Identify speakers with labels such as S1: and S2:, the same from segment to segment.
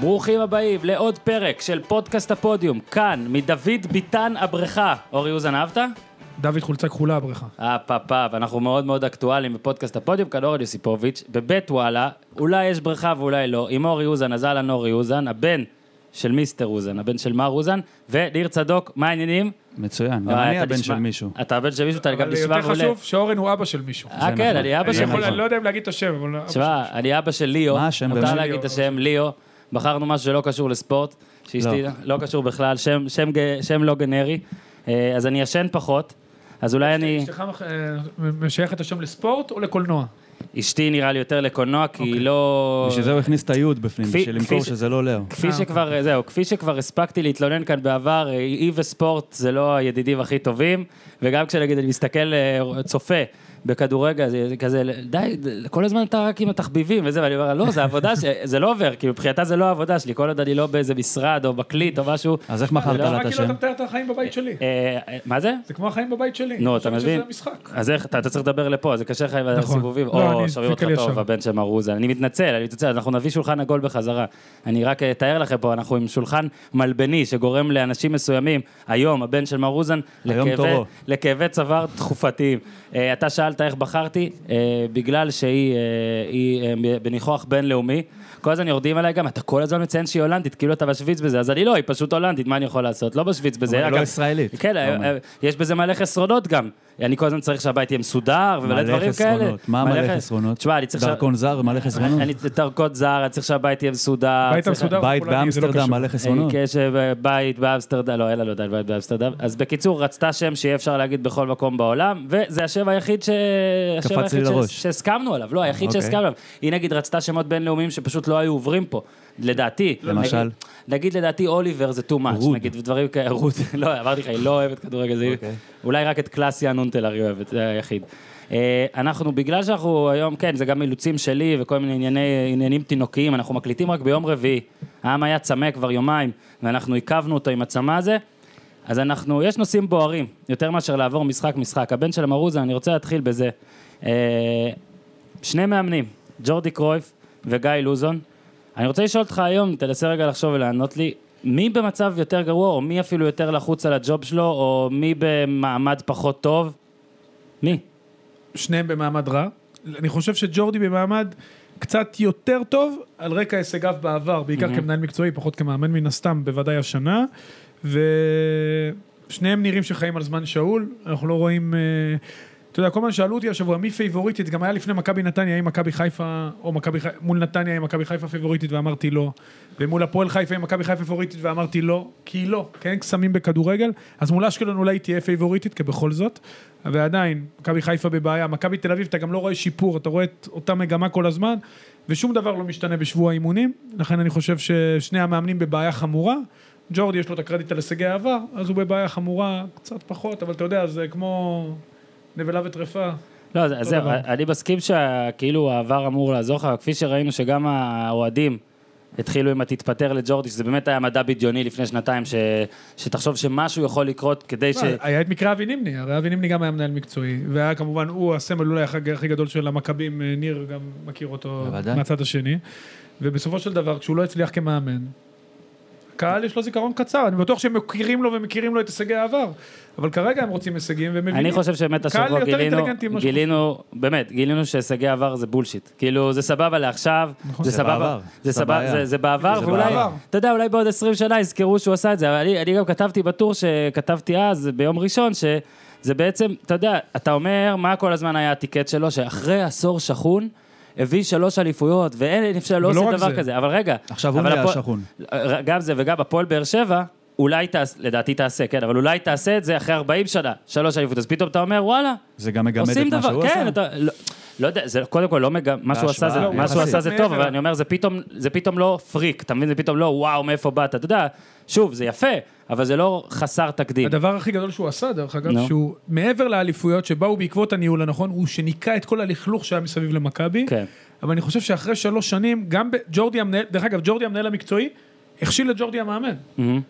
S1: ברוכים הבאים לעוד פרק של פודקאסט הפודיום, כאן, מדוד ביטן הבריכה. אורי אוזן, אהבת?
S2: דוד חולצה כחולה הבריכה.
S1: אה, פה, פה, ואנחנו מאוד מאוד אקטואליים בפודקאסט הפודיום, כאן אורן יוסיפוביץ', בבית וואלה, אולי יש בריכה ואולי לא, עם אורי אוזן, אז אהלן אורי אוזן, הבן של מיסטר אוזן, הבן של מר אוזן, וניר צדוק, מה העניינים?
S3: מצוין, גם
S1: אה,
S3: אני
S1: אתה
S3: הבן
S1: נשמע-
S3: של מישהו.
S1: אתה הבן של מישהו, אתה גם
S2: אבל
S1: נשמע
S2: יותר
S1: מעולה.
S2: חשוב שאורן הוא אבא של מישהו.
S1: אה, כן,
S3: נכון.
S1: אני אבא
S2: אני
S1: של
S3: זה
S2: יכול-
S1: מישהו.
S3: נכון.
S2: אני לא יודע אם להגיד את השם, אבל... אבא של-
S1: תשמע, אני אבא של ליאו,
S3: מה השם
S1: מותר
S3: באמת?
S1: להגיד את השם ליאו, בחרנו משהו שלא קשור לספורט, שאשתי
S3: לא.
S1: לא קשור בכלל, שם- שם ג- שם לא גנרי, אה, אז אני ישן פחות, אז אולי אני,
S2: אשתך מח- אה, משייכת את השם לספורט או לקולנוע?
S1: אשתי נראה לי יותר לקולנוע, כי היא לא...
S3: אוקיי. בשביל זה הוא הכניס את היוד בפנים,
S1: כפי-
S3: בשביל למכור
S1: כפי ש-
S3: שזה לא לאו.
S1: כפי שכבר, אה, זהו, כפי שכבר הספקתי להתלונן כאן בעבר, אה, אי וספורט זה לא הידידים הכי טובים, וגם כשנגיד אני מסתכל, אה, צופה בכדורגל, זה כזה, די, כל הזמן אתה רק עם התחביבים וזה, ואני אומר, לא, זה עבודה, ש... זה לא עובר, כי מבחינתה זה לא העבודה שלי, כל עוד אני לא באיזה משרד או מקליט או משהו.
S3: אז איך
S2: זה
S3: מכרת
S1: לא,
S2: נשמע
S3: לה את
S2: כאילו
S3: השם?
S2: אתה מתאר את החיים בבית שלי.
S1: אה, אה, מה זה?
S2: זה כמו החיים בבית שלי.
S1: נו,
S2: אני
S1: אתה
S2: חושב
S1: מבין?
S2: שזה משחק.
S1: אז איך, אתה, אתה צריך לדבר לפה, זה קשה לך עם
S2: נכון.
S1: הסיבובים,
S2: לא,
S1: או
S2: אני-
S1: שומעים אותך
S2: זה קל
S1: טוב,
S2: ישר.
S1: הבן של מרוזה. אני מתנצל, אני מתנצל, אנחנו נביא שולחן עגול בחזרה. אני רק אתאר לכם פה, אנחנו עם שולחן מלבני שגורם לאנשים מסוימים, היום הבן של מרוזן,
S3: היום תורו.
S1: לכאבי צוואר תכופתיים. אה, אתה שאלת איך בחרתי, אה, בגלל שהיא אה, היא, אה, בניחוח בינלאומי. כל הזמן יורדים עליי גם, אתה כל הזמן מציין שהיא הולנדית, כאילו אתה בשוויץ בזה, אז אני לא, היא פשוט הולנדית, מה אני יכול לעשות? לא בשוויץ בזה.
S3: אבל היא לא
S1: אגב,
S3: ישראלית.
S1: כן,
S3: אתה אומר.
S1: אה, יש בזה מלא חסרונות גם. אני כל הזמן צריך שהבית יהיה מסודר ומלא
S3: מלא
S1: דברים כאלה.
S3: חסרונות. מה מלא
S1: ח-
S3: חסרונות?
S1: תשמע, אני צריך... שה-
S3: דרכון זר, מלא חסרונות?
S1: אני צריך דרכות זר, אני צריך שהבית יהיה מסודר.
S2: בית
S1: צריך-
S2: המסודר
S3: בית
S2: פולני, זה לא
S3: באמסטרדם,
S2: קשור.
S3: מלא חסרונות.
S1: אה, קשב, אה, בית באמסטרדם, לא, אין לנו עדיין בית באמסטרדם. אז בקיצור, רצתה שם שיהיה אפשר להגיד בכל מקום בעולם, וזה השם היחיד ש...
S3: קפץ
S1: השם
S3: לי
S1: היחיד ש-
S3: לראש.
S1: שהסכמנו עליו, לא, היחיד
S3: אוקיי.
S1: שהסכמנו עליו. היא נגיד רצתה שמות בינלאומיים שפשוט לא היו עוברים פה, לדעתי.
S3: למשל?
S1: נגיד- נגיד לדעתי אוליבר זה too much,
S3: רוד.
S1: נגיד דברים כאלה, רות, לא, אמרתי לך, היא לא אוהבת כדורגל, זה...
S3: אוקיי.
S1: אולי רק את קלאסיה נונטלר היא אוהבת, זה היחיד. אה, אנחנו, בגלל שאנחנו היום, כן, זה גם אילוצים שלי וכל מיני ענייני, עניינים תינוקיים, אנחנו מקליטים רק ביום רביעי. העם היה צמא כבר יומיים, ואנחנו עיכבנו אותו עם הצמא הזה, אז אנחנו, יש נושאים בוערים, יותר מאשר לעבור משחק-משחק. הבן של המרוזה, אני רוצה להתחיל בזה. אה, שני מאמנים, ג'ורדי קרויף וגיא לוזון. אני רוצה לשאול אותך היום, תנסה רגע לחשוב ולענות לי, מי במצב יותר גרוע, או מי אפילו יותר לחוץ על הג'וב שלו, או מי במעמד פחות טוב? מי?
S2: שניהם במעמד רע. אני חושב שג'ורדי במעמד קצת יותר טוב, על רקע הישגיו בעבר, בעיקר כמנהל מקצועי, פחות כמאמן מן הסתם, בוודאי השנה. ושניהם נראים שחיים על זמן שאול, אנחנו לא רואים... אה, אתה יודע, כל הזמן שאלו אותי השבוע, מי פייבוריטית? גם היה לפני מכבי נתניה, האם מכבי חיפה, או מכבי חיפה, מול נתניה, האם מכבי חיפה פייבוריטית, ואמרתי לא. ומול הפועל חיפה, האם מכבי חיפה פייבוריטית, ואמרתי לא. כי היא לא, כי אין קסמים בכדורגל. אז מול אשקלון אולי היא תהיה פייבוריטית, כי בכל זאת. ועדיין, מכבי חיפה בבעיה. מכבי תל אביב, אתה גם לא רואה שיפור, אתה רואה את אותה מגמה כל הזמן, ושום דבר לא משתנה בשבוע האימונים. לכן אני חושב ששני המאמנים בבעיה חמורה. ג'ורדי יש לו את הקרדיט על הישגי העבר, אז הוא בבעיה חמורה, קצת פחות, אבל אתה יודע, זה כמו נבלה וטרפה.
S1: לא, זה- זהו,
S2: דבר.
S1: אני מסכים שכאילו העבר אמור לעזור לך, כפי שראינו שגם האוהדים התחילו עם התתפטר לג'ורדי, שזה באמת היה מדע בדיוני לפני שנתיים, ש- שתחשוב שמשהו יכול לקרות כדי ש...
S2: לא, היה את מקרה אבי נימני, הרי אבי נימני גם היה מנהל מקצועי, והיה כמובן, הוא הסמל אולי הכי הכי גדול של המכבים, אה, ניר גם מכיר אותו
S3: בוודאי.
S2: מהצד השני, ובסופו של דבר, כשהוא לא הצליח כמאמן, קהל יש לו זיכרון קצר, אני בטוח שהם מכירים לו ומכירים לו את הישגי העבר, אבל כרגע הם רוצים הישגים והם מבינים.
S1: אני חושב שבאמת
S2: קהל
S1: השבוע
S2: יותר
S1: גילינו,
S2: אינטליגנטי ממה
S1: גילינו, באמת, גילינו שהישגי עבר זה בולשיט. כאילו, זה סבבה לעכשיו, זה
S3: זה
S1: סבבה,
S3: בעבר,
S1: זה
S3: זה
S1: סבבה,
S3: בעיה.
S1: זה- זה בעבר,
S3: זה
S1: ואולי,
S2: נכון. בעבר.
S1: אתה יודע, אולי בעוד 20 שנה יזכרו שהוא עשה את זה, אבל אני- אני גם כתבתי בטור שכתבתי אז, ביום ראשון, ש... זה בעצם, אתה יודע, אתה אומר, מה כל הזמן היה הטיקט שלו, שאחרי עשור שכון, הביא שלוש אליפויות, ואין אפשר, לא
S2: אבל לא
S1: עושה
S2: רק
S1: דבר
S2: זה.
S1: כזה. אבל רגע,
S3: עכשיו הוא
S1: אבל
S3: נהיה
S1: הפועל-
S3: שכון.
S1: אה, גם זה וגם הפועל באר שבע, אולי תעשה, לדעתי תעשה, כן, אבל אולי תעשה את זה אחרי 40 שנה, שלוש אליפות, אז פתאום אתה אומר, וואלה,
S3: זה גם מגמד
S1: עושים
S3: את מה
S1: דבר,
S3: שהוא
S1: כן,
S3: עשה?
S1: אתה, לא, לא יודע, זה קודם כל לא מגמד, מה שהוא עשה זה,
S3: בהשוואה,
S1: מה שהוא
S3: יחסית.
S1: עשה זה טוב,
S2: מעבר.
S1: אבל אני אומר, זה פתאום, זה פתאום לא פריק, אתה מבין, זה פתאום לא, וואו, מאיפה באת, אתה יודע, שוב, זה יפה, אבל זה לא חסר תקדים.
S2: הדבר הכי גדול שהוא עשה, דרך אגב,
S1: נו.
S2: שהוא מעבר לאליפויות שבאו בעקבות הניהול הנכון, הוא שניקה את כל הלכלוך שהיה מסביב למכבי.
S1: כן.
S2: אבל אני חושב שאחרי שלוש שנים, גם ב- ג'ורדי המנהל, דרך אגב, ג'ורדי המנהל המקצועי, הכשיל את ג'ורדי המאמן.
S1: מהמם.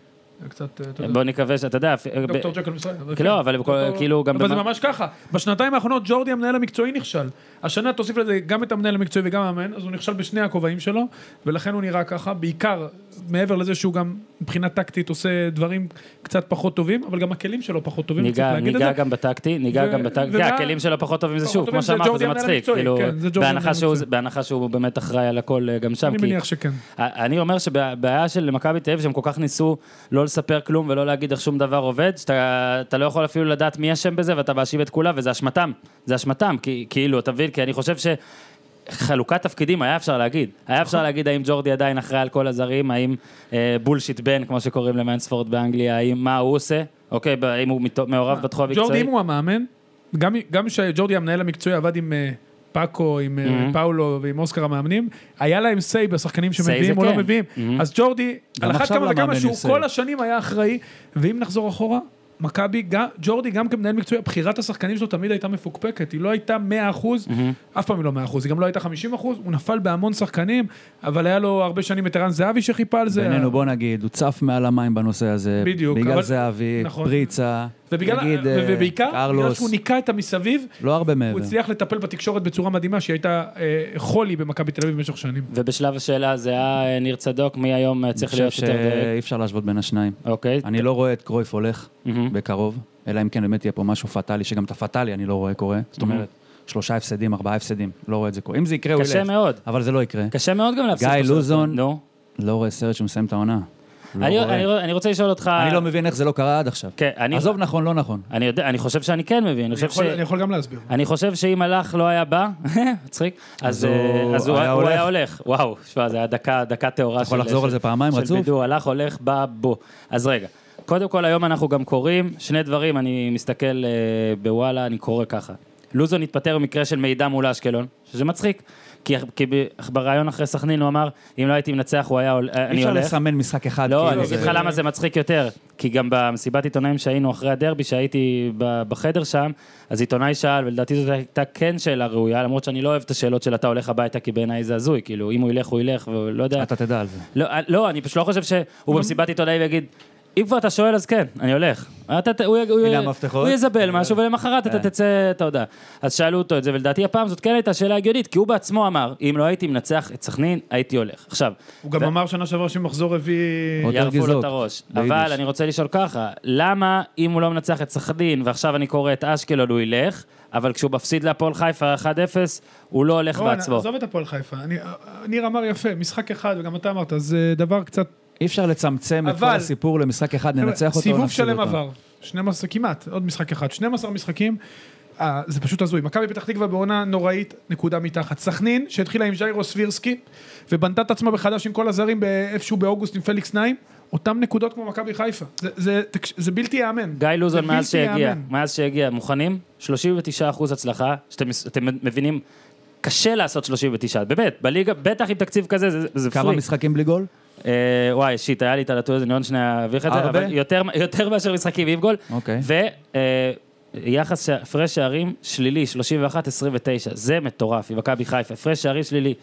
S2: קצת, אה, אתה יודע,
S1: בוא נקווה שאתה יודע... אפ- ב-
S2: דוקטור ג'קל מסייד. אבל
S1: לא,
S2: כן.
S1: אבל בכל-
S2: דוקטור-
S1: כאילו, גם
S2: אבל
S1: במה-
S2: זה ממש ככה. בשנתיים האחרונות ג'ורדי המנהל המקצועי נכשל. השנה תוסיף לזה גם את המנהל המקצועי וגם המאמן, אז הוא נכשל בשני הכובעים שלו, ולכן הוא נראה ככה, בעיקר מעבר לזה שהוא גם מבחינה טקטית עושה דברים קצת פחות טובים, אבל גם הכלים שלו פחות טובים, צריך
S1: ניגע,
S2: להגיד את
S1: ניגע
S2: זה.
S1: גם בטקטי, ניגע
S2: ו-
S1: גם בטקטי,
S2: ומה-
S1: זה, הכלים שלו פחות טובים זה
S2: פחות
S1: שוב,
S2: טובים
S1: כמו
S2: זה
S1: שאמרת,
S2: ג'ורדי
S1: זה
S2: המנהל
S1: מצחיק,
S2: המקצועי,
S1: כאילו,
S2: כן, זה ג'ורדי
S1: בהנחה
S2: המנהל
S1: שהוא-
S2: המקצועי.
S1: בהנחה שהוא באמת אחראי על הכל אה, גם שם,
S2: אני
S1: כי
S2: מניח שכן.
S1: אני אומר שהבעיה של מכבי תל אביב, שהם כל כך ניסו לא לספר כלום ולא להגיד איך שום דבר עובד, שאתה אתה לא יכול אפילו לדעת מי אשם בזה ואתה מאשים את כולם, וזה אשמתם. זה אשמתם, כי- כאילו, אתה מבין? כי אני חושב ש... חלוקת תפקידים היה אפשר להגיד. היה אפשר
S3: נכון.
S1: להגיד האם ג'ורדי עדיין אחראי על כל הזרים, האם אה, בולשיט בן, כמו שקוראים למיינספורד באנגליה, האם מה הוא עושה, אוקיי, ב- האם הוא מת- מעורב בתחום
S2: ג'ורדי,
S1: המקצועי.
S2: אם הוא המאמן, גם- גם שג'ורדי המנהל המקצועי עבד עם... אה, פאקו, עם אה,
S1: Mhm.
S2: פאולו ועם אוסקר המאמנים, היה להם סיי בשחקנים
S1: סיי זה
S2: שמביאים או לא
S1: כן.
S2: מביאים.
S1: Mhm.
S2: אז ג'ורדי,
S3: גם
S2: על אחת
S3: עכשיו
S2: כמה
S3: למאמן
S2: וכמה
S3: יש
S2: שהוא
S3: say.
S2: כל השנים היה אחראי, ואם נחזור אחורה, מכבי, גם- ג'ורדי גם כמנהל מקצועי, בחירת השחקנים שלו תמיד הייתה מפוקפקת, היא לא הייתה 100%, אף פעם היא לא 100%, היא גם לא הייתה 50%, הוא נפל בהמון שחקנים, אבל היה לו הרבה שנים את ערן זהבי שחיפה על זה.
S3: בינינו, בוא נגיד, הוא צף מעל המים בנושא הזה.
S2: בדיוק,
S3: בגלל
S2: אבל-
S3: זהבי,
S2: נכון.
S3: פריצה,
S2: ובגלל-
S3: נגיד, אה,
S2: ובעיקר, בגלל
S3: קרלוס,
S2: שהוא ניקה את המסביב,
S3: לא הרבה מעבר.
S2: הוא הצליח לטפל בתקשורת בצורה מדהימה, שהיא הייתה אה, חולי במכבי תל אביב במשך שנים.
S1: ובשלב השאלה זה היה אה, ניר צדוק, מי היום אה, צריך
S3: אני
S1: להיות
S3: חושב
S1: יותר דייק?
S3: שאי אפשר להשוות בין השניים.
S1: אוקיי.
S3: אני לא רואה את קרויף הולך
S1: מהמם.
S3: בקרוב, אלא אם כן באמת יהיה פה משהו פטאלי, שגם את הפטאלי אני לא רואה קורה.
S1: Mm-hmm.
S3: זאת אומרת, שלושה הפסדים, ארבעה הפסדים, לא רואה את זה קורה. אם זה יקרה, הוא ילך.
S1: קשה מאוד.
S3: אבל זה לא יקרה.
S1: קשה מאוד גם להפסיד.
S3: גיא
S1: בסוף.
S3: לוזון.
S1: נו.
S3: לא רואה סרט שמסיים את העונה. לא
S1: אני-
S3: רואה.
S1: אני אני רוצה לשאול אותך...
S3: אני לא מבין איך זה לא קרה עד עכשיו.
S1: כן, אני...
S3: עזוב נכון, לא נכון.
S1: אני יודע, אני חושב שאני כן מבין. אני
S2: אני
S1: חושב ש...
S2: יכול- אני יכול גם להסביר.
S1: אני חושב שאם הלך לא היה בא, מצחיק, אז
S3: אז
S1: אה,
S3: הוא
S1: אז הוא
S3: היה
S1: הוא
S3: הולך.
S1: היה הולך. וואו, שמע, זה היה דקה דקה טהורה של...
S3: יכול לחזור
S1: של-
S3: על זה פעמיים
S1: של
S3: רצוף?
S1: בידור, הלך, הולך, בא, בוא. אז רגע. קודם כל, היום אנחנו גם קוראים שני דברים, אני מסתכל אה, בוואלה, אני קורא ככה. לוזון התפטר במקרה של מידע מול אשקלון, שזה מצחיק, כי, כי ב- בריאיון אחרי סכנין הוא אמר, אם לא הייתי מנצח הוא היה, הול- אה,
S3: אי
S1: אני
S3: אפשר
S1: הולך.
S3: לסמן משחק אחד.
S1: לא,
S3: כאילו,
S1: אני
S2: זה-
S1: אגיד לך למה זה מצחיק יותר. כי גם במסיבת עיתונאים שהיינו אחרי הדרבי, שהייתי ב- בחדר שם, אז עיתונאי שאל, ולדעתי זאת הייתה כן שאלה ראויה, למרות שאני לא אוהב את השאלות של אתה הולך הביתה, כי בעיניי זה הזוי, כאילו, אם הוא ילך, הוא ילך, ולא יודע.
S3: אתה תדע על זה.
S1: לא, אה, לא, אני פשוט לא חושב שהוא במסיבת עיתונאים יגיד... אם כבר אתה שואל, אז כן, אני הולך. אתה, ת- הוא, י- הוא, י-
S3: הנה המפתחות.
S1: הוא יזבל משהו, ולמחרת אתה
S3: כן.
S1: תצא, אתה יודע. אז שאלו אותו את זה, ולדעתי הפעם זאת כן הייתה שאלה הגיונית, כי הוא בעצמו אמר, אם לא הייתי מנצח את סכנין, הייתי הולך. עכשיו,
S2: הוא גם אמר שנה שעברה שמחזור הביא...
S3: עוד- יותר
S1: יערפו לו
S3: גזוק,
S1: את הראש.
S3: ביידיש.
S1: אבל אני רוצה לשאול ככה, למה אם הוא לא מנצח את סכנין, ועכשיו אני קורא את אשקלון, הוא ילך, אבל כשהוא מפסיד להפועל חיפה 1-0, הוא לא הולך
S2: אורן,
S1: בעצמו.
S2: עזוב את הפועל חיפה. אני- ניר אמר יפה, משחק אחד, וגם אתה אמרת, זה דבר קצת...
S3: אי אפשר לצמצם את כל
S2: אבל-
S3: הסיפור למשחק אחד, ננצח אותו,
S2: סיבוב
S3: נפסיד
S2: שלם
S3: אותו.
S2: עבר. 12 כמעט, עוד משחק אחד. 12 משחקים. אה, זה פשוט הזוי. מכבי פתח תקווה בעונה נוראית, נקודה מתחת. סכנין, שהתחילה עם ז'יירו סבירסקי, ובנתה את עצמה מחדש עם כל הזרים באיפשהו באוגוסט עם פליקס נעים, אותם נקודות כמו מכבי חיפה. זה- זה- תקש- זה בלתי ייאמן.
S1: גיא לוזון
S2: זה
S1: מאז
S2: בלתי
S1: שהגיע,
S2: ייאמן.
S1: מאז שהגיע, מוכנים? 39% הצלחה, שאתם אתם מבינים, קשה לעשות 39, באמת, בליגה, בטח עם תקציב כזה, זה- זה
S3: כמה
S1: פרי.
S3: משחקים בלי גול?
S1: אה, וואי, שיט, היה לי את הנתון הזה, אני עוד שנייה אביך את זה,
S3: הרבה?
S1: אבל יותר- יותר מאשר משחקים עם גול.
S3: אוקיי.
S1: ויחס הפרש שערים שלילי, 31-29, זה מטורף, עם מכבי חיפה, הפרש שערים שלילי,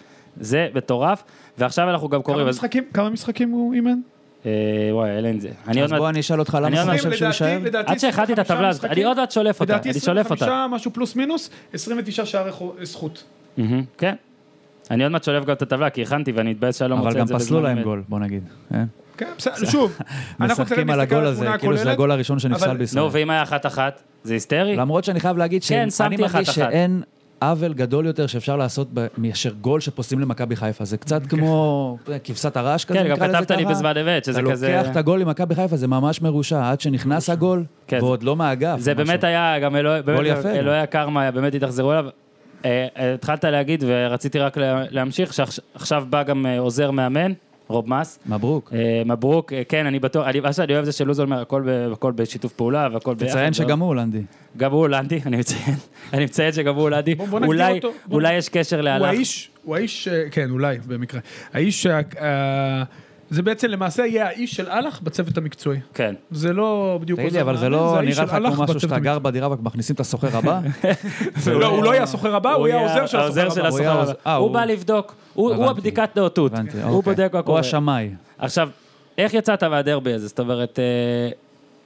S1: זה מטורף, ועכשיו אנחנו גם
S2: כמה
S1: קוראים, אז-
S2: משחקים- כמה משחקים הוא אימן?
S1: אה, וואי, אין לי את זה. אני עוד
S3: אז בוא
S1: מעט,
S3: אני אשאל אותך
S1: אני
S3: למה
S1: עוד
S3: אתה חושב
S2: לדעתי-
S3: שהוא יישאר?
S2: לדעתי
S1: עד שהכנתי את
S2: 25
S1: הטבלה הזאת,
S2: משחקים.
S1: אני עוד מעט שולף אותה,
S2: לדעתי
S1: אני שולף אותה.
S2: 25 משהו פלוס מינוס, 29 שערי חו- זכות.
S1: מהמם, כן. אני עוד מעט שולף גם את הטבלה, כי הכנתי ואני מתבאס שאני לא
S3: אבל
S1: מוצא
S3: גם
S1: את זה
S3: פסלו
S1: בזמן
S3: להם
S1: אמת.
S3: גול, בוא נגיד. אה?
S2: כן, בסדר, שוב, אנחנו צריכים
S3: משחקים על
S2: להסתכל
S3: הגול
S2: על
S3: הזה,
S2: התמונה
S3: כאילו זה
S2: הכוללת.
S3: הגול הראשון שנפסל
S2: אבל-
S3: בישראל.
S1: נו, ואם היה אחת-אחת, זה היסטרי?
S3: למרות שאני חייב להגיד
S1: כן,
S3: שאני
S1: שמתי
S3: מרגיש
S1: אחת-אחת.
S3: שאין עוול גדול יותר שאפשר לעשות ב- מאשר גול שפוסלים למכבי חיפה. זה קצת כמו כבשת הרש כזה,
S1: כן, גם
S3: נקרא לזה
S1: כתבת לי
S3: ככה.
S1: בזמן אמת, שזה
S3: אתה
S1: כזה...
S3: לוקח את הגול למכבי חיפה, זה ממש מרושע, עד שנכנס הגול,
S1: כן,
S3: ועוד לא מהאגף.
S1: זה
S3: משהו.
S1: באמת היה, גם אלוהי-
S3: גול
S1: באמת
S3: יפה.
S1: אלוהי הקרמה באמת התאכזרו אליו. אה, אה, התחלת להגיד, ורציתי רק לה- להמשיך, שעכשיו בא גם אה, עוזר מאמן, רוב מס.
S3: מברוק.
S1: אה, מברוק, אה, כן, אני בטוח, אני- מה שאני אוהב זה שלוזון אומר, הכל ב- הכל בשיתוף פעולה והכל ביחד.
S3: תציין
S1: לא?
S3: שגם הוא הולנדי.
S1: גם הוא הולנדי, אני מציין, אני מציין שגם הוא הולנדי.
S2: בוא- בוא נגדיר
S1: אולי-
S2: אותו, בוא-
S1: אולי יש קשר
S2: הוא
S1: להלך.
S2: האיש, הוא האיש, אה, כן, אולי, במקרה. האיש, שה- אה, זה בעצם למעשה יהיה האיש של אהלך בצוות המקצועי.
S1: כן.
S2: זה לא בדיוק
S3: תגיד לי,
S2: עוזר
S3: אבל זה
S2: מאמן,
S3: לא
S2: האיש
S3: נראה לך
S2: של אהלך
S3: כמו משהו
S2: בצוות
S3: שאתה
S2: המקצועי.
S3: גר בדירה ורק מכניסים את הסוחר הבא?
S2: לא, הוא לא יהיה הסוחר הבא, הוא יהיה העוזר של הסוחר
S1: העוזר
S2: הבא.
S1: של
S3: הוא יהיה
S1: הסוחר
S3: העוז-
S1: הבא.
S3: אה,
S1: הוא
S3: הוא-
S1: בא לבדוק, הוא הוא
S3: הבנתי.
S1: הבדיקת נאותות.
S3: הבנתי,
S1: הוא
S3: אוקיי.
S1: בודק מה
S3: הוא
S1: קורה.
S3: השמאי.
S1: עכשיו, איך יצאת מהדרבי הזה? זאת אומרת, אה,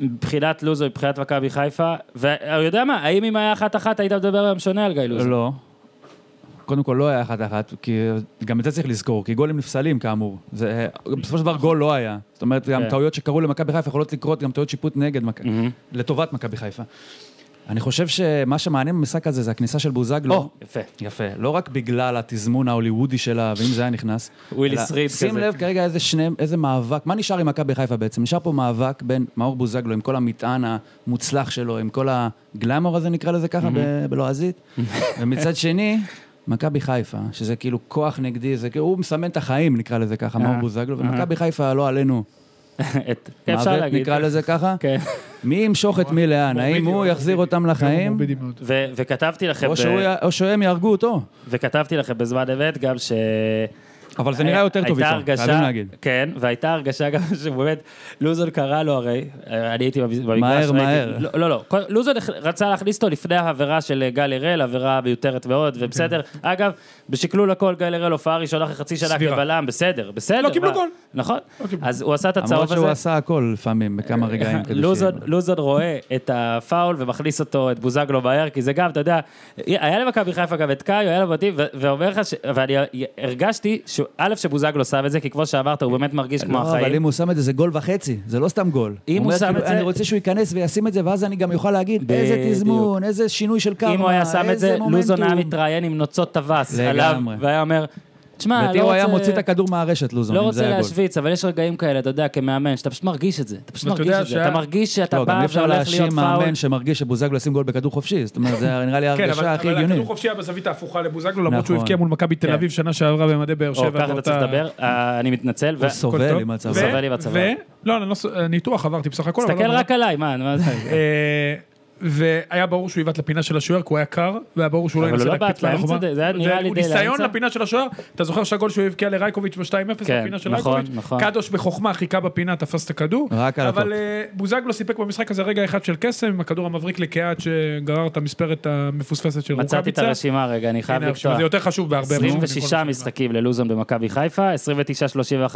S1: מבחינת לוזו, מבחינת מכבי חיפה, ויודע מה, האם אם היה אחת-אחת היית מדבר היום שונה על גיא לוזו?
S3: לא. קודם כל, לא היה אחת-אחת, כי גם את זה צריך לזכור, כי גולים נפסלים, כאמור. זה, בסופו של דבר גול לא היה. זאת אומרת, גם
S1: כן.
S3: טעויות שקרו למכבי חיפה יכולות לקרות, גם טעויות שיפוט נגד, מכ-
S1: מהמם.
S3: לטובת מכבי חיפה. אני חושב שמה שמעניין במשחק הזה זה הכניסה של בוזגלו.
S1: או, יפה.
S3: יפה. לא רק בגלל התזמון ההוליוודי שלה, ואם זה היה נכנס.
S1: ווילי
S3: אלא
S1: שריד
S3: שים
S1: כזה.
S3: לב כרגע איזה, שני, איזה מאבק, מה נשאר עם מכבי חיפה בעצם? נשאר פה מאבק בין מאור בוזגלו עם כל המטען המוצלח שלו, עם כל הגלאמור הזה נקרא לזה ככה ב- בלועזית, ומצד שני, מכבי חיפה, שזה כאילו כוח נגדי, זה כאילו, הוא מסמן את החיים נקרא לזה ככה, מאור
S1: אה,
S3: בוזגלו,
S1: אה.
S3: ומכבי חיפה לא עלינו,
S1: את- אפשר
S3: מוות
S1: להגיד.
S3: נקרא לזה ככה.
S1: כן.
S3: מי ימשוך את מי לאן? האם
S2: מורבידי,
S3: הוא יחזיר
S2: מורבידי.
S3: אותם
S2: הוא
S3: לחיים?
S2: מורבידי מאוד.
S1: ו- וכתבתי לכם,
S3: או
S1: ב-
S3: שהוא י- או שהם יהרגו אותו?
S1: וכתבתי לכם בזמן אמת גם ש...
S3: אבל זה נראה יותר טוב
S1: אה, הייתה
S3: איתו,
S1: הרגשה-
S3: חייבים להגיד.
S1: כן, והייתה הרגשה גם שבאמת, לוזון קרא לו הרי, אה, אני הייתי במגרש,
S3: מהר,
S1: ראיתי-
S3: מהר.
S1: לא, לא, לא, כל- לוזון הכ- רצה להכניס אותו לפני העבירה של אה, גל הראל, עבירה מיותרת מאוד, ובסדר.
S3: כן.
S1: אגב, בשקלול הכל גל הראל, הופעה ראשונה אחרי חצי שנה
S2: סבירה.
S1: כבלם, בסדר, בסדר.
S2: לא קיבלו
S1: מה-
S2: גול.
S1: נכון,
S2: לא קיבלו.
S1: אז הוא עשה את הצהוב
S3: למרות
S1: הזה. אה, לא
S3: שהוא עשה הכל לפעמים, בכמה רגעים כדי ש...
S1: לוזון, לוזון רואה את הפאול ומכניס אותו, את בוזגלו מהר, כי זה גם, אתה יודע, היה למכבי חיפה גם את קאיו, היה לו מדהים, ו- ואומר לך, ש- ואני הרגשתי, ש- א', שבוזגלו שם את זה, כי כמו שאמרת, הוא באמת מרגיש כמו
S3: לא, אבל אם
S1: החיים.
S3: הוא שם את זה, זה גול וחצי, זה לא סתם גול.
S1: אם הוא
S3: אומר,
S1: שם
S3: כאילו,
S1: את זה-
S3: אני רוצה שהוא ייכנס וישים את זה, ואז אני גם אוכל להגיד, איזה
S1: בדיוק.
S3: תזמון, איזה שינוי של קרמה,
S1: אם הוא היה שם את
S3: איזה
S1: זה,
S3: מומנטום."
S1: לוזון היה מתראיין עם נוצות טווס עליו,
S3: לגמרי.
S1: והיה אומר, תשמע, לא
S3: לדעתי
S1: רוצה...
S3: הוא היה מוציא את הכדור מהרשת, לוזון,
S1: לא
S3: אם זה
S1: רוצה
S3: היה גול.
S1: להשוויץ, אבל יש רגעים כאלה, אתה יודע, כמאמן, שאתה פשוט מרגיש את זה. אתה פשוט
S2: ואתה
S1: מרגיש
S2: יודע
S1: את זה. אתה
S2: שה-
S1: מרגיש שאתה
S3: לא, גם
S1: בא
S3: אי אפשר
S1: והולך להיות
S3: להאשים
S1: פאול.
S3: מאמן שמרגיש שבוזגלו ישים גול בכדור חופשי. זאת אומרת, זה נראה לי
S2: כן, אבל
S3: ההרגשה הכי
S2: אבל הכדור
S3: הגיונית.
S2: חופשי היה בזווית ההפוכה לבוזגלו, למרות שהוא
S3: נכון.
S2: הבקיע מול מכבי תל
S1: כן.
S2: אביב שנה שעברה במדי באר
S1: או,
S2: שבע.
S1: ככה אתה
S2: באותה-
S1: צריך לדבר, אה, אני מתנצל. ו-
S3: הוא סובל עם
S2: ו-
S3: הצבא.
S1: סובל לי בצבא.
S2: ו- לא, אני לא ס- ניתוח עברתי בסך הכל. אבל לא
S1: תסתכל
S2: נורא.
S1: רק עליי, מה, מה זה?
S2: אה, והיה ברור שהוא עיוות לפינה של השוער, כי הוא היה קר, והיה ברור שהוא לא
S1: אבל הוא
S2: ינסה
S1: לא
S2: להקפיץ
S1: בעט לאמצע,
S2: מהחומה.
S1: זה היה נראה לי
S2: הוא
S1: די
S2: ניסיון
S1: לאמצע.
S2: לפינה של השוער, אתה זוכר שהגול שהוא הבקיע לרייקוביץ' ב-2-0,
S1: כן,
S2: לפינה של
S1: נכון,
S2: רייקוביץ',
S1: נכון.
S2: קדוש בחוכמה חיכה בפינה, תפס את הכדור,
S3: רק על
S2: אבל
S3: הטופ.
S2: אה, בוזגלו סיפק במשחק הזה רגע אחד של קסם, עם הכדור המבריק לקהת שגרר את המספרת המפוספסת של רוקאביצה.
S1: מצאתי את הרשימה רגע, אני חייב
S2: הנה הרשימה,
S1: לקטוע.
S2: זה יותר חשוב בהרבה. מכל
S1: 26
S2: מה
S1: משחקים ללוזון במכבי חיפה,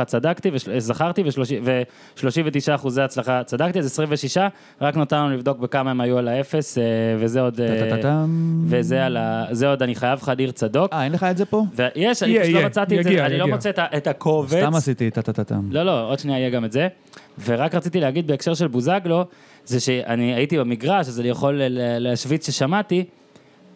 S1: 29-31 צדקתי, וש- אה, זכרתי, ו-39 אחוזי הצלחה צדקתי, אז 26, רק נותר לנו לבדוק בכמה הם היו על האפס, אה, וזה עוד... אה,
S3: טה-טה-טם.
S1: וזה על ה... זה עוד, אני חייב חדיר צדוק.
S3: אה, אין לך את זה פה?
S1: ויש, אני
S2: יהיה,
S1: פשוט לא
S2: יהיה,
S1: מצאתי את זה,
S2: יגיע,
S1: אני לא
S2: יגיע.
S1: מוצא את ה- את הקובץ.
S3: סתם עשיתי את הטה-טה-טם.
S1: לא, לא, עוד שנייה יהיה גם את זה. ורק רציתי להגיד בהקשר של בוזגלו, זה שאני הייתי במגרש, אז אני יכול ל- ל- להשוויץ ששמעתי.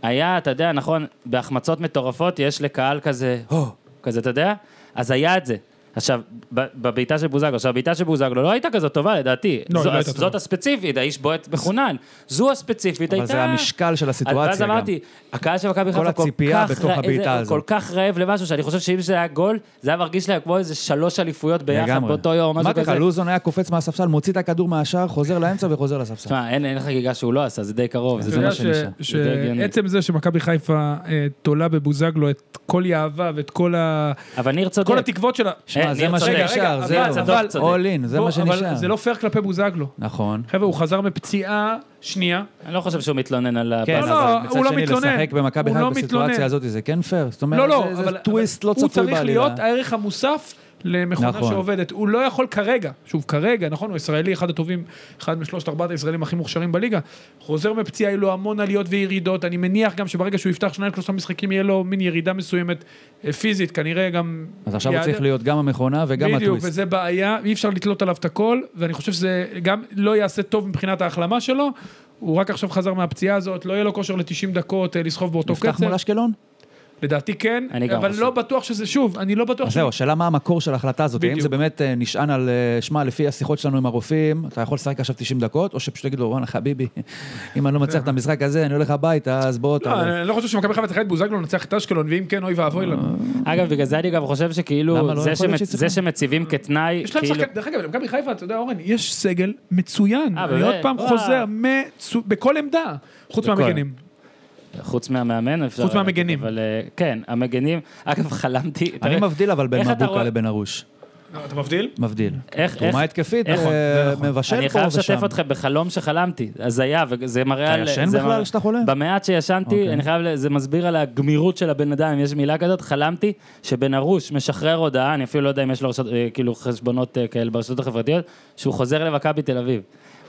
S1: היה, אתה יודע, נכון, בהחמצות מטורפות יש לקהל כזה, הו, כזה, אתה יודע? אז היה את זה. עכשיו, ב- בבעיטה של בוזגלו, עכשיו, הבעיטה של בוזגלו לא הייתה כזאת טובה, לדעתי.
S2: לא,
S1: זו-
S2: לא הייתה
S1: אז-
S2: טובה.
S1: זאת הספציפית, האיש בועט מחונן. זו הספציפית הייתה...
S3: אבל זה המשקל של
S1: אז- ואז
S3: הסיטואציה גם.
S1: אמרתי, הקהל של מכבי
S3: כל
S1: חיפה כל
S3: הציפייה
S1: כך
S3: בתוך
S1: רע-
S3: הבעיטה
S1: איזה-
S3: הזאת.
S1: כל כך רעב למשהו, שאני חושב שאם זה היה גול, זה היה מרגיש להם כמו איזה שלוש אליפויות ביחד
S3: לגמרי.
S1: באותו יום, משהו
S3: אמרתי לך,
S1: כזה.
S3: לוזון היה קופץ מהספסל, מוציא את הכדור מהשער, חוזר לאמצע וחוזר לספסל.
S1: תשמע, אין אין חגיגה שהוא לא עשה, זה די קרוב. זה-
S2: אתה
S3: זה
S2: יודע
S3: מה שנשאר.
S2: ש-
S1: זה די הגיוני.
S2: שעצם זה שמכבי חיפה אה, תולה בבוזגלו את כל יהבה ואת כל ה-
S1: אבל ניר צודק.
S2: כל התקוות שלה.
S3: שמע,
S1: אה,
S3: זה
S1: ניר
S3: מה
S1: צודק.
S3: שנשאר,
S2: רגע,
S3: זהו.
S2: אבל- אבל-
S1: צודק.
S3: All in, זה
S2: בוא,
S3: מה שנשאר.
S2: אבל זה לא פייר כלפי בוזגלו.
S3: נכון.
S2: חבר'ה, הוא חזר מפציעה שנייה.
S1: אני לא חושב שהוא מתלונן על ה...
S3: כן,
S2: לא, לא,
S3: אבל מצד
S2: הוא לא
S3: שני,
S2: מתלונן.
S3: לשחק במכבי
S2: הוא
S3: חיפה
S2: לא מתלונן.
S3: בסיטואציה הזאת, זה כן פייר. זאת אומרת,
S2: לא, לא,
S3: זה- זה
S2: אבל
S3: טוויסט לא
S2: הוא
S3: צפוי
S2: צריך להיות
S3: בעלילה.
S2: הערך המוסף למכונה
S3: נכון.
S2: שעובדת. הוא לא יכול כרגע, שוב, כרגע, נכון, הוא ישראלי, אחד הטובים, אחד משלושת ארבעת הישראלים הכי מוכשרים בליגה. חוזר מפציעה, היו לו המון עליות וירידות. אני מניח גם שברגע שהוא יפתח שניים שלושה משחקים, יהיה לו מין ירידה מסוימת אה, פיזית, כנראה גם...
S3: אז עכשיו הוא
S2: יעדר-
S3: צריך להיות גם המכונה וגם
S2: בדיוק,
S3: הטוויסט.
S2: וזה בעיה, אי אפשר לתלות עליו את הכל, ואני חושב שזה גם לא יעשה טוב מבחינת ההחלמה שלו. הוא רק עכשיו חזר מהפציעה הזאת, לא יהיה לו כושר ל-90 דקות אה, לסחוב באותו
S3: נפתח
S2: קצב.
S3: מול אשקלון?
S2: לדעתי כן,
S1: אני גם
S2: אבל
S1: חושב.
S2: לא בטוח שזה, שוב, אני לא בטוח
S3: אז זהו, השאלה מה המקור של ההחלטה הזאת, האם
S2: בדיוק.
S3: זה באמת אה, נשען על, אה, שמע, לפי השיחות שלנו עם הרופאים, אתה יכול לשחק עכשיו 90 דקות, או שפשוט יגידו, וואנה חביבי, אם אני לא מצליח את המשחק הזה, אני הולך הביתה, אז בוא,
S2: לא,
S3: אתה...
S2: אני לא חושב שמכבי חיפה צריכה את בוזגלו לנצח את אשקלון, ואם כן, אוי ואבוי
S3: אה,
S2: לנו.
S1: אגב, בגלל זה אני גם חושב
S3: למה
S1: שכאילו,
S3: לא?
S1: זה
S3: יכול להיות
S1: שמצ-
S3: שהיא
S1: זה
S3: צריכה.
S1: שמציבים כתנאי,
S2: יש להם
S1: כאילו...
S2: שחקן, דרך אגב, למכבי חיפה, אתה יודע, אורן, יש סגל מצוין.
S1: אה,
S2: אני
S1: באמת?
S2: עוד פעם
S1: וואו.
S2: חוזר, מצו- בכל עמדה, חוץ
S1: בכל.
S2: מהמגנים.
S1: חוץ מהמאמן, אפשר...
S2: חוץ
S1: להגיד,
S2: מהמגנים.
S1: אבל אה, כן, המגנים... אגב, חלמתי...
S3: אני
S1: תראה,
S3: מבדיל אבל בין
S1: איך אתה
S3: מבוקה
S1: רואה-
S3: לבין הרוש.
S2: אתה מבדיל?
S3: מבדיל.
S1: איך-
S3: תרומה
S1: איך-
S3: התקפית,
S1: איך-
S3: אה,
S1: נכון,
S2: זה נכון.
S3: מבשל פה ושם.
S1: אני חייב לשתף אתכם בחלום שחלמתי, הזיה, וזה מראה
S3: אתה
S1: על...
S3: ישן
S1: זה
S3: בכלל
S1: מראה-
S3: כשאתה חולם?
S1: במעט שישנתי,
S3: אוקיי.
S1: אני חייב, ל- זה מסביר על הגמירות של הבן אדם, אם יש מילה כזאת, חלמתי שבן ארוש משחרר הודעה, אני אפילו לא יודע אם יש לו רשת, אה, כאילו חשבונות אה, כאלה ברשתות החברתיות, שהוא חוזר למכבי תל אביב.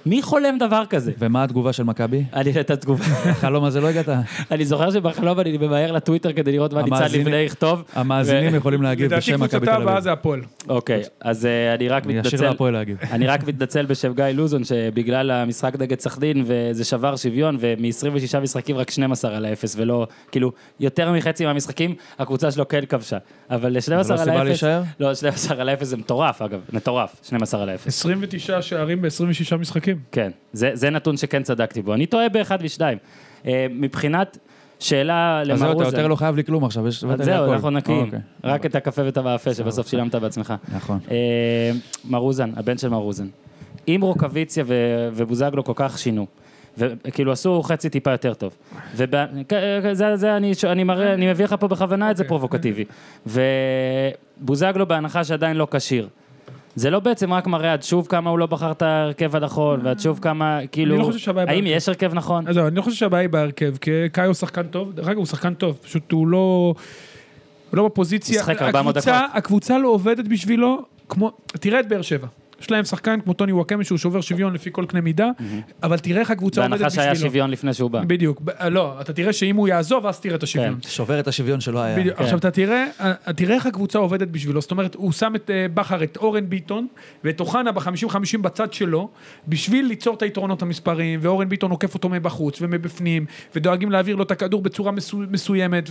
S1: מי חולם דבר כזה?
S3: ומה התגובה של מכבי?
S1: אני את התגובה.
S3: החלום הזה לא הגעת?
S1: אני זוכר שבחלום אני ממהר לטוויטר כדי לראות מה ניצן
S3: המאזינים-
S1: לפני לכתוב.
S3: המאזינים
S1: ו-
S3: יכולים להגיב
S2: לדעתי
S3: בשם מכבי
S2: קבוצתה
S3: תל
S2: הבאה
S3: אביב.
S2: זה הפועל.
S1: אוקיי, אז אה, אני רק
S3: אני אשאיר
S1: מתנצל.
S3: להפועל להגיב.
S1: אני רק מתנצל בשם גיא לוזון, שבגלל המשחק נגד סכנין, וזה שבר שוויון, ומ-26 משחקים רק 12 על האפס, ולא, כאילו, יותר מחצי מהמשחקים, הקבוצה שלו כן כבשה. אבל 12 על
S3: סיבה
S1: האפס...
S3: להישאר?
S1: לא, 12 על האפס זה מטורף, אגב, מטורף, 12 על האפס.
S2: 29 שערים ב-26 משחקים.
S1: כן, זה, זה נתון שכן צדקתי בו. אני טועה באחד ושניים. אה, מבחינת שאלה
S3: אז
S1: למר
S3: זהו, אתה
S1: אוזן...
S3: יותר לא חייב לי כלום עכשיו, יש...
S1: אז
S3: הבאת לי
S1: זהו,
S3: הכל.
S1: אנחנו נקיים.
S3: אוקיי.
S1: רק את הקפה ואת המאפה שבסוף שילמת בעצמך.
S3: נכון.
S1: אה, מר אוזן, הבן של מר אוזן. אם רוקוויציה ו- ובוזגלו כל כך שינו, וכאילו עשו חצי טיפה יותר טוב. וזה זה, אני, ש- אני, מראה, אני מביא לך פה בכוונה
S2: אוקיי,
S1: את זה פרובוקטיבי. ובוזגלו בהנחה שעדיין לא כשיר. זה לא בעצם רק מראה עד שוב כמה הוא לא בחר את ההרכב הנכון, ועד שוב כמה,
S2: אני לא
S1: כאילו,
S2: חושב שהבעיה
S1: האם
S2: בהרכב.
S1: יש הרכב נכון?
S2: אז זהו, אני לא חושב שהבעיה היא בהרכב, כי קאי הוא שחקן טוב, דרך אגב הוא שחקן טוב, פשוט הוא לא, הוא לא בפוזיציה.
S1: משחק 400
S2: הקבוצה-
S1: דקות.
S2: הקבוצה לא עובדת בשבילו, כמו, תראה את באר שבע. יש להם שחקן כמו טוני וואקמה שהוא שובר שוויון לפי כל קנה מידה, אבל תראה איך הקבוצה עובדת
S1: בהנחה
S2: בשבילו.
S1: שהיה שוויון לפני שהוא בא.
S2: בדיוק, ב- לא, אתה תראה שאם הוא יעזוב אז תראה את
S1: כן.
S2: השוויון.
S3: שובר את השוויון שלא היה.
S2: בדיוק. עכשיו, אתה תראה, אה, תראה איך הקבוצה עובדת בשבילו. זאת אומרת, הוא שם את אה, בכר, את אורן ביטון, ואת אוחנה ב-50-50 בצד שלו, בשביל ליצור את היתרונות המספריים, ואורן ביטון עוקף אותו מבחוץ ומבפנים, ודואגים להעביר לו את הכדור בצורה מסו- מסוימת,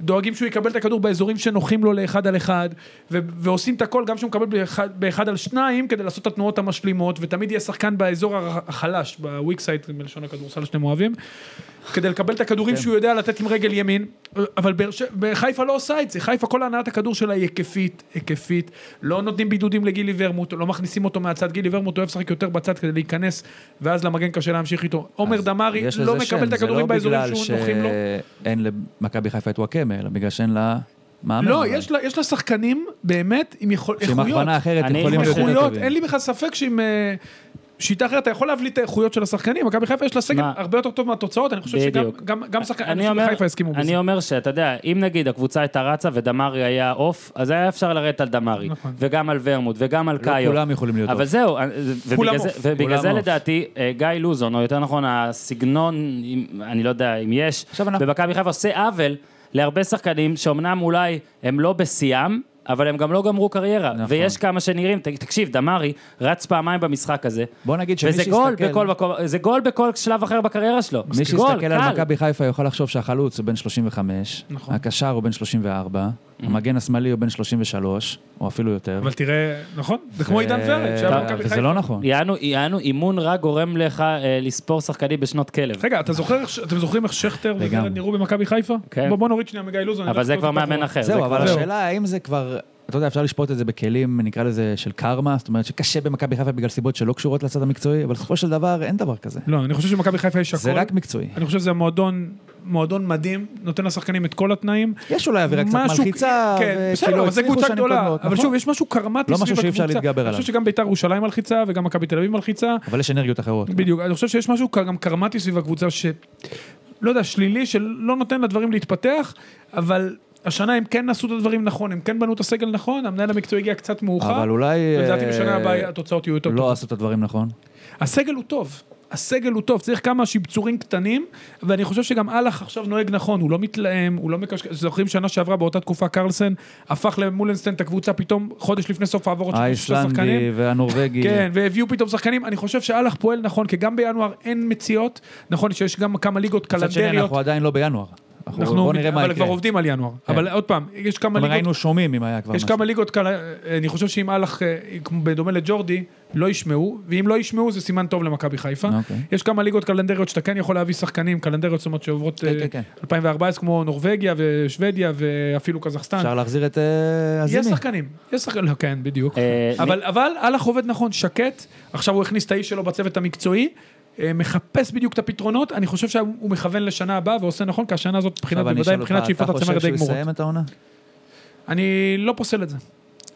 S2: ודואגים שהוא יקבל את הכדור באזורים שנוחים לו לאחד על אחד, ו- ועושים את הכל גם כשהוא מקבל באחד, באחד על שניים, כדי לעשות את התנועות המשלימות, ותמיד יהיה שחקן באזור הר- החלש, בוויק סייד, בלשון הכדורסל שאתם אוהבים. כדי לקבל את הכדורים
S3: כן.
S2: שהוא יודע לתת עם רגל ימין, אבל באר ש- חיפה לא עושה את זה, חיפה כל הנעת הכדור שלה היא היקפית, היקפית, לא נותנים בידודים לגילי ורמוט, לא מכניסים אותו מהצד, גילי ורמוט אוהב לשחק יותר בצד כדי להיכנס, ואז למגן קשה להמשיך איתו. עומר דמארי
S3: יש
S2: לא
S3: לזה שם,
S2: מקבל את
S3: זה
S2: הכדורים
S3: לא
S2: באזורים
S3: בגלל
S2: שהוא
S3: ש-
S2: נוחים לו.
S3: אין למכבי חיפה את וואקמה, אלא בגלל שאין לה מאמן.
S2: לא,
S3: אבל.
S2: יש לה, יש לה שחקנים באמת עם יכול,
S3: שעם
S2: איכויות.
S3: הכוונה אחרת
S1: אני-
S3: יכולים להיות יותר
S2: איכויות,
S3: טובים.
S2: אין לי בכלל ספק שעם אה, שיטה אחרת אתה יכול להבליט את האיכויות של השחקנים, מכבי חיפה יש לה סגל
S1: מה?
S2: הרבה יותר טוב מהתוצאות, אני חושב שגם
S1: בדיוק.
S2: גם, גם שחקנים
S1: אני אומר,
S2: בחיפה יסכימו בזה.
S1: אני אומר שאתה יודע, אם נגיד הקבוצה הייתה רצה ודמרי היה עוף, אז היה אפשר לרדת על דמרי,
S2: נכון.
S1: וגם על ורמוט, וגם על
S3: לא
S1: קאיו.
S3: כולם יכולים להיות
S1: אבל
S3: טובים.
S1: זהו, אה, ובגלל
S2: כולם
S1: זה,
S2: עוף.
S1: ובגלל
S3: כולם
S1: זה
S3: עוף.
S1: לדעתי, אה, גיא לוזון, או יותר נכון, הסגנון, אם- אני לא יודע אם יש,
S3: עכשיו אנחנו-
S1: במכבי חיפה עושה עוול להרבה שחקנים שאומנם אולי הם לא בשיאם, אבל הם גם לא גמרו קריירה.
S3: נכון.
S1: ויש כמה שנראים, ת- תקשיב, דמרי רץ פעמיים במשחק הזה.
S3: בוא נגיד שמי
S1: וזה
S3: שיסתכל...
S1: גול בכל מקום, זה גול בכל שלב אחר בקריירה שלו.
S3: מי
S1: גול,
S3: שיסתכל על
S1: קל.
S3: מכבי חיפה יוכל לחשוב שהחלוץ הוא בן 35,
S2: נכון. Mhm.
S3: הקשר הוא בן 34, המגן השמאלי הוא בן 33, או אפילו יותר.
S2: אבל תראה, נכון, זה
S1: אה,
S2: כמו עידן ורד, שהיה
S3: ו-
S2: במכבי
S3: וזה
S2: חיפה.
S3: לא נכון.
S1: יענו, יענו אימון רק גורם לך אה, לספור שחקנים בשנות כלב.
S2: רגע, אתה זוכר, איך ש- אתם זוכרים איך שכטר
S3: לגמרי.
S2: וורד נראו במכבי חיפה?
S1: כן.
S2: בוא- בוא נוריד שנייה מגיא לוזון. אני
S1: אבל
S2: לא
S1: זה
S2: אכתוב
S1: כבר
S2: אותו
S1: מאמן
S2: פה.
S1: אחר.
S3: זהו,
S1: זה
S3: אבל
S1: כבר-
S2: זהו.
S3: השאלה האם זה כבר, אתה יודע, אפשר לשפוט את זה בכלים, נקרא לזה, של קרמה, זאת אומרת שקשה במכבי חיפה בגלל סיבות שלא קשורות לצד המקצועי, אבל בסופו של דבר אין דבר כזה.
S2: לא, אני חושב שמכבי חיפה יש
S3: זה
S2: הכל.
S3: רק מקצועי.
S2: אני חושב שזה מועדון, מועדון מדהים, נותן לשחקנים את כל התנאים.
S3: יש אולי אווירה קצת
S2: משהו-
S3: מלחיצה,
S2: כן, בסדר,
S3: וכאילו
S2: אבל זה
S3: הצליחו
S2: קבוצה
S3: שנים
S2: גדולה.
S3: קודמות,
S2: אבל
S3: נכון.
S2: שוב, יש משהו קרמטי
S3: לא
S2: סביב
S3: משהו
S2: הקבוצה.
S3: שאי אפשר להתגבר
S2: אני
S3: עליו.
S2: חושב שגם ביתר ירושלים מלחיצה, וגם מכבי תל אביב מלחיצה.
S3: אבל יש אנרגיות אחרות.
S2: בדיוק, אני חושב שיש משהו גם קרמטי סביב הקבוצה ש... לא יודע, שלילי, שלא נותן לדברים להתפתח, אבל השנה הם כן עשו את הדברים נכון, הם כן בנו את הסגל נכון, המנהל המקצועי הגיע קצת מאוחר.
S3: אבל אולי...
S2: לדעתי בשנה
S3: אה,
S2: הבאה התוצאות יהיו יותר
S3: לא
S2: טובות.
S3: עשו את הדברים נכון.
S2: הסגל הוא טוב. הסגל הוא טוב, צריך כמה שיבצורים קטנים, ואני חושב שגם אהלך עכשיו נוהג נכון, הוא לא מתלהם, הוא לא מקשקש, זוכרים שנה שעברה באותה תקופה קרלסן הפך למולנסטיין את הקבוצה פתאום חודש לפני סוף העברות של שישה שחקנים.
S3: האיסלנדי והנורבגי.
S2: כן, והביאו פתאום שחקנים, אני חושב שאלח פועל נכון, כי גם בינואר אין מציאות, נכון שיש גם כמה ליגות
S3: מצד שני,
S2: קלנדריות,
S3: אנחנו עדיין לא בינואר. אנחנו...
S2: אנחנו,
S3: בוא נראה מה
S2: אבל
S3: יקרה. כן.
S2: כבר עובדים על ינואר, אבל עוד פעם, יש כמה
S3: אבל
S2: ליגות
S3: היינו שומעים אם היה כבר
S2: יש
S3: משהו.
S2: כמה ליגות כאלה, אה, אני חושב שאם אהלך, אה, כמו- בדומה לג'ורדי, לא ישמעו, ואם לא ישמעו זה סימן טוב למכבי חיפה.
S3: אוקיי.
S2: יש כמה ליגות קלנדריות שאתה כן יכול להביא שחקנים, קלנדריות זאת אומרת שעוברות אה,
S3: כן, כן, כן.
S2: 2014, כמו נורבגיה ושוודיה ואפילו קזחסטן.
S3: אפשר להחזיר את אה,
S2: יש
S3: הזיני.
S2: שחקנים, יש שחקנים, לא, כן, בדיוק.
S1: אה,
S2: אבל אבל אהלך עובד נכון, שקט, עכשיו הוא הכניס את האיש שלו בצוות המקצועי. אה, מחפש בדיוק את הפתרונות, אני חושב שהוא מכוון לשנה הבאה ועושה נכון, כי השנה הזאת מבחינת,
S3: עכשיו אני
S2: בוודאי
S3: אשאל
S2: מבחינת
S3: אותך,
S2: שאיפת
S3: אתה
S2: הצמר
S3: חושב
S2: די
S3: שהוא
S2: גמורות.
S3: יסיים את העונה?
S2: אני לא פוסל את זה.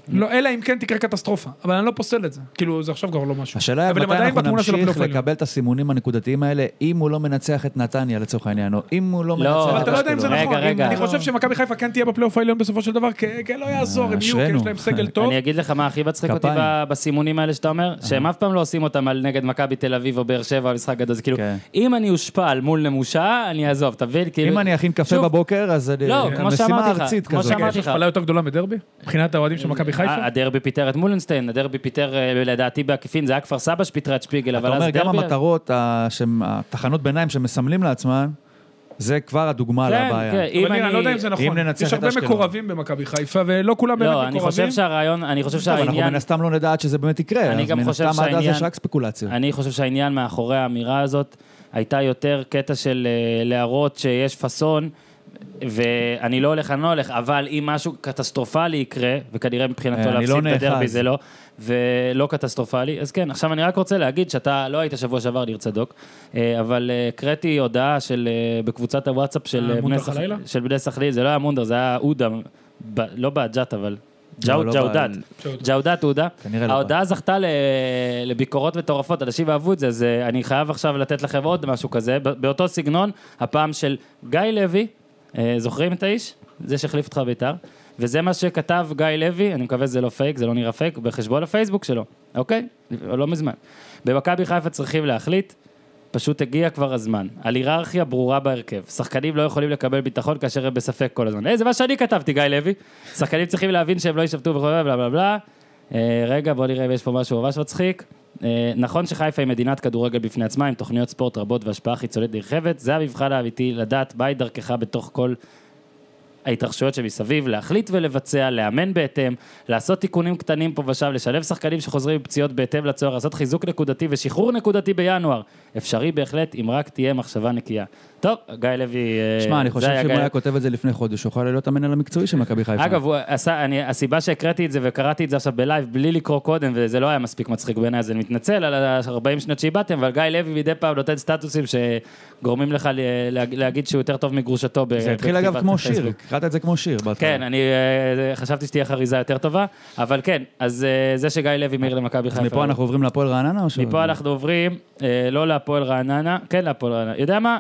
S2: לא, אלא אם כן תקרה קטסטרופה, אבל אני לא פוסל את זה. כאילו, זה עכשיו כבר לא משהו.
S3: השאלה היא
S2: אבל הם
S3: מתי
S2: עדיין
S3: אנחנו
S2: בתמונה של
S3: נמשיך
S2: הפלייאוף העליון.
S3: לקבל את הסימונים הנקודתיים האלה, אם הוא לא מנצח את נתניה לצורך העניין, או אם הוא לא
S1: לא,
S2: אבל
S3: מנצח את
S2: אתה לא יודע אם זה
S1: רגע,
S3: כאילו.
S2: נכון,
S1: רגע.
S2: אני חושב שמכבי חיפה כן תהיה בפלייאוף העליון בסופו של דבר, כי כי לא יעזור, הם יהיו, כי
S3: אשרינו.
S2: יש להם סגל טוב.
S1: אני אגיד לך מה הכי מצחיק אותי
S3: כפיים.
S1: ב- בסימונים האלה שאתה אומר, שהם אף פעם לא עושים אותם על נגד מכבי תל אביב או באר שבע, המשחק גדול, זה כאילו,
S3: כן.
S1: אם אני אושפל מול נמושה, אני אעזוב, תבין, כאילו...
S3: אם אני אכין קפה
S1: שוב,
S3: בבוקר, אז אני...
S1: לא, כמו שאמרתי
S3: משימה
S1: לך,
S3: ארצית
S1: כמו
S3: כזאת.
S1: שאמרתי
S2: יש
S1: לך.
S2: הכפלה יותר גדולה מדרבי? מבחינת האוהדים של מכבי חיפה?
S1: אה, הדרבי פיטר את מולנשטיין, הדרבי פיטר אה, לדעתי בעקיפין, זה היה כפר סבא שפיטרה את שפיגל,
S3: אתה
S1: אבל אז
S3: אומר,
S1: דרבי...
S3: גם המטרות, ה- שהם- התחנות ביניים שמסמלים לעצמן, זה כבר הדוגמה
S1: כן,
S3: לבעיה.
S1: כן, אם
S2: אבל נראה,
S1: אני-
S2: לא יודע אם זה נכון.
S3: ננצח
S2: יש
S3: את
S2: הרבה
S3: אשקלון.
S2: מקורבים במכבי חיפה, ולא כולם באמת
S1: לא, אני
S2: מקורבים.
S1: חושב שהרעיון, אני חושב
S3: טוב, אנחנו
S1: שהעניין...
S3: מן הסתם לא נדע עד שזה באמת יקרה.
S1: אני
S3: אז
S1: גם
S3: מן
S1: חושב
S3: הסתם עד אז
S1: שהעניין-
S3: יש רק ספקולציה.
S1: אני חושב שהעניין מאחורי האמירה הזאת הייתה יותר קטע של אה, להראות שיש פאסון, ואני לא הולך, אני לא הולך, אבל אם משהו קטסטרופלי יקרה, וכנראה
S3: אה,
S1: מבחינתו
S3: אני
S1: להפסיד
S3: לא
S1: את הדרבי
S3: נאחז.
S1: זה לא, ולא קטסטרופלי, אז כן, עכשיו אני רק רוצה להגיד שאתה לא היית שבוע שעבר ניר צדוק, אה, אבל אה, הקראתי הודעה של, אה, בקבוצת הוואטסאפ של
S2: אה,
S1: אה, בני
S2: מונדר
S1: סכ-
S2: חלילה?
S1: של בני סכנין, זה לא היה מונדר, זה היה אודה, ב- לא בעג'ת אבל.
S3: לא,
S1: ג'אוד-
S3: לא
S1: ג'אודד,
S2: ג'אודד.
S1: ג'אודד עודה.
S3: כנראה לא
S1: ההודעה זכתה ל- לביקורות מטורפות, אנשים אהבו את זה, אז אה, אני חייב עכשיו לתת לכם עוד משהו כזה, ב- באותו סגנון, הפעם של גיא לוי, אה, זוכרים את האיש? זה שהחליף אותך בית"ר, וזה מה שכתב גיא לוי, אני מקווה שזה לא פייק, זה לא נראה פייק, בחשבון הפייסבוק שלו, אוקיי? לא מזמן. במכבי חיפה צריכים להחליט, פשוט הגיע כבר הזמן. על היררכיה ברורה בהרכב. שחקנים לא יכולים לקבל ביטחון כאשר הם בספק כל הזמן. אה, זה מה שאני כתבתי, גיא לוי. שחקנים צריכים להבין שהם לא יישבתו וכו' בלה בלה בלה. אה, רגע, בוא נראה אם יש פה משהו ממש מצחיק. אה, נכון שחיפה היא מדינת כדורגל בפני עצמה, עם תוכניות ספורט רבות והשפעה חיצונית נרחבת. זה המבחן האמיתי, לדעת מהי דרכך בתוך כל ההתרחשויות שמסביב, להחליט ולבצע, לאמן בהתאם, לעשות תיקונים קטנים פה ושם, לשלב שחקנים שחוזרים עם פציעות בהתאם לצורך, לעשות חיזוק נקודתי ושחרור נקודתי בינואר. אפשרי בהחלט, אם רק תהיה מחשבה נקייה. טוב, גיא לוי... אה,
S3: שמע, אני
S1: זה
S3: חושב
S1: היה
S3: שאם
S1: גיא
S3: הוא
S1: לוי.
S3: היה כותב את זה לפני חודש, הוא יכול להיות המנהל המקצועי של מכבי חיפה.
S1: אגב, הוא עשה, אני, הסיבה שהקראתי את זה וקראתי את זה עכשיו בלייב בלי לקרוא קודם, וזה לא היה מספיק מצחיק בעיניי, אז אני מתנצל על ה-40 שניות שאיבדתם, אבל גיא לוי מדי פעם נותן סטטוסים שגורמים לך ל- לה- להגיד שהוא יותר טוב מגרושתו. ב-
S3: זה התחיל אגב
S1: בכתיבת
S3: כמו
S1: הפייסבוק.
S3: שיר, קראת את זה כמו שיר. בהתחלה.
S1: כן, אני אה, חשבתי שתהיה חריזה יותר טובה, אבל כן, אז אה, זה שגיא לוי מעיר למכבי
S3: אז
S1: חיפה.
S3: מפה אנחנו עוברים להפועל רעננה או ש...
S1: מפה אנחנו עוברים, אה, לא להפועל רעננה, כן להפועל רעננה. יודע מה?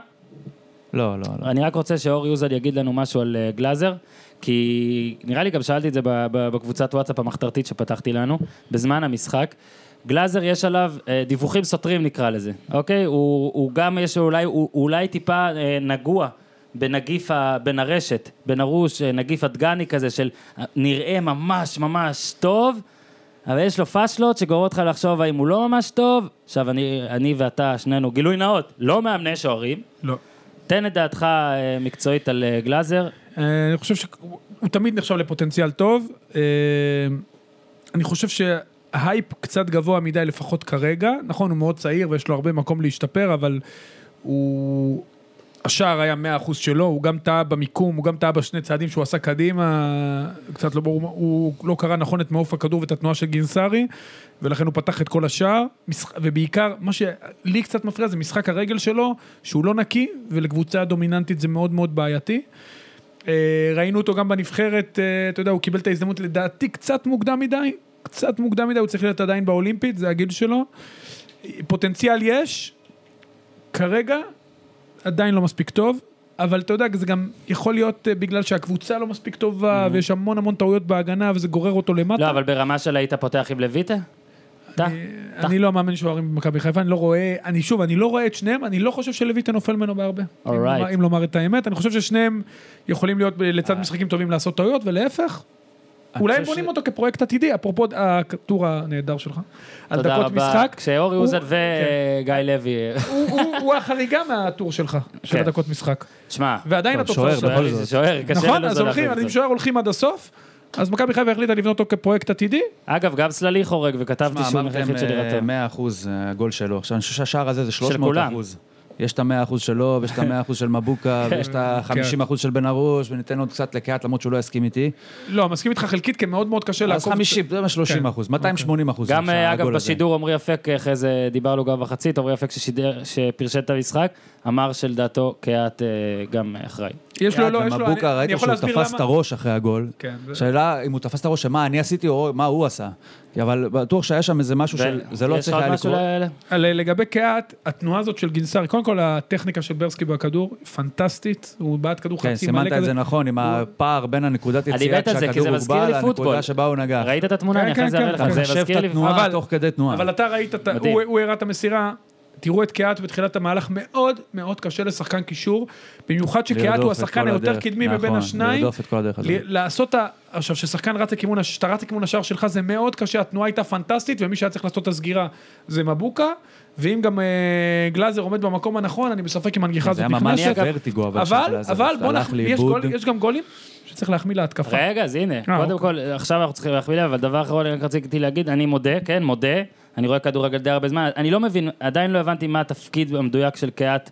S3: לא, לא, לא.
S1: אני רק רוצה שאור יוזל יגיד לנו משהו על אה, גלאזר, כי נראה לי גם שאלתי את זה ב- ב- בקבוצת וואטסאפ המחתרתית שפתחתי לנו, בזמן המשחק. גלאזר יש עליו אה, דיווחים סותרים נקרא לזה, אוקיי? הוא, הוא גם יש לו אולי, הוא הוא אולי טיפה אה, נגוע בנגיף, ה, בין הרשת, בין הרוש, אה, נגיף הדגני כזה של אה, נראה ממש ממש טוב, אבל יש לו פאשלות שגורמות לך לחשוב האם הוא לא ממש טוב. עכשיו אני, אני ואתה, שנינו, גילוי נאות, לא מאמני שוערים,
S2: לא.
S1: תן את דעתך אה, מקצועית על אה, גלאזר.
S2: אה, אני חושב שהוא הוא תמיד נחשב לפוטנציאל טוב. אה, אני חושב שההייפ קצת גבוה מדי, לפחות כרגע. נכון, הוא מאוד צעיר ויש לו הרבה מקום להשתפר, אבל הוא... השער היה 100% שלו, הוא גם טעה במיקום, הוא גם טעה בשני צעדים שהוא עשה קדימה, קצת לא ברור, מה- הוא לא קרא נכון את מעוף הכדור ואת התנועה של גינסארי, ולכן הוא פתח את כל השער, משח- ובעיקר, מה שלי קצת מפריע זה משחק הרגל שלו, שהוא לא נקי, ולקבוצה הדומיננטית זה מאוד מאוד בעייתי. אה, ראינו אותו גם בנבחרת, אה, אתה יודע, הוא קיבל את ההזדמנות לדעתי קצת מוקדם מדי, קצת מוקדם מדי, הוא צריך להיות עדיין באולימפית, זה הגיל שלו. פוטנציאל יש, כרגע עדיין לא מספיק טוב, אבל אתה יודע, זה גם יכול להיות אה, בגלל שהקבוצה לא מספיק טובה, ויש המון המון טעויות בהגנה, וזה גורר אותו למטה.
S1: Mm-hmm. לא, אבל ברמה של היית פותח עם לויטה? אתה?
S2: אני לא המאמן שוערים במכבי חיפה, אני לא רואה, אני שוב, אני לא רואה את שניהם, אני לא חושב שלויטה נופל ממנו בהרבה. אם
S1: Alright.
S2: לומר- אם לומר את האמת, אני חושב ששניהם יכולים להיות ב- לצד משחקים טובים לעשות טעויות, ולהפך. אולי הם
S3: חושב
S2: בונים
S3: ש-
S2: אותו כפרויקט עתידי, אפרופו הטור הנהדר שלך, על
S1: תודה
S2: דקות
S1: רבה.
S2: משחק.
S1: כשאורי
S2: הוא- כן.
S1: אוזן וגיא לוי... אה,
S2: הוא- הוא- הוא החריגה מהטור שלך, של
S1: כן.
S2: הדקות משחק.
S1: שמע,
S2: ועדיין
S3: טוב,
S2: התוצאה
S3: שוער,
S2: שלו.
S3: בכל
S1: שוער,
S3: זאת.
S1: שוער, קשה
S2: נכון,
S1: לנו
S2: אז
S1: זה
S2: הולכים,
S1: להחליף
S2: אני
S1: זאת.
S2: משוער הולכים עד הסוף, אז מכבי חיפה החליטה לבנות אותו כפרויקט עתידי.
S1: אגב, גם סללי חורג, וכתבתי
S3: שמע,
S1: שהוא היחיד שנראה טוב.
S3: אמרתם אה, 100% הגול שלו. עכשיו, אני חושב שהשער הזה זה 300%.
S1: כולם.
S3: יש את ה-100% שלו, ויש את ה-100% של מבוקה,
S1: כן.
S3: ויש את ה-50% של בן ארוש, וניתן עוד קצת לקהת, למרות שהוא לא יסכים איתי.
S2: לא, מסכים איתך חלקית, כי מאוד מאוד קשה
S3: אז
S2: לעקוב.
S3: 50, זה מה 30 אחוז, 280 אחוז.
S1: גם, אה, אגב, בשידור עמרי אפק, אחרי זה דיברנו גם בחצית, עמרי אפק ששידר- שפרשן את המשחק, אמר שלדעתו קהת אה, גם אחראי.
S2: יש לו, לא, יש לו,
S3: ומבוקה,
S2: אני- אני
S3: ראית
S2: יכול
S3: שהוא
S2: להסביר
S3: תפס
S2: למה.
S3: את הראש אחרי הגול.
S2: כן, זה-
S3: שאלה אם הוא תפס את הראש, שמה אני עשיתי או מה הוא עשה. אבל בטוח שהיה שם איזה משהו שזה לא
S1: יש לך
S3: צריך
S1: עוד
S3: היה
S1: משהו
S3: לקרות.
S1: ל- ל-
S2: על- אה, לגבי קהת, התנועה הזאת של גינסר, קודם כל הטכניקה של ברסקי בכדור, פנטסטית, הוא בעט כדור
S3: כן,
S2: חצי מלא כזה.
S3: סימנת את זה נכון, עם הפער בין הנקודת
S1: אני
S3: יציאה
S1: מת על זה, כי
S3: כשהכדור
S1: זה מזכיר
S3: הוגבל
S1: לי פוטבול.
S3: לנקודה שבה הוא נגח.
S1: ראית את התמונה?
S2: כן,
S1: אני אחרי
S2: כן,
S1: זה אראה
S2: כן,
S1: לך,
S3: אתה
S1: זה
S3: מחשב
S1: מזכיר
S3: אה. את
S1: לי...
S3: התנועה
S2: אבל-
S3: תוך כדי תנועה.
S2: אבל אתה ראית, את ה-
S1: מדהים.
S2: הוא, הוא הראה את המסירה, תראו את קיאט בתחילת המהלך, מאוד מאוד קשה לשחקן קישור, במיוחד שקיאט
S3: לרדוף
S2: הוא
S3: את
S2: השחקן
S3: כל
S2: היותר
S3: הדרך.
S2: קדמי
S3: נכון,
S2: מבין השניים.
S3: לרדוף את כל הדרך הזאת.
S2: ל- לעשות, ה- עכשיו, כששחקן רץ לכיוון, הש- כשאתה רץ לכיוון השער שלך זה מאוד קשה, התנועה הייתה פנטסטית, ומי שהיה צריך לעשות את הסגירה זה מבוקה, ואם גם אה, גלאזר עומד במקום הנכון, אני בספק אם הנגיחה
S3: זה
S2: הזאת
S3: היה ממש
S2: נכנסת.
S3: ורטיגו, אבל של
S2: אבל,
S3: גלאזר,
S2: אבל
S3: זה
S2: בוא
S3: הלך
S2: נחמיא, יש
S3: לאיבוד.
S2: גול- יש גם גולים שצריך להחמיא להתקפה.
S1: רגע, אז
S2: אה,
S1: הנה, קודם
S2: אוקיי.
S1: כל, עכשיו אנחנו צריכים להחמיא לב, אבל דבר אחרון רק רציתי להגיד, אני מודה, כן, מודה, אני רואה כדורגל די הרבה זמן, אני לא מבין, עדיין לא הבנתי מה התפקיד המדויק של קהת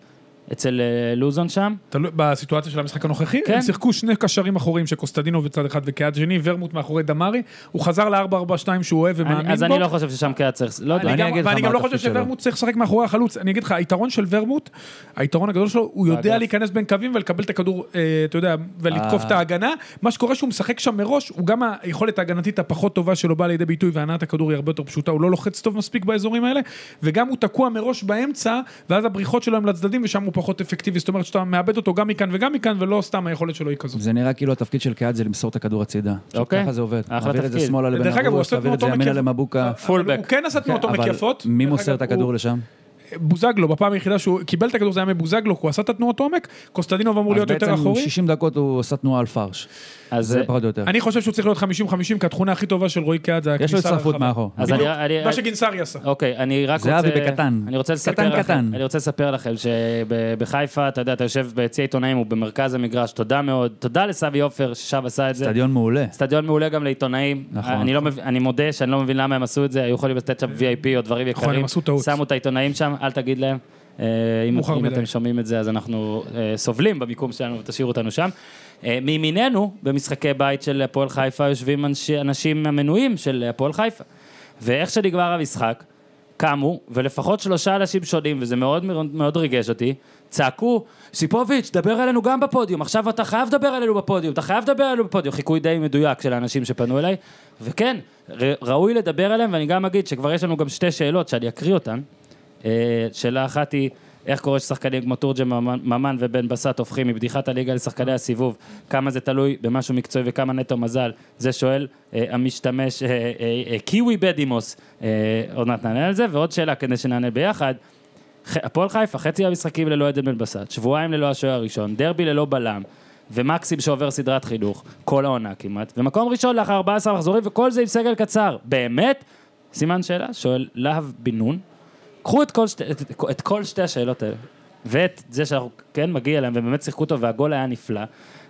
S1: אצל אה, לוזון שם.
S2: תלוי בסיטואציה של המשחק הנוכחי,
S1: כן.
S2: הם שיחקו שני קשרים אחוריים שקוסטדינו בצד אחד וקיאט שני, ורמוט מאחורי דמארי, הוא חזר ל-4-4-2 שהוא אוהב
S1: אני-
S2: ומאמין בו.
S1: אז אני לא חושב ששם קהת צריך, לא יודע.
S2: אני
S3: אני
S2: גם-
S3: אגיד לך
S2: ואני
S3: מה
S2: גם לא חושב
S3: התפקיד שלו.
S2: שוורמוט צריך לשחק מאחורי החלוץ. אני אגיד לך, היתרון של ורמוט, היתרון הגדול שלו, הוא יודע
S1: באגף.
S2: להיכנס בין קווים ולקבל את הכדור, אה, אתה יודע, ולתקוף
S3: אה.
S2: את ההגנה. מה שקורה שהוא משחק שם מראש, הוא גם היכולת ההגנתית הפחות טובה שלו באה לידי ביטוי, והנעת הכדור היא הרבה יותר פשוטה, הוא לא לוחץ טוב מספיק באזורים האלה, וגם הוא תקוע מראש באמצע, ואז הבריחות שלו הם לצדדים, ושם הוא פחות אפקטיבי. זאת אומרת שאתה מאבד אותו גם מכאן וגם מכאן, ולא סתם היכולת שלו היא כזאת.
S3: זה נראה כאילו התפקיד של קיאט זה למסור את הכדור הצידה.
S1: אוקיי.
S3: ככה זה עובד.
S1: אחלה
S3: מעביר את זה
S1: תפקיד.
S3: שמאלה לבן
S2: דרך אגב, הוא
S3: ארוש,
S2: עושה
S3: תעביר את זה
S2: אותו
S3: ימינה
S2: מכיו-
S3: למבוקה.
S1: פולבק.
S2: הוא כן עשה תנועות
S3: אבל
S2: עומקיות.
S3: מי
S2: דרך
S3: מוסר
S2: אגב,
S3: את
S2: הוא-
S3: הכדור לשם?
S2: בוזגלו, בפעם היחידה שהוא קיבל את הכדור זה היה מבוזגלו, כי הוא עשה את התנועות עומק, קוסטדינוב אמור להיות יותר
S3: אז
S2: אחורי.
S3: בעצם 60 דקות הוא עשה תנועה על פרש.
S1: אז
S3: זה
S1: אה,
S3: פחות או יותר.
S2: אני חושב שהוא צריך להיות 50-50, כי התכונה הכי טובה של רועי קהת זה
S3: יש לו
S2: הכניסה
S3: הצטרפות
S2: לרחבה.
S3: מאחור.
S1: אז
S2: בדיוק,
S1: אני- אני-
S2: מה שגינסארי עשה.
S1: אוקיי, אני רק רוצה...
S3: זהבי בקטן.
S1: אני רוצה לספר
S3: קטן,
S1: לכם,
S3: קטן.
S1: אני רוצה לספר לכם שבחיפה, אתה יודע, אתה יושב ביציע עיתונאים, הוא במרכז המגרש, תודה מאוד. תודה לסבי עופר ששם עשה את זה.
S3: אצטדיון מעולה.
S1: אצטדיון מעולה גם לעיתונאים.
S3: נכון.
S1: אני, לא מב... אני מודה שאני לא מבין למה הם עשו את זה, היו יכולים לתת שם VIP או דברים יקרים.
S2: נכון, הם עשו טעות.
S1: שמו את העיתונאים שם, אל תגיד להם. אה, אם,
S2: מאוחר
S1: אם
S2: מדי.
S1: אתם שומעים את זה, אז אנחנו אה, סובלים במיקום שלנו, ותשאירו אותנו שם. אה, מימיננו, במשחקי בית של הפועל חיפה, יושבים אנשי, אנשים המנויים של הפועל חיפה. ואיך שנגמר המשחק, קמו, ולפחות שלושה אנשים שונים, וזה מאוד מאוד ריגש אותי, צעקו, סיפוביץ', דבר עלינו גם בפודיום, עכשיו אתה חייב לדבר עלינו בפודיום, אתה חייב לדבר עלינו בפודיום. חיקוי די מדויק של האנשים שפנו אליי, וכן, ר- ראוי לדבר עליהם, ואני גם אגיד שכבר יש לנו גם שתי שאלות שאני אקריא אותן. אה, שאלה אחת היא, איך קורה ששחקנים כמו תורג'ה ממן- ממן ובן בסט הופכים מבדיחת הליגה לשחקני הסיבוב? כמה זה תלוי במשהו מקצועי וכמה נטו מזל? זה שואל אה, המשתמש אה, אה, אה, קיווי בדימוס. אה, עוד מעט נענה על זה. ועוד שאלה כדי שנענה ביחד. ח- הפועל חיפה, חצי המשחקים ללא עדן בן בסט, שבועיים ללא השוער הראשון, דרבי ללא בלם, ומקסים שעובר סדרת חינוך, כל העונה כמעט, ומקום ראשון לאחר 14 מחזורים, וכל זה עם סגל קצר. באמת? סימן שאלה, שואל להב בן נון. קחו את כל, שתי, את, את כל שתי השאלות האלה, ואת זה שאנחנו כן מגיע אליהם, והם באמת שיחקו טוב, והגול היה נפלא,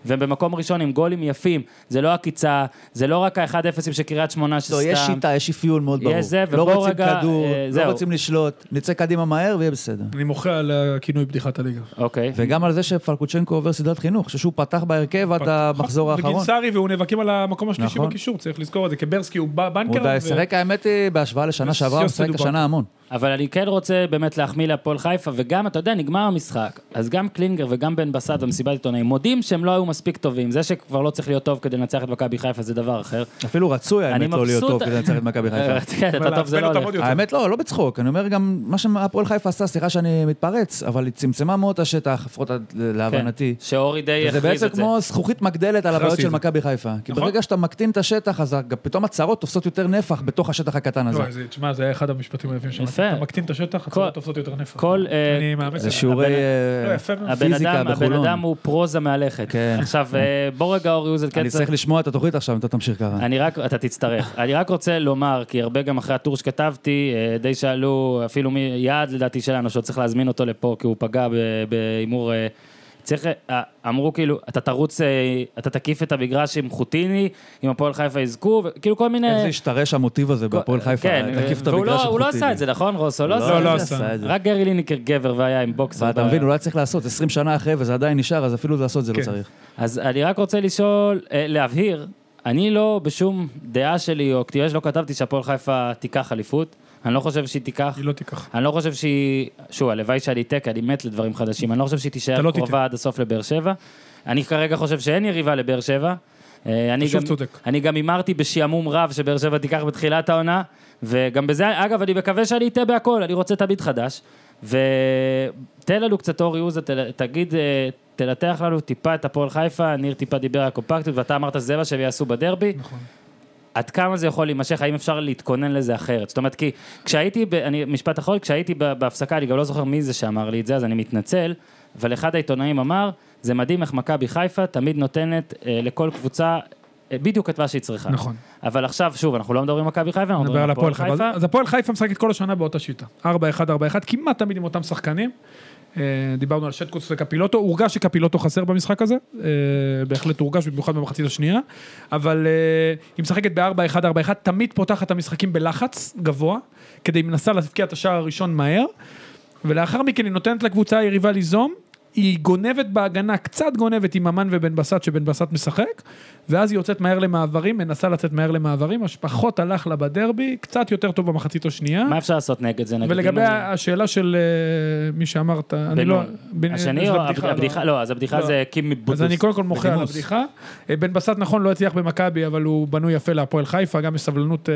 S1: והם במקום ראשון עם גולים יפים, זה לא עקיצה, זה לא רק ה-1-0 של קריית שמונה שסתם...
S3: לא, יש שיטה, יש אפיון מאוד
S1: יש
S3: ברור.
S1: זה,
S3: לא
S1: ובוא
S3: רוצים
S1: רגע,
S3: כדור,
S1: אה,
S3: לא
S1: זהו.
S3: רוצים לשלוט, נצא קדימה מהר ויהיה בסדר.
S2: אני מוחה על הכינוי בדיחת הליגה.
S1: אוקיי.
S3: וגם על זה שפלקוצ'נקו עובר סדרת חינוך, ששהוא פתח בהרכב עד המחזור האחרון.
S2: וגינסארי והוא נאבקים על המקום השלישי
S3: נכון.
S2: בקישור, צריך לזכור את זה, כי ברסקי הוא ב-
S3: הוא
S2: בנקר. ו-
S3: משחק, האמת היא, בהשוואה לשנה שעברה, הוא
S2: אה. יוסי
S3: משחק
S2: דובר.
S3: השנה המון.
S1: אבל אני כן רוצה באמת להחמיא להפועל חיפה, וגם, אתה יודע, נגמר המשחק. אז גם קלינגר וגם בן בסט במסיבת עיתונאים מודים שהם לא היו מספיק טובים. זה שכבר לא צריך להיות טוב כדי לנצח את מכבי חיפה זה דבר אחר.
S3: אפילו רצוי
S1: אני
S3: האמת לא להיות
S1: מבסוט.
S3: טוב כדי לנצח את מכבי חיפה.
S1: כן, אתה טוב זה
S2: ולעצבן
S1: לא
S2: אותם
S1: הולך.
S2: עוד יותר.
S3: האמת לא, לא בצחוק, אני אומר גם מה שהפועל חיפה עשה, סליחה שאני מתפרץ, אבל היא צמצמה מאוד את השטח, לפחות עד-
S1: כן.
S3: להבנתי.
S1: שאורי די
S3: זה
S1: הכריז
S3: בעצם
S1: את זה.
S3: כמו זכוכית מגדלת על הבעיות
S2: הכרזתי
S3: של
S2: את זה.
S3: מכבי חיפה. כי
S2: נכון.
S3: ברגע שאתה מקטין את השטח, אז גם פתאום הצרות תופסות יותר נפח בתוך השטח הקטן הזה.
S2: לא, זה- תשמע, זה היה אחד המשפטים היפים שם.
S1: יפה.
S2: אתה מקטין את
S1: כל-
S2: השטח, הצעות תופסות יותר נפח.
S1: כל, אה,
S2: אני מאמץ.
S3: זה
S2: את זה.
S3: שיעורי
S1: הבן-
S3: אה,
S2: לא, יפה מאוד.
S1: הבן
S3: פיזיקה
S1: אדם, הבן
S3: בחולון.
S1: אדם הוא פרוזה מהלכת.
S3: כן.
S1: עכשיו, אה, בוא רגע, אורי עוזל
S3: אני
S1: קצר.
S3: צריך לשמוע את התוכנית עכשיו, אם אתה תמשיך ככה.
S1: אני רק, אתה תצטרך. אני רק רוצה לומר, כי הרבה גם אחרי הטור שכתבתי, אה, די שאלו, אפילו מי, יעד לדעתי שלנו, שעוד צריך להזמין אותו לפה, כי הוא פגע ב- בהימור... אה, צריך, אה, אמרו כאילו, אתה תרוץ, אה, אתה תקיף את המגרש עם חוטיני, אם הפועל חיפה יזכו, ו- כאילו כל מיני...
S3: איך זה השתרש המוטיב הזה בהפועל חיפה,
S1: כן,
S3: תקיף את
S1: והוא לא-
S3: המגרש
S1: הוא לא
S3: החוטי.
S1: עשה את זה, נכון, רוסו? לא עשה
S2: לא,
S1: את
S2: לא
S1: זה.
S2: עשה.
S3: את זה.
S1: רק גרי ליניקר גבר והיה עם בוקסר.
S3: ואתה
S1: ב-
S3: מבין, הוא לא היה צריך לעשות, 20 שנה אחרי וזה עדיין נשאר, אז אפילו לעשות זה לא
S2: כן.
S3: צריך.
S1: אז אני רק רוצה לשאול, אה, להבהיר, אני לא בשום דעה שלי או כתיבה שלא כתבתי שהפועל חיפה תיקח אליפות. אני לא חושב שהיא תיקח.
S2: היא לא תיקח.
S1: אני לא חושב שהיא... שוב, הלוואי שאני אתק, אני מת לדברים חדשים. אני לא חושב שהיא
S2: אתה
S1: תישאר
S2: לא
S1: לא
S2: תיתן.
S1: קרובה עד הסוף לבאר שבע. אני כרגע חושב שאין יריבה לבאר שבע. אה, אני
S2: שוב
S1: גם-
S2: צודק.
S1: אני גם הימרתי בשעמום רב שבאר שבע תיקח בתחילת העונה, וגם בזה, אגב, אני מקווה שאני אטעה בהכל, אני רוצה תמיד חדש. ותן לנו קצת אורי עוזה, תל- תגיד, אה, תלטח לנו טיפה את הפועל חיפה, ניר טיפה דיבר על הקומפקטיות, ואתה אמרת זה מה שהם יעשו בדרבי.
S2: נכון.
S1: עד כמה זה יכול להימשך, האם אפשר להתכונן לזה אחרת? זאת אומרת, כי כשהייתי, ב, אני, משפט אחרון, כשהייתי ב- בהפסקה, אני גם לא זוכר מי זה שאמר לי את זה, אז אני מתנצל, אבל אחד העיתונאים אמר, זה מדהים איך מכבי חיפה תמיד נותנת אה, לכל קבוצה אה, בדיוק את מה שהיא צריכה.
S2: נכון.
S1: אבל עכשיו, שוב, אנחנו לא מדברים על מכבי חיפה, אנחנו
S2: נדבר
S1: מדברים על
S2: על הפועל
S1: הפועל
S2: חיפה. אז-
S1: חיפה.
S2: אז הפועל חיפה משחקת כל השנה באותה שיטה. 4-1-4-1, כמעט תמיד עם אותם שחקנים. אה, דיברנו על שטקוס וקפילוטו, הורגש שקפילוטו חסר במשחק הזה, אה, בהחלט הורגש, במיוחד במחצית השנייה, אבל אה, היא משחקת ב-4-1-4-1, תמיד פותחת את המשחקים בלחץ גבוה, כדי מנסה להבקיע את השער הראשון מהר, ולאחר מכן היא נותנת לקבוצה היריבה ליזום, היא גונבת בהגנה, קצת גונבת עם ממן ובן בסט, שבן בסט משחק, ואז היא יוצאת מהר למעברים, מנסה לצאת מהר למעברים, מה שפחות הלך לה בדרבי, קצת יותר טוב במחצית השנייה.
S1: מה אפשר לעשות נגד זה? נגד
S2: ולגבי
S1: אם אני-
S2: השאלה של אה, מי שאמרת, אני
S1: בן-
S2: לא... בן-
S1: השני
S2: זה
S1: או
S2: הבדיחה, לא.
S1: הבדיחה? לא, אז הבדיחה
S2: לא.
S1: זה קימי בוטוס.
S2: אז אני קודם כל מוחה על
S1: בדימוס.
S2: הבדיחה. אה, בן בסט נכון, לא הצליח במכבי, אבל הוא בנוי יפה להפועל חיפה, גם בסבלנות אה,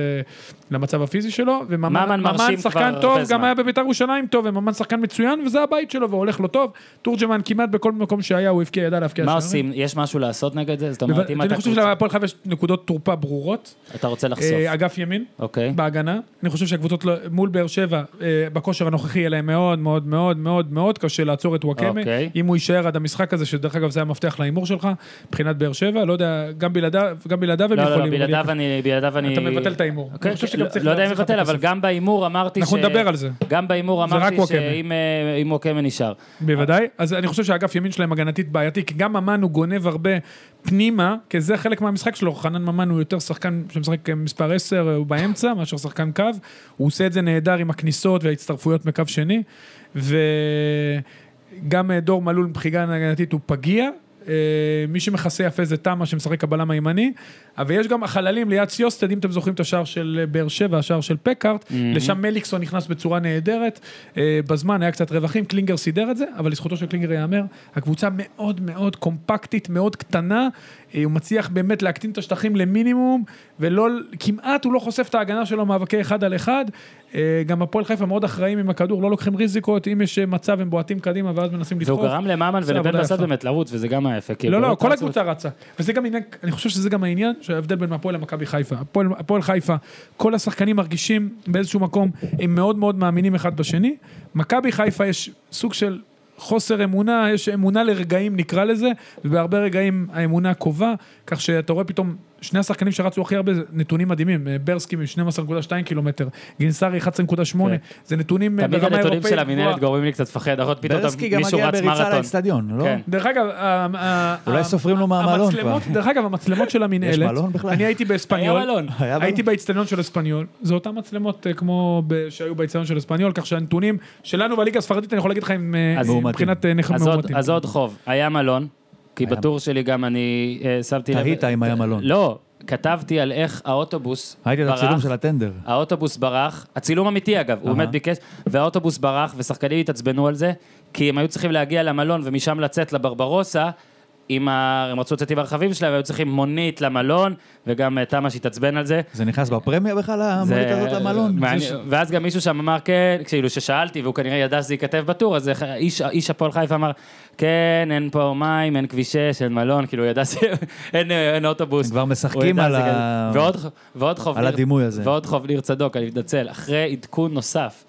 S2: למצב הפיזי שלו. וממן
S1: ממן
S2: ממן
S1: מרשים
S2: שחקן
S1: כבר
S2: טוב,
S1: הרבה
S2: גם
S1: זמן.
S2: היה בביתר ירושלים טוב, וממן שחקן מצוין, וזה הבית שלו, והוא הולך לו טוב. תורג'מן כמעט בכל מקום שהיה, הוא הבקיע, ידע להבקיע
S1: מה
S2: שערים.
S1: עושים? יש משהו לעשות נגד זה? זאת אומרת, אם אתה
S2: אני
S1: קבוצה-
S2: חושב שלהפועל חיפה יש נקודות תורפה ברורות.
S1: אתה רוצה לחשוף.
S2: אה, אגף ימין.
S1: אוקיי.
S2: בהגנה. אני חושב שהקבוצות לא- מול באר שבע, אה, בכושר הנוכחי יהיה להם מאוד מאוד מאוד מאוד מאוד קשה לעצור את וואקמה.
S1: אוקיי.
S2: אם הוא יישאר עד המשחק הזה, שדרך אגב זה המפתח להימור שלך, מבחינת באר שבע, לא יודע, גם בלעדיו גם בלעדיו הם
S1: לא, לא,
S2: יכולים.
S1: לא, בלעדיו אני... בלעדיו אני...
S2: אתה מבטל את ההימור.
S1: אוקיי,
S2: אני חושב שגם
S1: לא-
S2: צריך
S1: לא יודע אם
S2: להחזיר לך את
S1: מבטל, אבל
S2: הכסף.
S1: גם בהימור אמרתי
S2: אנחנו
S1: ש-
S2: נדבר על זה.
S1: גם בהימור
S2: זה רק
S1: אמרתי
S2: וואקמה.
S1: שאם אה, אם וואקמה נשאר.
S2: בוודאי. אז אני חושב שהאגף ימין שלהם הגנתית בעייתי, כי גם ממן הוא גונב הרבה פנימה, כי זה חלק מהמשחק שלו. חנן ממן הוא יותר שחקן שמשחק מספר 10, הוא באמצע, מאשר שחקן קו. הוא עושה את זה נהדר עם הכניסות וההצטרפויות מקו שני. וגם אה, דור מלול מבחינה הגנתית הוא פגיע. אה, מי שמכסה יפה זה תמה שמשחק הבלם הימני, אבל יש גם החללים ליד סיוסטד, אם אתם זוכרים את השער של אה, באר שבע, השער של פקארט, לשם מליקסון נכנס בצורה נהדרת, אה, בזמן היה קצת רווחים, קלינגר סידר את זה, אבל לזכותו של קלינגר ייאמר, הקבוצה מאוד מאוד קומפקטית, מאוד קטנה, אה, הוא מצליח באמת להקטין את השטחים למינימום, ולא, כמעט הוא לא חושף את ההגנה שלו מאבקי אחד על אחד, אה, גם הפועל חיפה מאוד אחראים עם הכדור, לא לוקחים ריזיקות, אם יש אה, מצב הם בועטים קדימה ואז מנסים לדחוף.
S1: והוא גרם לממן
S2: עושה
S1: ולבן
S2: עבודה
S1: בסט
S2: יפה.
S1: באמת לרוץ, וזה גם היה יפה. כאילו. כי
S2: לא, לא,
S1: באמת
S2: כל
S1: רצו-
S2: הקבוצה רצה. וזה גם עניין, אני חושב שזה גם העניין, שההבדל בין הפועל למכבי חיפה. הפועל, הפועל חיפה, כל השחקנים מרגישים באיזשהו מקום, הם מאוד מאוד מאמינים אחד בשני. מכבי חיפה יש סוג של חוסר אמונה, יש אמונה לרגעים נקרא לזה, ובהרבה רגעים האמונה קובעה, כך שאתה רואה פתאום שני השחקנים שרצו הכי הרבה, זה נתונים מדהימים. אה, ברסקי מ-12.2 קילומטר, גינסארי 11.8,
S1: כן.
S2: זה נתונים אה,
S1: תמיד
S2: ברמה
S1: הנתונים
S2: אירופאית
S1: של המנהלת
S2: גבוהה.
S1: גורמים לי קצת לפחד, נכון? פתאום אתה-
S3: ברסקי גם
S1: מישהו
S3: מגיע
S1: רץ
S3: בריצה
S1: מרתון.
S3: לאצטדיון, לא?
S1: כן.
S2: דרך אגב, ה- ה-
S3: אולי
S2: ה-
S3: סופרים לו מהמלון כבר.
S2: המצלמות, דרך אגב, המצלמות של המינהלת,
S3: יש מלון בכלל?
S2: אני הייתי
S1: היה
S2: באספניול,
S1: מלון.
S3: היה בלון.
S2: הייתי באצטדיון של אספניול, זה אותן מצלמות אה, כמו ב- שהיו באצטדיון של אספניול, כך שהנתונים שלנו בליגה הספרדית, אני יכול להגיד לך, הם אה,
S1: אז-
S2: מבחינת אה, נכם
S1: אז עוד-
S2: מאומתים.
S1: אז עוד חוב, היה מלון, כי
S3: היה-
S1: בטור שלי גם אני אה, שמתי לב...
S3: תהית אם היה מלון.
S1: לא, כתבתי על איך האוטובוס
S3: ראיתי את הצילום
S1: ברח.
S3: של הטנדר.
S1: האוטובוס ברח, הצילום אמיתי אגב, הוא
S3: אהה.
S1: באמת ביקש, והאוטובוס ברח, ושחקנים התעצבנו על זה, כי הם היו צריכים להגיע למלון ומשם לצאת לברברוסה, עם ה... הם רצו לצאת עם הרכבים שלהם, והיו צריכים מונית למלון, וגם אה, תמ"ש התעצבן על זה.
S3: זה נכנס בפרמיה בכלל, המונית הזאת למלון?
S1: מעניין.
S3: זה ש-
S1: ואז גם מישהו שם אמר, כן, כאילו ששאלתי, והוא כנראה ידע שזה ייכתב בטור, אז איש, איש הפועל חיפה אמר, כן, אין פה מים, אין כביש 6, אין מלון, כאילו, הוא ידע שאין אין אוטובוס.
S3: הם כבר
S1: הוא
S3: משחקים
S1: ידע
S3: על
S1: זה
S3: ה-
S1: כזה. ועוד, ח- ועוד חוב...
S3: על
S1: ניר-
S3: הדימוי הזה.
S1: ועוד חוב ניר צדוק, אני מתנצל. אחרי עדכון נוסף.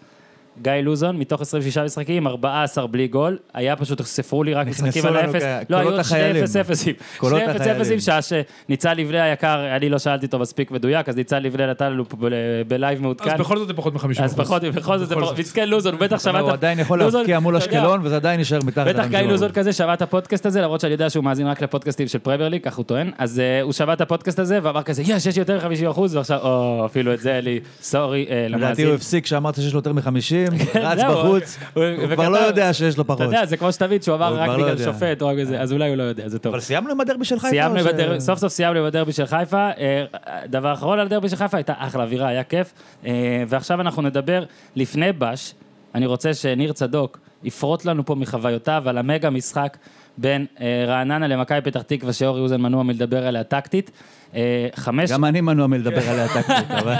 S1: גיא לוזון, מתוך 26 משחקים, 14 בלי גול, היה פשוט, ספרו לי רק
S3: נכנסו
S1: משחקים על
S3: לנו
S1: האפס,
S3: כ-
S1: לא, היו
S3: קולות
S1: עוד שני
S3: החיילים.
S1: אפס אפסים.
S3: קולות
S1: שני אפס
S3: החיילים.
S1: אפסים, שעה שניצן לבנה היקר, אני לא שאלתי אותו מספיק מדויק, אז ניצן לבנה נתן לנו פה ב- בלייב מעודכן.
S2: אז בכל זאת זה פחות מ-50%.
S1: אז בכל זאת, בכל זאת, זה
S2: בכל
S1: פחות-
S2: זאת.
S1: מסכן לוזון, הוא בטח שמע
S3: אבל
S1: את...
S3: הוא עדיין יכול
S1: לוזון,
S3: להבקיע מול
S1: אתה יודע,
S3: אשקלון, וזה עדיין יישאר מתחת
S1: בטח גיא
S3: ל-50%.
S1: לוזון כזה שמע את הפודקאסט הזה, למרות שאני יודע שהוא מאזין רק לפודקאסטים של פרמייר ליג, כך הוא טוען, אז אה, הוא שמע את הפודקאסט הזה ואמר כזה, יש, יש יותר מ-50 אחוז, ועכשיו, או, אפילו את זה אין לי, סורי, אה,
S3: לדעתי
S1: למאזין.
S3: הוא הפסיק כשאמרת שיש לו יותר מ-50, שערים, רץ
S1: כן, זהו,
S3: בחוץ,
S1: הוא-
S3: הוא כבר
S1: וכתב-
S3: לא יודע שיש לו
S1: אתה
S3: פחות.
S1: יודע, זה כמו שתמיד, שהוא אמר
S3: הוא
S1: רק
S3: כבר לא
S1: בגלל
S3: יודע.
S1: שופט, או רק בזה, אז אולי הוא לא יודע, זה טוב.
S4: אבל סיימנו עם הדרבי של חיפה?
S1: סיימנו
S4: או
S1: עם
S4: ש-
S1: הדרבי, סוף סוף סיימנו עם הדרבי של חיפה. אה, דבר אחרון על הדרבי של חיפה, הייתה אחלה אווירה, היה כיף. אה, ועכשיו אנחנו נדבר לפני בש. אני רוצה שניר צדוק יפרוט לנו פה מחוויותיו על המגה משחק בין אה, רעננה למכבי פתח תקווה, שאורי אוזן מנוע מלדבר עליה טקטית. אה, חמש...
S3: גם אני מנוע
S1: כן.
S3: מלדבר עליה טקטית, אבל...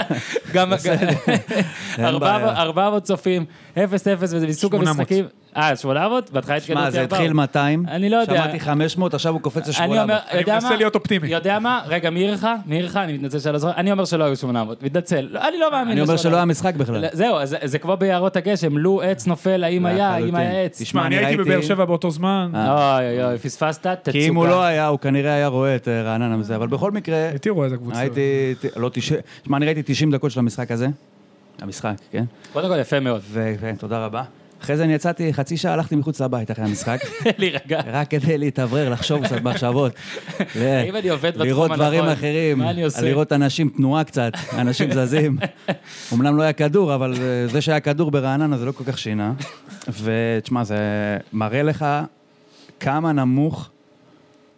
S1: גם...
S3: אין
S1: 400
S3: בעיה.
S1: 400 צופים, 0-0, וזה מסוג
S2: 800.
S1: המשחקים... אה, 800? בהתחלה התקדמתי
S3: שמע, זה
S1: 400.
S3: התחיל 200,
S1: אוקיי, אני לא יודע.
S3: שמעתי 500, עכשיו הוא קופץ ל-800.
S1: אני אומר,
S2: אני
S1: יודע מה?
S2: מנסה להיות אופטימי.
S1: יודע מה? רגע, מי עירך? מי עירך? אני מתנצל שלא זוכר. אני אומר שלא היו 800. מתנצל. לא, אני לא מאמין.
S3: אני אומר
S1: ל- 800.
S3: שלא היה משחק בכלל.
S1: לא, זהו, אז זה כמו ביערות הגשם, לו עץ נופל, האם היה, האם
S3: לחלוטין.
S1: היה עץ.
S3: תשמע,
S2: שמע, אני
S3: אני
S2: הייתי
S3: ראיתי- אה.
S2: בבאר שבע באותו זמן,
S1: אוי אוי אוי, פספסת, תצוגה.
S3: כי אם הוא לא היה, הוא כנראה היה רואה את אה, רעננה וזה, אבל בכל מקרה,
S2: התירו איזה קבוצה.
S3: הייתי, ת- לא תשעים, שמע, אני ראיתי 90 דקות של המשחק הזה, המשחק, כן?
S1: קודם כל, יפה מאוד.
S3: ותודה רבה. אחרי זה אני יצאתי, חצי שעה הלכתי מחוץ לבית אחרי המשחק,
S1: להירגע.
S3: רק כדי להתאוורר, לחשוב קצת מחשבות. ל-
S1: האם אני עובד בתחום
S3: לראות
S1: הנכון?
S3: דברים אחרים,
S1: מה אני עושה?
S3: לראות אנשים, תנועה קצת, אנשים זזים. אמנם לא היה כדור, אבל אה, זה שהיה כדור ברעננה זה לא כל כך שינה. ותשמע, זה מראה לך כמה נמוך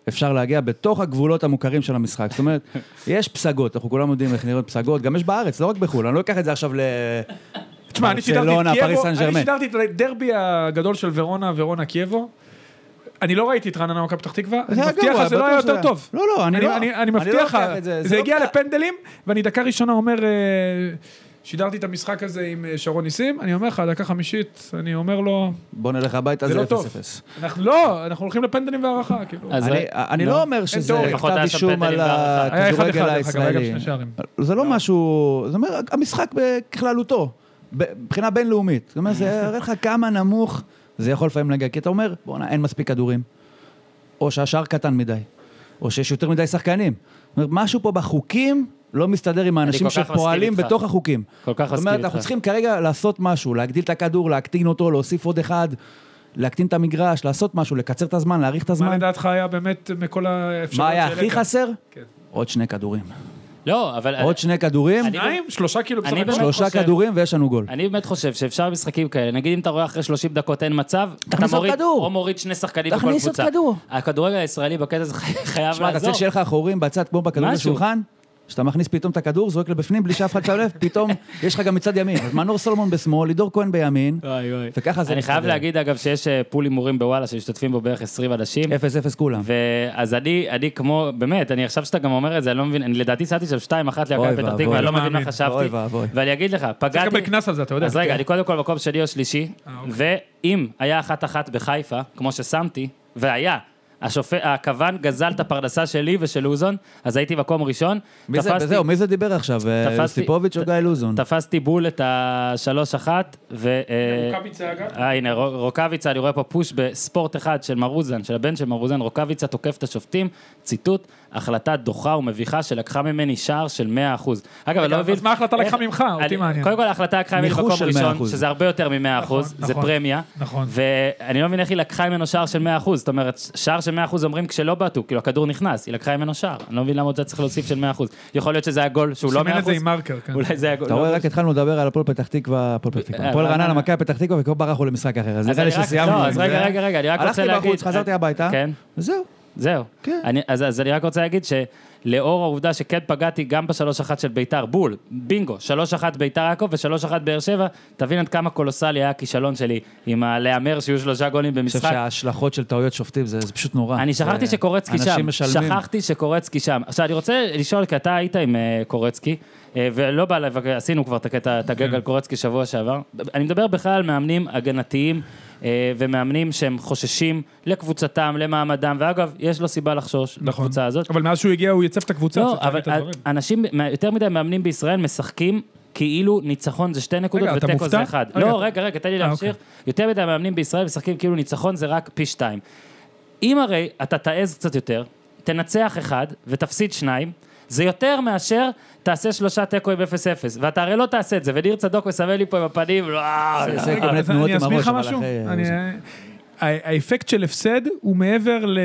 S3: אפשר להגיע בתוך הגבולות המוכרים של המשחק. זאת אומרת, יש פסגות, אנחנו כולם יודעים איך נראות פסגות, גם יש בארץ, לא רק בחו"ל, אני לא אקח את זה עכשיו ל...
S2: תשמע, אני שידרתי
S3: ברצלונה,
S2: את
S3: פריס
S2: קייבו,
S3: סן
S2: אני
S3: ז'רמן.
S2: שידרתי את הדרבי הגדול של ורונה, ורונה קייבו. אני לא ראיתי את רעננה מכבי פתח תקווה, אני
S3: היה
S2: מבטיח
S3: גרוע,
S2: לך שזה לא
S3: בטוח
S2: היה
S3: שזה
S2: יותר
S3: היה.
S2: טוב.
S3: לא, לא, אני
S2: אני,
S3: לא- אני
S2: אני
S3: לא
S2: מבטיח לך,
S3: לוקח את זה,
S2: זה,
S3: זה לא
S2: הגיע
S3: כל כך-
S2: לפנדלים, ואני דקה ראשונה אומר, אה, שידרתי את המשחק הזה עם אה, שרון ניסים, אני אומר לך, דקה חמישית, אני אומר לו,
S3: בוא נלך הביתה,
S2: זה
S3: זה
S2: לא
S3: 0-0.
S2: טוב. אנחנו לא, אנחנו הולכים לפנדלים והערכה, כאילו.
S1: אז
S3: אני-
S1: ר-
S3: אני
S1: נו.
S3: לא אומר שזה
S2: תיאוריה.
S1: כן, לפחות
S3: כתב
S1: היה לא שם
S3: אישום
S1: פנדלים
S3: על
S1: והערכה.
S2: היה אחד
S3: הכדורגל
S2: אחד, דרך אגב, היה גם
S3: הישראלי.
S2: שני שערים.
S3: זה לא משהו, זאת אומרת, המשחק בכללותו, ב- מבחינה בינלאומית. זאת אומרת, זה יראה לך כמה נמוך זה יכול לפעמים להגיע. כי אתה אומר, בואנה, אין מספיק כדורים. או שהשער קטן מדי, או שיש יותר מדי שחקנים. זאת אומרת, משהו פה בחוקים לא מסתדר עם האנשים
S1: כל כך מסכים
S3: שפועלים
S1: איתך.
S3: בתוך החוקים.
S1: כל כך
S3: זאת
S1: מסכים
S3: אומרת,
S1: איתך.
S3: אנחנו צריכים כרגע לעשות משהו, להגדיל את הכדור, להקטין אותו, להוסיף עוד אחד, להקטין את המגרש, לעשות משהו, לקצר את הזמן, להאריך את
S2: מה
S3: הזמן.
S2: לדעתך היה באמת מכל האפשרויות
S3: מה היה הכי
S2: שהעלית?
S3: חסר?
S2: כן.
S3: עוד שני כדורים.
S1: לא, אבל...
S3: עוד שני כדורים,
S1: אני-
S2: שניים? שלושה כאילו בסך
S1: אני
S2: הכל?
S1: באמת
S3: שלושה
S1: חושב-
S3: כדורים ויש לנו גול.
S1: אני באמת חושב שאפשר משחקים כאלה, נגיד אם אתה רואה אחרי 30 דקות אין מצב, אתה
S3: תכניס עוד
S1: מוריד,
S3: כדור.
S1: או מוריד שני שחקנים בכל
S3: תכניס עוד
S1: קבוצה.
S3: כדור.
S1: הכדורגל הישראלי בקטע הזה חי- חייב
S3: תשמע, אתה
S1: לעזור.
S3: צריך שיהיה לך חורים בצד כמו בכדור
S1: משהו.
S3: בשולחן, שאתה מכניס פתאום את הכדור, זורק לבפנים בלי שאף אחד שם לב, פתאום יש לך גם מצד ימין. אז מנור סולומון בשמאל, לידור כהן בימין,
S1: אוי, אוי.
S3: וככה זה
S1: אני חייב
S3: מסתדר.
S1: להגיד, אגב, שיש אה, פול הימורים בוואלה שמשתתפים בו בערך 20 אנשים.
S3: 0-0 כולם.
S1: ואז אני, אני כמו, באמת, אני עכשיו שאתה גם אומר את זה, אני לא מבין, אני לדעתי שמתי שם 2-1
S3: אוי
S1: למכבי פתח
S3: ואבוי.
S1: תקווה, אני לא מבין
S2: לא
S1: מה
S2: מאמין.
S1: חשבתי.
S3: אוי ואבוי.
S1: ואני אגיד לך,
S2: צריך
S1: פגעתי...
S2: לקבל קנס על זה, אתה יודע.
S1: אז רגע,
S2: כן. אה, אוקיי.
S1: אני קודם כל מקום שני או שלישי, ואם היה אחת-אחת בחיפה, כמו ששמתי, והיה, השופט, הכוון גזל את הפרנסה שלי ושל לוזון, אז הייתי מקום ראשון.
S3: מי זה-
S1: תפסתי-
S3: זהו, מי זה דיבר עכשיו? אה,
S1: תפסתי-
S3: יוסיפוביץ' או
S1: ת-
S3: גיא לוזון?
S1: תפסתי בול את השלוש-אחת, ו... אה,
S2: רוקאביצה, אגב.
S1: אה, הנה, רו- רוקאביצה, אני רואה פה פוש בספורט אחד של מרוזן, של הבן של מרוזן, רוקאביצה תוקף את השופטים, ציטוט, החלטה דוחה ומביכה שלקחה ממני שער של 100%. אגב, אני לא
S2: אז
S1: מבין...
S2: מה ההחלטה לקחה
S1: איך-
S2: ממך? אותי
S1: אני-
S2: מעניין.
S1: קודם כל ההחלטה לקחה ממני
S3: ניחוש
S1: למקום
S3: של
S1: ראשון,
S3: 100%.
S1: שזה הרבה יותר מ-100%,
S2: נכון,
S1: זה
S2: נכון.
S1: פרמיה.
S2: נכון.
S1: ואני לא מבין איך היא לקחה ממנו שער של 100%, זאת אומרת, שער של 100% אומרים כשלא בעטו, כאילו הכדור נכנס, היא לקחה ממנו שער, אני לא מבין למה עוד זה צריך להוסיף של 100%. יכול להיות שזה היה גול שהוא לא 100%,
S2: סימן את זה עם מרקר, כן.
S1: אולי זה היה גול...
S3: אתה
S1: לא
S3: רואה,
S1: גול.
S3: רק התחלנו לדבר על הפועל פתח תקווה, הפועל פתח תקווה.
S1: אה,
S3: הפועל
S1: רעננה.
S3: רעננה, מכבי פתח תקווה, וכבר ברחנו למשחק אחר. אז
S1: אז
S3: נראה לי
S1: אני רק-
S3: שסיימנו.
S1: לא,
S3: עם
S1: אז
S3: זה.
S1: רגע, רגע, רגע, אני רק רוצה
S3: הלכתי
S1: להגיד...
S3: בחוץ, חזרתי הביתה,
S1: כן.
S3: וזהו.
S1: זהו.
S3: כן.
S1: אני, אז, אז אני רק רוצה להגיד שלאור העובדה שכן פגעתי גם בשלוש אחת של ביתר, בול, בינגו, שלוש אחת ביתר יעקב ושלוש אחת באר שבע, תבין עד כמה קולוסלי היה הכישלון שלי עם הלהמר שיהיו שלושה גולים
S3: אני חושב
S1: במשחק.
S3: שההשלכות של טעויות שופטים זה זה פשוט נורא.
S1: אני
S3: זה-
S1: שכחתי שקורצקי שם,
S3: אנשים משלמים.
S1: שכחתי שקורצקי שם. עכשיו אני רוצה לשאול, כי אתה היית עם אה, קורצקי, אה, ולא בא לבקר, עשינו כבר את הקטע, את
S3: כן.
S1: הגג על קורצקי שבוע שעבר. אני מדבר בכלל על מאמנים הגנתיים אה, ומאמנים שהם חוששים לקבוצתם, למעמדם, ואגב, יש לו סיבה לחשוש
S2: נכון.
S1: לקבוצה הזאת.
S2: אבל מאז שהוא הגיע הוא יצב את הקבוצה.
S1: לא,
S2: צריך
S1: אבל
S2: להגיד
S3: אה,
S2: את הדברים.
S1: אנשים, יותר מדי מאמנים בישראל משחקים כאילו ניצחון זה שתי נקודות
S2: רגע, אתה
S1: ותיקו זה
S2: מופתע?
S1: אחד.
S2: רגע,
S1: לא,
S2: אתה-
S1: רגע, רגע, תן לי
S2: אה,
S1: להמשיך. יותר מדי מאמנים בישראל משחקים כאילו ניצחון זה רק פי שתיים. אם הרי אתה תעז קצת יותר, תנצח אחד ותפסיד שניים, זה יותר מאשר תעשה שלושה תיקואים 0-0, ואתה הרי לא תעשה את זה, וניר צדוק מסמן לי פה עם הפנים, לא,
S3: זה- אה, זה-
S2: רגע,
S3: כל מיני
S2: אז
S3: תנועות
S2: אני
S3: עם
S2: אסביר לך
S3: הראש, אבל
S2: משהו.
S3: אחרי-
S2: אני- הא- האפקט של הפסד הוא מעבר ל-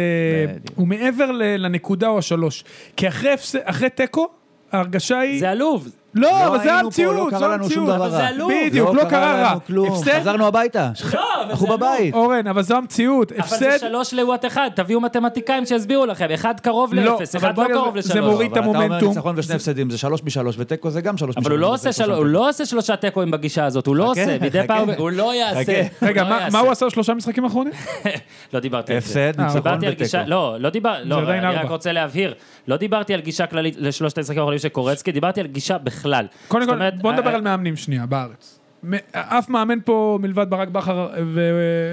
S3: בדיוק.
S2: הוא מעבר ל- לנקודה או השלוש. כי אחרי הפס- אחרי תיקו, ההרגשה היא...
S1: זה עלוב.
S2: לא, אבל זה
S3: היינו פה,
S2: המציאות,
S3: לא
S2: זו
S3: קרה לנו שום
S2: המציאות.
S3: דבר
S4: אבל זה
S3: רע.
S4: עלוב.
S2: בדיוק, לא קרה רע.
S3: לנו כלום.
S2: הפסד,
S3: חזרנו הביתה.
S4: לא, אבל
S3: אנחנו
S4: זה
S3: בבית.
S2: אורן, אבל זו המציאות.
S1: אבל זה
S2: הפסד,
S1: שלוש לוואט אחד, תביאו מתמטיקאים שיסבירו לכם, אחד קרוב
S2: לא,
S1: לאפס,
S2: אבל
S1: אחד
S2: בוא
S1: לא
S2: נראה,
S1: קרוב
S2: זה
S1: לשלוש.
S2: מוריד את
S3: אבל אתה אומר
S2: המומנטום.
S3: ניצחון ושני הפסדים, זה שלוש משלוש, ותיקו זה גם שלוש משלוש.
S1: אבל הוא לא
S3: זה
S1: עושה
S3: תיקו
S1: שלוש,
S3: שלוש.
S1: הוא לא עושה שלושה תיקו עם בגישה הזאת, הוא לא
S3: חכה,
S1: עושה, מדי
S3: חכה.
S1: פעם, הוא לא יעשה.
S3: חכה.
S1: הוא
S2: רגע,
S1: לא
S2: מה-
S1: יעשה.
S2: מה הוא עשה שלושה משחקים האחרונים?
S1: לא דיברתי על זה.
S3: הפסד,
S2: אה,
S3: ניצחון
S1: דיברתי על
S3: ותיקו.
S1: גישה, לא, לא דיברתי,
S2: זה
S1: לא,
S2: עדיין
S1: אני
S2: ארבע.
S1: רק רוצה להבהיר, לא דיברתי על גישה כללית לשלושת המשחקים האחרונים של קורצקי, דיברתי על גישה בכלל.
S2: קודם
S1: זאת
S2: כל,
S1: אומרת,
S2: בוא נדבר
S1: אה,
S2: על מאמנים שנייה, בארץ. מ- אף מאמן פה מלבד ברק בכר ו...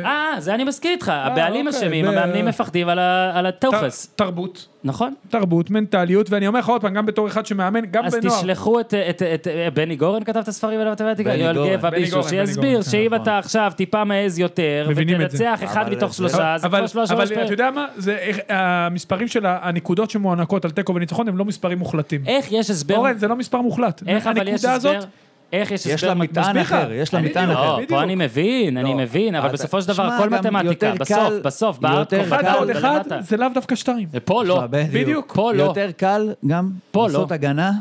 S1: אה, זה אני מסכים איתך, הבעלים
S2: אוקיי,
S1: אשמים,
S2: ב-
S1: המאמנים מפחדים על ה- על הטוחס,
S2: ת- תרבות.
S1: נכון?
S2: תרבות, מנטליות, ואני אומר לך עוד פעם, גם בתור אחד שמאמן, גם
S1: אז
S2: בנוער.
S1: תשלחו את- את את- את- בני גורן כתב את הספרים האלה במתמטיקה,
S3: בני
S1: יואל
S3: גורן,
S1: גבע,
S2: בני
S1: מישהו,
S2: גורן, בני גורן,
S1: שיסביר שאם
S3: נכון.
S1: אתה עכשיו טיפה מעז יותר,
S2: מבינים את זה.
S1: ותנצח אחד
S3: אבל
S1: מתוך
S3: זה- לא-
S1: שלושה, זה
S2: אבל,
S1: כבר שלוש
S2: אבל
S1: שלוש פעמים.
S2: אתה יודע מה? זה, איך- המספרים של ה- הנקודות שמוענקות על תיקו וניצחון הם לא מספרים מוחלטים.
S1: איך יש הסבר,
S2: אורן, זה לא מספר מוחלט.
S1: אה, איך אבל יש
S2: הנקודה
S1: הסבר,
S2: הזאת,
S1: איך יש
S3: יש
S1: הסבר
S3: לה מטען
S2: מסביר לך.
S3: אחר, יש לה
S2: אני-
S3: מטען
S2: לא,
S3: אחר.
S1: לא, פה אני מבין, אני
S3: לא.
S1: מבין, אבל
S3: אתה-
S1: בסוף של דבר
S3: שמע,
S1: הכל
S3: גם
S1: מתמטיקה,
S3: יותר
S1: בסוף,
S3: קל-
S1: בסוף,
S3: יותר
S1: בארט,
S3: קל-
S2: אחד
S3: קל
S2: ועוד אחד
S1: ולמטה.
S2: זה לאו דווקא שתיים.
S1: ופה לא,
S2: בדיוק.
S1: פה לא.
S3: יותר קל גם
S1: פה לא.
S3: לעשות הגנה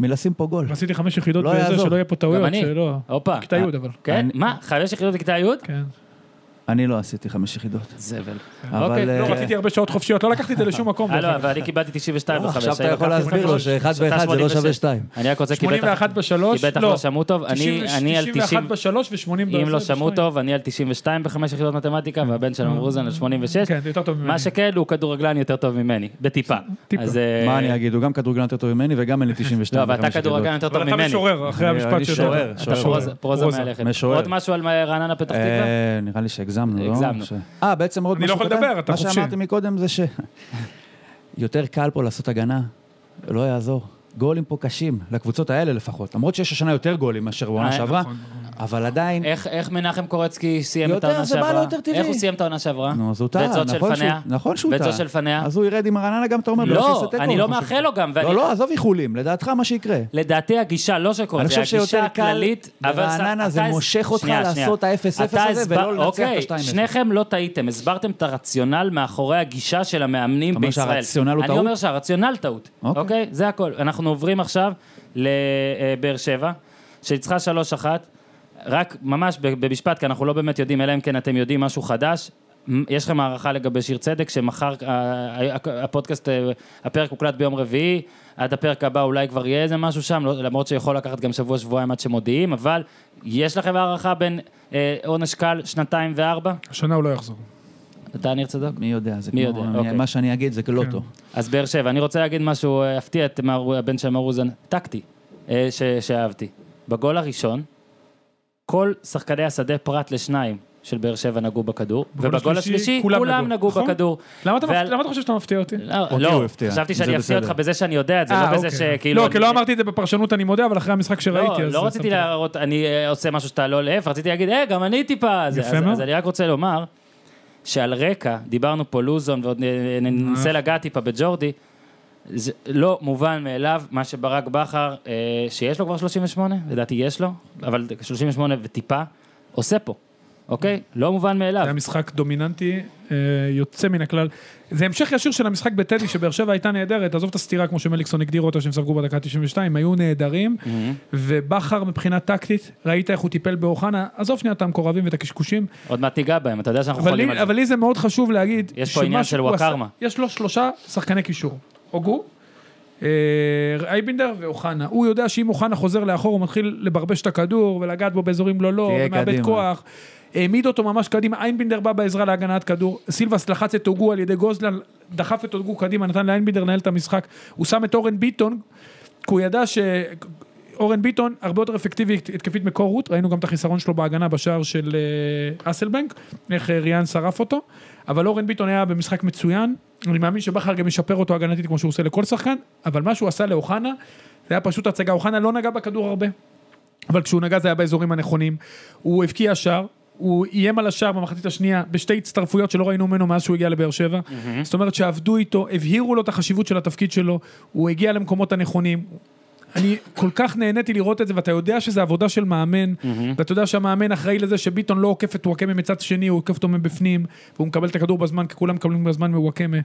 S3: מלשים פה גול.
S2: עשיתי חמש יחידות
S3: לא
S2: בזה,
S3: יעזור.
S2: שלא יהיה פה
S1: גם
S2: טעויות,
S1: אני, אה,
S2: שלא...
S1: הופה,
S2: בכיתה י' אבל.
S1: כן,
S3: אני-
S1: מה, חמש יחידות בכיתה י'?
S2: כן.
S3: אני לא עשיתי חמש יחידות.
S1: זבל.
S3: אבל,
S1: אוקיי.
S3: אה,
S2: לא, רציתי הרבה שעות חופשיות, לא לקחתי את זה לשום מקום.
S1: אה,
S2: דרך
S1: לא,
S2: אגב.
S1: אבל אני קיבלתי 92
S3: לא,
S1: בחמש.
S3: עכשיו אתה
S1: אני
S3: יכול
S1: לקחתי
S3: להסביר לו שאחד
S1: שלושה
S3: ואחד זה לא
S1: 86.
S3: שווה שתיים.
S1: אני רק רוצה, כי בטח-
S2: 81 בשלוש,
S1: כי בטח
S2: לא.
S1: לא שמעו טוב, אני
S2: 90,
S1: אני על
S2: 91
S1: 90,
S2: בשלוש ושמונים
S1: אם
S2: בזה,
S1: לא שמעו
S2: בשניים.
S1: טוב, אני על 92 בחמש יחידות מתמטיקה, והבן שלנו רוזן על 86.
S2: כן, זה יותר טוב ממני.
S3: Mm.
S1: מה שכן, הוא כדורגלן יותר טוב ממני, בטיפה.
S2: טיפה.
S1: אז, אה,
S3: מה אני אגיד, הוא גם כדורגלן יותר טוב ממני וגם אין לי 92.
S1: לא, אבל אתה
S3: בחמש
S1: כדורגלן
S3: יחידות.
S1: יותר טוב
S2: אבל אתה
S1: ממני.
S2: משורר, אחרי
S3: אני-
S2: המשפט
S3: אני
S2: שאתה...
S3: שוער,
S1: אתה
S2: אתה
S3: שוער.
S2: פרוזה.
S1: פרוזה- פרוזה מהלכת.
S3: משורר.
S1: עוד משהו על אה, רעננה פתח תקווה?
S3: אה, נראה לי שהגזמנו, לא?
S1: הגזמנו.
S3: ש- אה, בעצם עוד
S2: אני לא
S3: משהו
S2: יכול
S3: קודם?
S2: לדבר, אתה
S3: מה
S2: חופשי.
S3: שאמרתי מקודם זה ש... יותר קל פה לעשות הגנה, לא יעזור. גולים פה קשים, לקבוצות האלה לפחות. למרות שיש השנה יותר גולים מאשר בעונה
S1: אה,
S3: שעברה, אבל עדיין...
S1: איך, איך מנחם קורצקי סיים את
S3: יודע,
S1: העונה
S3: זה בא
S1: שעברה?
S3: לו יותר טבעי.
S1: איך הוא סיים את העונה שעברה?
S3: נו, אז הוא טעה,
S1: ואת זאת
S3: נכון שהוא
S1: שלפניה?
S3: נכון שהוא
S1: ואת
S3: טעה.
S1: זאת שלפניה?
S3: אז הוא ירד עם הרעננה גם, אתה אומר, "לא, שיעשה
S1: לא,
S3: תיקו",
S1: אני לא
S3: חושב.
S1: מאחל לו גם. ואני,
S3: לא, לא, עזוב איחולים, לדעתך מה שיקרה.
S1: לדעתי הגישה, לא של
S3: אני
S1: קורצקי,
S3: חושב שיותר
S1: הגישה
S3: קל
S1: הכללית... אבל ס-
S3: ברעננה זה
S1: אתה-
S3: מושך אותך
S1: שנייה, שנייה.
S3: לעשות ה-0-0
S1: אתה
S3: הזה
S1: הסבר-
S3: ולא לנצח את
S1: אוקיי,
S3: ה-2-0.
S1: שניכם לא טעיתם, הסברתם את הרציונל מאחורי הגישה של המאמנים
S3: אתה אומר
S1: בישראל.
S3: שהרציונל הוא
S1: אני
S3: טעות?
S1: אומר שהרציונל טעות,
S3: אוקיי.
S1: אוקיי? זה הכל. אנחנו עוברים עכשיו לבאר שבע, שניצחה 3-1, רק ממש ב- במשפט, כי אנחנו לא באמת יודעים, אלא אם כן אתם יודעים משהו חדש. מ- יש לכם הערכה לגבי שיר צדק, שמחר אה, ה- ה- הפודקאסט, אה, הפרק הוקלט ביום רביעי, עד הפרק הבא אולי כבר יהיה איזה משהו שם, לא- למרות שיכול לקחת גם שבוע, שבועיים עד שמודיעים, אבל יש לכם הערכה בין אה, עונש קל, שנתיים וארבע?
S2: השנה הוא לא יחזור.
S1: אתה ניר צדוק?
S3: מי יודע, זה
S1: מי
S3: כמו...
S1: יודע,
S3: אני-
S1: אוקיי.
S3: מה שאני אגיד זה לא
S2: כן.
S3: לוטו.
S1: אז באר שבע, אני רוצה להגיד משהו, אה, הפתיע את מאור- הבן של מאור אוזן, טקטי, אה, ש- שאהבתי. בגול הראשון, כל שחקני השדה פרט לשניים של באר שבע נגעו בכדור,
S2: בגול
S1: ובגול
S2: השלישי,
S1: השלישי
S2: כולם
S1: כולם
S2: נגעו,
S1: נגעו
S2: נכון?
S1: בכדור.
S2: למה אתה
S1: ועל-
S2: מפתיע- למה אתה חושב שאתה מפתיע אותי?
S1: לא,
S3: אותי אוקיי, הוא
S1: לא,
S3: הפתיע,
S1: חשבתי
S3: זה
S1: שאני אפתיע
S3: בסדר.
S1: אותך בזה שאני יודע את זה,
S2: אה,
S1: לא בזה
S2: אוקיי.
S1: שכאילו...
S2: לא, כי
S1: אני-
S2: לא אמרתי את זה בפרשנות, אני מודה, אבל אחרי המשחק שראיתי,
S1: לא,
S2: אז...
S1: לא רציתי
S2: שמתי לב.
S1: להראות, אני אה, עושה משהו שאתה לא להפך, רציתי להגיד, אה, גם אני טיפה... זה."
S2: יפה
S1: אז-
S2: מאוד.
S1: אז אני רק רוצה לומר, שעל רקע, דיברנו פה לוזון, ועוד נ-
S2: אה.
S1: נ- ננסה לגעת טיפה בג'ורדי, זה לא מובן מאליו מה שברק בכר, אה, שיש לו כבר 38, לדעתי יש לו, אבל 38 וטיפה, עושה פה, אוקיי? לא מובן מאליו.
S2: זה היה משחק דומיננטי, אה, יוצא מן הכלל. זה המשך ישיר של המשחק בטדי, שבאר שבע הייתה נהדרת, עזוב את הסתירה כמו שמליקסון הגדיר אותה, שהם ספגו בדקה 92, היו נהדרים, ובכר מבחינה טקטית, ראית איך הוא טיפל באוחנה, עזוב שנייה את המקורבים ואת הקשקושים,
S1: עוד מעט תיגע בהם, אתה יודע שאנחנו
S2: אבל
S1: חולים על
S2: לי,
S1: זה.
S2: אבל לי זה מאוד חשוב להגיד...
S1: יש פה
S2: שמה
S1: עניין של
S2: שהוא עשה-
S1: וואקרמה.
S2: יש לו שלושה שחקני קישור. הוגו, אה, אייבינדר ואוחנה. הוא יודע שאם אוחנה חוזר לאחור, הוא מתחיל לברבש את הכדור ולגעת בו באזורים לא לא,
S3: תהיה
S2: ומאבד
S3: קדימה.
S2: כוח. העמיד אותו ממש קדימה, איינבינדר בא בעזרה להגנת כדור, סילבס לחץ את הוגו על ידי גוזלן, דחף את הוגו קדימה, נתן לאיינבינדר לנהל את המשחק, הוא שם את אורן ביטון, כי הוא ידע שאורן ביטון הרבה יותר אפקטיבי התקפית מקורות, ראינו גם את החיסרון שלו בהגנה בשער של אה, אסלבנק, איך אה, ריאן שרף אותו, אבל אורן ביטון היה במשחק מצוין, אני מאמין שבכר גם ישפר אותו הגנתית כמו שהוא עושה לכל שחקן, אבל מה שהוא עשה לאוחנה, זה היה פשוט הצגה, אוחנה לא נגע בכדור הרבה, אבל כשהוא נגע זה היה באזורים הנכונים, הוא הבקיע שער. הוא איים על השער במחצית השנייה בשתי הצטרפויות שלא ראינו ממנו מאז שהוא הגיע לבאר שבע. Mm-hmm. זאת אומרת שעבדו איתו, הבהירו לו את החשיבות של התפקיד שלו, הוא הגיע למקומות הנכונים, אני כל כך נהניתי לראות את זה, ואתה יודע שזו עבודה של מאמן, ואתה יודע שהמאמן אחראי לזה שביטון לא עוקף את וואקמה מצד שני, הוא עוקף אותו מבפנים, והוא מקבל את הכדור בזמן, כי כולם מקבלים בזמן מוואקמה.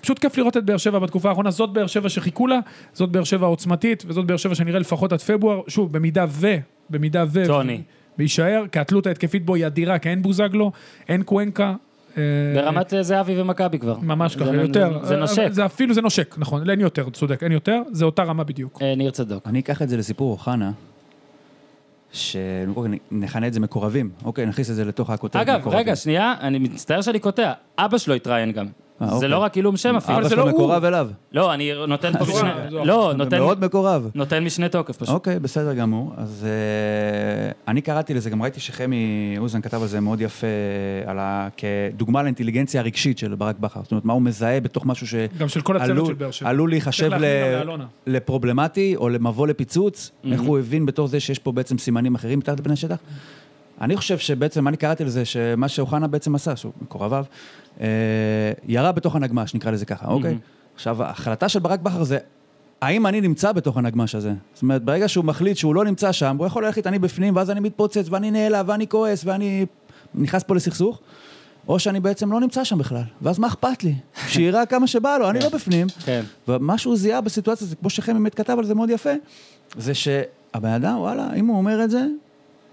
S2: פשוט כיף לראות את באר שבע בתקופה האחרונה. זאת באר שבע שחיכו לה, זאת באר שבע העוצמתית, וזאת באר שבע שנראה לפחות עד פברואר. שוב, במידה ו... במידה ו...
S1: טוני.
S2: ויישאר, כי התלות ההתקפית בו היא אדירה, כי אין בוזגלו, אין קוונקה. אה,
S1: ברמת אה, זהבי ומכבי כבר.
S2: ממש
S1: זה
S2: ככה,
S1: נ-
S2: יותר.
S1: זה
S2: אה,
S1: נושק.
S2: זה אפילו זה נושק, נכון, אין יותר, צודק, אין יותר, זה אותה רמה בדיוק.
S1: אה, ניר צדוק.
S3: אני אקח את זה לסיפור אוחנה, שנכנה את זה מקורבים. אוקיי, נכניס את זה לתוך הכותרת
S1: אגב,
S3: מקורבים.
S1: רגע, שנייה, אני מצטער שאני קוטע. אבא שלו התראיין גם.
S3: אה,
S1: זה
S3: אוקיי.
S1: לא רק עילום שם אפילו.
S3: אבא
S2: זה
S3: שלו
S2: לא הוא.
S3: מקורב אליו.
S1: לא, אני נותן פה
S2: זו
S1: משנה...
S2: אחת, זו
S1: לא,
S3: הוא
S1: נותן-
S3: מאוד מקורב.
S1: נותן משנה תוקף פשוט.
S3: אוקיי, בסדר גמור. אז אה, אני קראתי לזה, גם ראיתי שחמי אוזן כתב על זה מאוד יפה, על ה... כדוגמה לאינטליגנציה הרגשית של ברק בכר. זאת אומרת, מה הוא מזהה בתוך משהו ש...
S2: גם של כל הצוות
S3: עלול-
S2: של באר שבע.
S3: עלול להיחשב
S2: צריך
S3: ל...
S2: להחמיא גם לאלונה.
S3: לפרובלמטי או למבוא לפיצוץ, איך הוא הבין בתור זה שיש פה בעצם סימנים אחרים מתחת לפני השטח. אני חושב שבעצם, אני קראתי לזה, שמה שאוחנה בעצם עשה, שהוא מקורביו, אה, ירה בתוך הנגמש, נקרא לזה ככה, אוקיי? עכשיו, ההחלטה של ברק בכר זה, האם אני נמצא בתוך הנגמש הזה? זאת אומרת, ברגע שהוא מחליט שהוא לא נמצא שם, הוא יכול ללכת, אני בפנים, ואז אני מתפוצץ, ואני נעלב, ואני כועס, ואני נכנס פה לסכסוך. או שאני בעצם לא נמצא שם בכלל, ואז מה אכפת לי? שיירה כמה שבא לו, אני לא בפנים.
S1: כן.
S3: ומה שהוא זיהה בסיטואציה, זה כמו שחם באמת כתב על זה מאוד יפה, זה שהבן אדם, וואלה, אם הוא אומר את זה,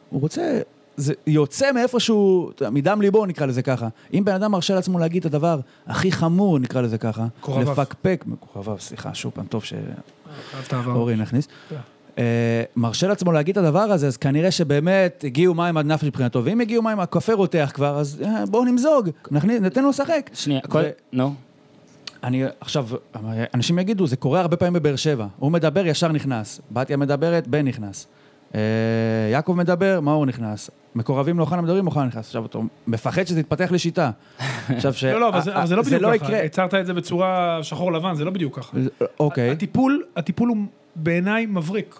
S3: הוא רוצה, זה יוצא מאיפשהו, אתה יודע, מדם ליבו נקרא לזה ככה. אם בן אדם מרשה לעצמו להגיד את הדבר הכי חמור, נקרא לזה ככה,
S2: מקורביו.
S3: לפקפק, מקורביו, סליחה, שוב פעם, טוב שאורי
S2: אהבת העבר.
S3: נכניס.
S2: כן.
S3: אה, מרשה לעצמו להגיד את הדבר הזה, אז כנראה שבאמת הגיעו מים עד נפש מבחינתו, ואם הגיעו מים, הקפה רותח כבר, אז אה, בואו נמזוג, נכניס- ניתן לו לשחק.
S1: שנייה, כל...
S3: ו-
S1: נו.
S3: אני עכשיו, אנשים יגידו, זה קורה הרבה פעמים בבאר שבע. הוא מדבר, ישר נכנס. בתיה מדברת, בן נכנס. אה, יעקב מדבר, מאור נכנס. מקורבים לאוחנה מדברים, אוחנה נכנס. עכשיו, אתה מפחד שזה יתפתח לשיטה. עכשיו, ש...
S2: לא, לא, אבל זה- אבל זה לא בדיוק ככה.
S3: אה, יקרה.
S2: הצהרת את זה בצורה שחור לבן, זה לא בדיוק ככה.
S3: אוקיי.
S2: הטיפול, הטיפול הוא בעיניי מבריק.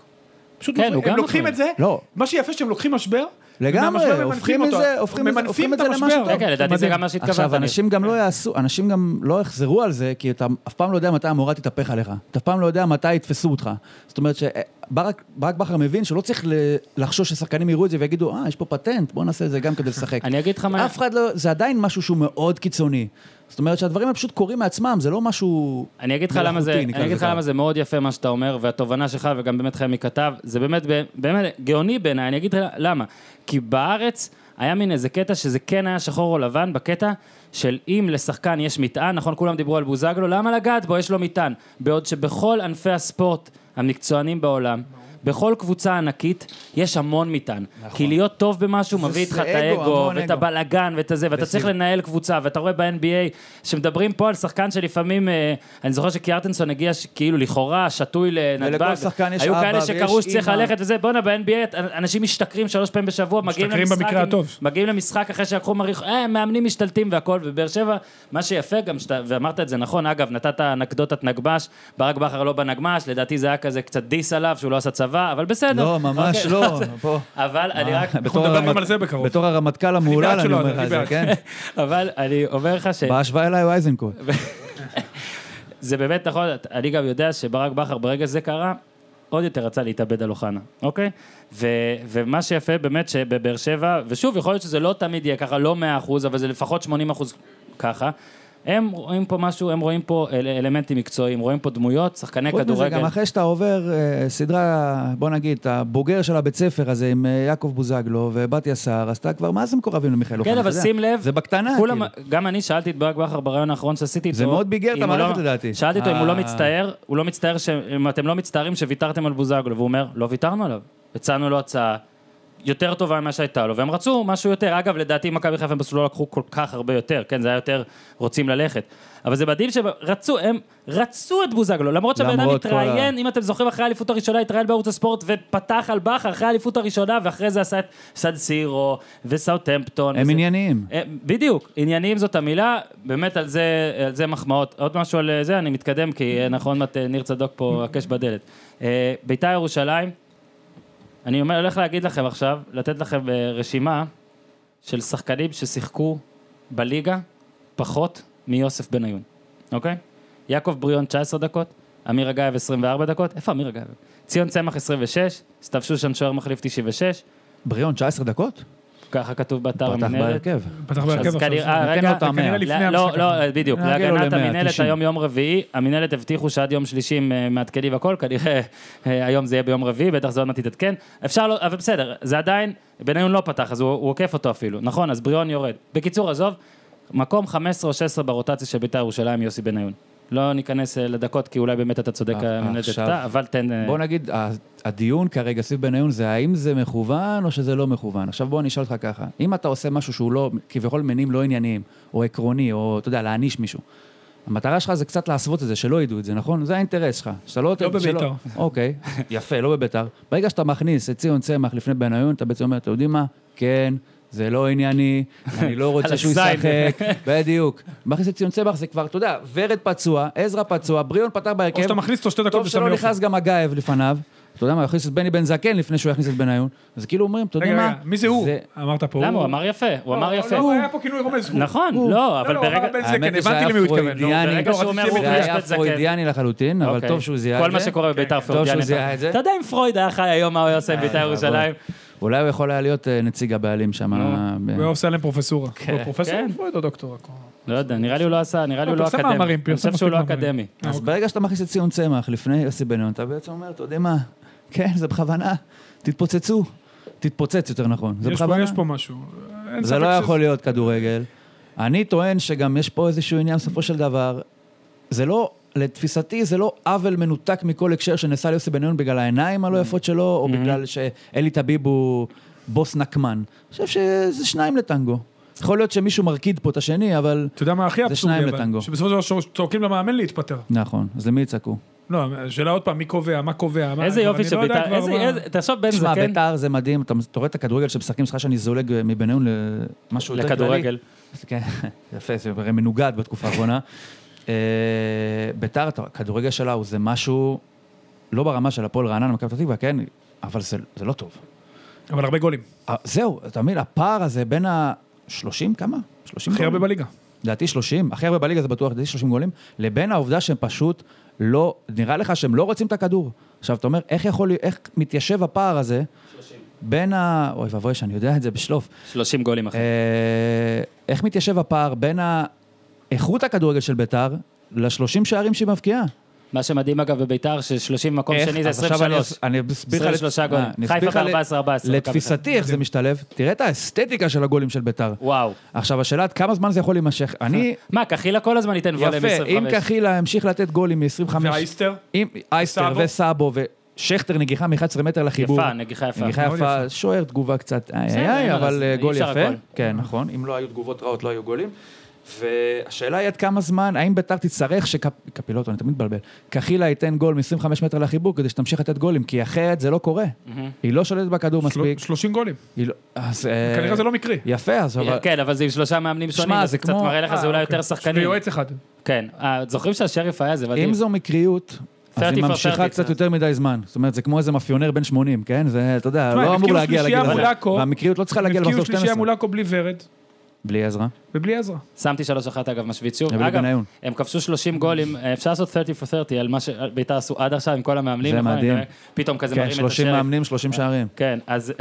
S2: פשוט
S1: כן,
S2: מבריק.
S1: הוא גם
S2: הם לוקחים
S1: מבריק.
S2: את זה,
S3: לא.
S2: מה שיפה שהם לוקחים משבר,
S3: לגמרי,
S2: ומהמשבר
S3: הופכים
S2: ממנפים
S3: מזה-
S2: אותו.
S3: הופכים מזה-
S2: ממנפים
S3: הופכים את זה למשהו
S2: המשבר.
S3: טוב.
S1: רגע, לדעתי זה
S2: מדהים.
S1: גם מה שהתכוונת. כן.
S3: עכשיו,
S1: ניר.
S3: אנשים גם לא יעשו, אנשים גם לא יחזרו על זה, כי אתה אף פעם לא יודע מתי המורה תתהפך עליך. אתה אף פעם לא יודע מתי יתפסו אותך. זאת אומרת שברק ברק בכר מבין שלא צריך ל- לחשוש ששחקנים יראו את זה ויגידו, אה, יש פה פטנט, בוא נעשה את זה גם כדי לשחק.
S1: אני אגיד לך מה...
S3: אף אחד לא, זה עדיין משהו שהוא מאוד קיצוני. זאת אומרת שהדברים האלה פשוט קורים מעצמם, זה לא משהו...
S1: אני אגיד לך למה זה,
S3: מלאכותי, נקרא
S1: אני אגיד לך
S3: לזה
S1: למה זה מאוד יפה מה שאתה אומר, והתובנה שלך, וגם באמת חמי כתב, זה באמת, באמת גאוני בעיניי, אני אגיד לך למה. כי בארץ היה מין איזה קטע שזה כן היה שחור או לבן, בקטע של אם לשחקן יש מטען, נכון, כולם דיברו על בוזגלו, למה לגעת בו? יש לו מטען. בעוד שבכל ענפי הספורט המקצוענים בעולם, בכל קבוצה ענקית יש המון מטען. נכון. כי להיות טוב במשהו מביא איתך
S3: זה
S1: את האגו,
S3: המון
S1: ואת
S3: אגו.
S1: הבלאגן ואת הזה, ואתה צריך לנהל קבוצה, ואתה רואה ב-NBA שמדברים פה על שחקן שלפעמים, אה, אני זוכר שקיארטנסון הגיע ש- כאילו לכאורה שתוי לנתב"ג.
S3: ולכל שחקן יש
S1: היו
S3: אבא
S1: כאלה
S3: ויש
S1: שקראו שצריך
S3: אמא.
S1: ללכת וזה, בואנה, ב-NBA אנשים משתכרים שלוש פעמים בשבוע, מגיעים
S2: משתכרים
S1: למשחק,
S2: במקרה
S1: עם-
S2: הטוב.
S1: מגיעים למשחק אחרי שלקחו מריח, אה, מאמנים משתלטים והכל, ובאר שבע, מה שיפה גם, שאתה, ואמרת את זה נכון, אגב, נתת אנקדוטת נגמש, ברק בכר לא בנגמש, לדעתי זה היה כזה קצת דיס עליו, שהוא לא עשה צבא, אבל בסדר.
S3: לא, ממש
S1: אוקיי.
S3: לא. פה.
S1: אבל אני רק...
S3: בתור
S2: נדבר
S3: הרמת-
S2: גם על זה בקרוב.
S3: בתור הרמטכ"ל המהולל,
S2: בעד
S3: אני
S2: שלא,
S3: אומר
S2: אני
S3: לך את זה,
S2: בעד.
S3: כן?
S1: אבל אני אומר לך ש...
S3: בהשוואה אליי הוא איזנקוט.
S1: זה באמת נכון, אני גם יודע שברק בכר ברגע שזה קרה, עוד יותר רצה להתאבד על אוחנה, אוקיי? ו, ומה שיפה באמת שבבאר שבע, ושוב, יכול להיות שזה לא תמיד יהיה ככה, לא 100 אחוז, אבל זה לפחות 80 אחוז ככה. הם רואים פה משהו, הם רואים פה אל, אלמנטים מקצועיים, רואים פה דמויות, שחקני
S3: חוץ מזה,
S1: כדורגל.
S3: גם אחרי שאתה עובר אה, סדרה, בוא נגיד, אתה בוגר של הבית ספר הזה עם אה, יעקב בוזגלו ובתיה סער, אז אתה כבר, מה זה מקורבים למיכאל אוחנה?
S1: כן,
S3: אתה
S1: אבל
S3: יודע.
S1: שים לב,
S3: זה בקטנה,
S1: כולם- נכון,
S3: כאילו.
S1: גם אני שאלתי את ברק בכר ברעיון האחרון שעשיתי איתו.
S3: זה מאוד ביגר את
S1: אם הוא לא-
S3: המערכת, לדעתי.
S1: שאלתי אותו אם הוא לא
S3: אה.
S1: מצטער, הוא לא מצטער, ש- אם אתם לא מצטערים שוויתרתם על בוזגלו, והוא אומר, לא ויתרנו עליו. הצענו לו הצעה יותר טובה ממה שהייתה לו, והם רצו משהו יותר. אגב, לדעתי מכבי חיפה הם פשוט לא לקחו כל כך הרבה יותר, כן, זה היה יותר רוצים ללכת. אבל זה מדהים שהם רצו, הם רצו את בוזגלו, למרות שהבן אדם
S3: למרות כל ה-
S1: התראיין, אם אתם זוכרים, אחרי האליפות הראשונה התראיין בערוץ הספורט ופתח על בכר אחרי האליפות הראשונה, ואחרי זה עשה את סד סירו וסאוטהמפטון.
S3: הם
S1: וזה-
S3: ענייניים.
S1: אה, בדיוק, ענייניים זאת המילה, באמת על זה, על זה מחמאות. עוד משהו על אה, זה, אני מתקדם, כי אה, נכון, מת, אה, ניר צדוק פה הקש בדלת. אה, ביתר ירושלים, אני אומר, הולך להגיד לכם עכשיו, לתת לכם אה, רשימה של שחקנים ששיחקו בליגה פחות מיוסף בניון, אוקיי? יעקב בריאון 19 דקות, אמיר אגייב 24 דקות, איפה אמיר אגייב? ציון צמח 26, סתיו שושן שוער מחליף 96,
S3: בריאון, 19 דקות?
S1: ככה כתוב באתר
S3: פתח
S1: המנהלת.
S3: בהרכב.
S2: פתח בהרכב
S1: אז
S2: עכשיו.
S1: כנראה- אה,
S3: ניתן
S1: רגע,
S3: לו אוקיי. את המאה.
S2: כנראה לפני
S1: לא,
S2: המשחק.
S1: לא, בדיוק,
S3: נעגל לו
S1: להגנת
S3: ל-מאה,
S1: המינהלת
S3: 90.
S1: היום יום רביעי, המינהלת הבטיחו שעד יום שלישי הם אה, מעדכנים הכל, כנראה אה, היום זה יהיה ביום רביעי, בטח זה עוד מעט יתעדכן. אפשר, לא- אבל בסדר, זה עדיין, בניון לא פתח, אז הוא הוא עוקף אותו אפילו, נכון, אז בריאון יורד. בקיצור, עזוב, מקום 15 או 16 ברוטציה של בית"ר ירושלים, יוסי בניון. לא ניכנס אה, לדקות, כי אולי באמת אתה צודק,
S3: אה,
S1: המינהלת
S3: עכשיו.
S1: אתה, אבל תן... אה,
S3: בוא נגיד, ה- הדיון כרגע סביב בניון זה האם זה מכוון או שזה לא מכוון. עכשיו בוא אני אשאל אותך ככה, אם אתה עושה משהו שהוא לא, כביכול מניעים לא ענייניים, או עקרוני, או אתה יודע, להעניש מישהו, המטרה שלך זה קצת להסוות את זה, שלא ידעו את זה, נכון? זה האינטרס שלך. שאתה לא...
S2: לא
S3: שלא-
S2: בבית"ר.
S3: אוקיי, יפה, לא בביתר. ברגע שאתה מכניס את ציון צמח לפני בניון, אתה בעצם אומר, אתם יודעים מה? כן. זה לא ענייני, אני לא
S1: על
S3: רוצה שהוא
S1: הזין.
S3: ישחק, בדיוק. מכניס את ציון צמח, זה כבר, אתה יודע, ורד פצוע, עזרא פצוע, בריאון פתח בהרכב.
S2: או שאתה מכניס אותו שתי דקות
S3: טוב
S2: ושם
S3: שלא
S2: יופי.
S3: נכנס גם אגייב לפניו. אתה יודע מה, הוא יכניס את בני בן זקן לפני שהוא יכניס את בניון. אז כאילו אומרים, אתה יודע
S2: רגע,
S3: מה?
S2: רגע, מי זה הוא?
S3: זה-
S2: אמרת פה.
S1: למה? הוא אמר יפה, הוא אמר יפה.
S2: לא, היה פה כינוי רומז. הוא.
S1: נכון, לא, אבל
S2: לא, הוא
S1: ברגע...
S2: אמר בן זקן,
S3: האמת היא
S2: הבנתי למי הוא התכוון.
S1: נו,
S3: פרוידיאני.
S1: ברגע
S2: לא,
S1: שהוא
S2: רציתי
S1: אומר
S2: להגיד,
S1: הוא
S3: זה
S1: יש
S3: היה
S1: בית זקן.
S3: פרוידיאני לחלוטין, אבל
S1: אוקיי.
S3: טוב שהוא זיהה את
S1: כל
S3: זה.
S1: מה שקורה בביתר
S3: טוב
S1: פרוידיאני.
S3: שהוא זיהה את זה.
S1: אתה יודע אם פרויד היה חי היום, מה הוא היה עושה עם ביתר ירושלים?
S3: אולי הוא יכול היה להיות אה, נציג הבעלים שם.
S2: לא.
S3: אה, ב-
S2: הוא היה עושה להם פרופסורה.
S1: כן.
S2: הוא פרופסור
S1: כן.
S2: פרויד או דוקטור?
S1: לא יודע, נראה לי הוא לא עשה, נראה לי
S2: לא,
S1: הוא לא
S2: פרסם
S1: אקדמי.
S2: מאמרים,
S1: אני
S2: פרסם
S1: חושב שהוא לא
S2: מספיק מאמרים.
S1: אקדמי.
S3: אז ברגע שאתה מכניס את ציון צמח לפני יוסי בניון, אתה בעצם אומר, אתה יודע מה? כן, זה בכוונה. תתפוצצו. תתפוצץ יותר נכון. זה
S2: יש פה-
S3: בכוונה.
S2: יש פה משהו. אין
S3: זה
S2: ספק
S3: לא
S2: שזה-
S3: יכול להיות כדורגל. אני טוען שגם יש פה איזשהו עניין בסופו של דבר. זה לא, לתפיסתי, זה לא עוול מנותק מכל הקשר שנעשה ליוסי בניון בגלל העיניים
S2: Mm-hmm.
S3: הלא יפות שלו, או בגלל שאלי טביב הוא בוס נקמן. אני חושב שזה שניים לטנגו. יכול להיות שמישהו מרקיד פה את השני, אבל...
S2: אתה יודע מה הכי
S3: זה
S2: אבסורדי?
S3: שניים
S2: אבל?
S3: לטנגו.
S2: שבסופו של דבר צועקים למאמן להתפטר.
S3: נכון, אז למי יצעקו?
S2: לא, השאלה עוד פעם, מי קובע, מה קובע, מה...
S1: איזה
S2: כבר
S1: יופי
S2: אני לא יודע
S1: שביתר,
S2: כבר
S1: איזה,
S2: מה-
S1: איזה- תחשוב בן
S3: תשמע,
S1: זקן
S3: בית"ר זה מדהים, אתה אתה רואה את הכדורגל שמשחקים, סליחה שאני זולג אה, מבניון למשהו יותר כללי.
S1: לכדורגל.
S3: כן, יפה, זה הרי מנוגד בתקופה האחרונה. אה, ביתר, אתה- הכדורגל שלה הוא זה משהו לא ברמה של הפועל רעננה, מכבי פתח תקווה, כן, אבל זה, זה לא טוב.
S2: אבל הרבה גולים.
S3: אה, זהו, אתה מבין, הפער הזה בין ה... 30 כמה? 30
S2: הכי הרבה בליגה.
S3: לדעתי 30, הכי הרבה בליגה זה בטוח, לדעתי 30 גולים, לבין העובדה שהם פשוט לא, נראה לך שהם לא רוצים את הכדור. עכשיו, אתה אומר, איך יכול, להיות- איך מתיישב הפער הזה בין ה... אוי ואבוי, שאני יודע את זה בשלוף.
S1: 30 גולים אחרי.
S3: אה, איך מתיישב הפער בין איכות הכדורגל של ביתר ל-30 שערים שהיא מבקיעה?
S1: מה שמדהים אגב בביתר, ש-30 במקום
S3: איך?
S1: שני זה
S3: אז עכשיו
S1: 23.
S3: אני, אני אסביר לך...
S1: 23
S3: אה,
S1: גולים.
S3: אני
S1: חיפה
S3: אסביר לך ל-
S1: ב- 14.
S3: לתפיסתי איך זה משתלב, תראה את האסתטיקה של הגולים של ביתר.
S1: וואו.
S3: עכשיו, השאלה עד כמה זמן זה יכול להימשך. אני,
S1: מה, קחילה כל הזמן ייתן וולה
S3: יפה, אם
S1: מ-25.
S3: קחילה ימשיך לתת גולים מ-25...
S2: והאיסטר?
S3: אם אייסטר
S2: וסאבו?
S3: וסאבו ושכטר נגיחה מ-11 מטר לחיבור.
S1: יפה, נגיחה יפה.
S3: נגיחה
S2: מאוד
S3: יפה,
S2: יפה.
S3: שוער תגובה קצת איי
S1: בסדר,
S3: איי
S1: אין
S3: איי,
S1: מה
S3: אבל
S1: לעשות,
S3: אה,
S1: אי
S3: גול
S1: אפשר
S3: יפה.
S1: הכל.
S3: כן, נכון. אם לא היו תגובות רעות, לא היו גולים. והשאלה היא עד כמה זמן, האם ביתר תצטרך שקפילוטו, אני תמיד מבלבל, קחילה ייתן גול מ-25 מטר לחיבור כדי שתמשיך לתת גולים, כי אחרת זה לא קורה.
S1: Mm-hmm.
S3: היא לא שולטת בכדור מספיק.
S2: 30 גולים.
S3: היא לא- אז, אה,
S2: כנראה זה לא מקרי.
S3: יפה, אז אבל...
S1: כן, אבל זה עם שלושה מאמנים
S3: שמע,
S1: שונים, אז
S3: זה
S1: זה קצת
S3: כמו-
S1: מראה לך, זה
S2: אה,
S1: אולי
S2: אוקיי.
S1: יותר שחקנים.
S2: ויועץ אחד.
S1: כן, אה, זוכרים שהשריף היה, זה מדהים.
S3: אם זו מקריות, אז
S1: Thirty
S3: היא
S1: for
S3: ממשיכה
S1: thirty,
S3: קצת
S1: כן.
S3: יותר מדי זמן. זאת אומרת, זה כמו איזה מאפיונר בן 80, כן? זה, אתה יודע,
S2: תשמע, הם
S3: לא אמור
S2: הבקיעו
S3: להגיע
S2: שלישייה
S3: לגיל הזה.
S2: מול עכו,
S3: והמקריות לא צריכה להגיע
S2: הבקיעו
S3: למחזור
S2: שלישייה
S3: 12.
S2: מול עכו בלי ורד
S3: בלי עזרה.
S2: ובלי עזרא.
S1: שמתי 3-1 אגב, משוויץ שוב.
S3: ובלי
S1: אגב,
S3: בניון.
S1: הם כבשו 30 גולים, אה, אפשר לעשות 30 for 30 על מה שביתר עשו עד עכשיו עם כל המאמנים.
S3: זה
S1: נכון? אני
S3: מדהים.
S1: רואה, פתאום כזה
S3: כן,
S1: מרים את
S3: 30
S1: השלט.
S3: מאמנים, 30
S2: אה.
S3: שערים.
S1: כן, אז...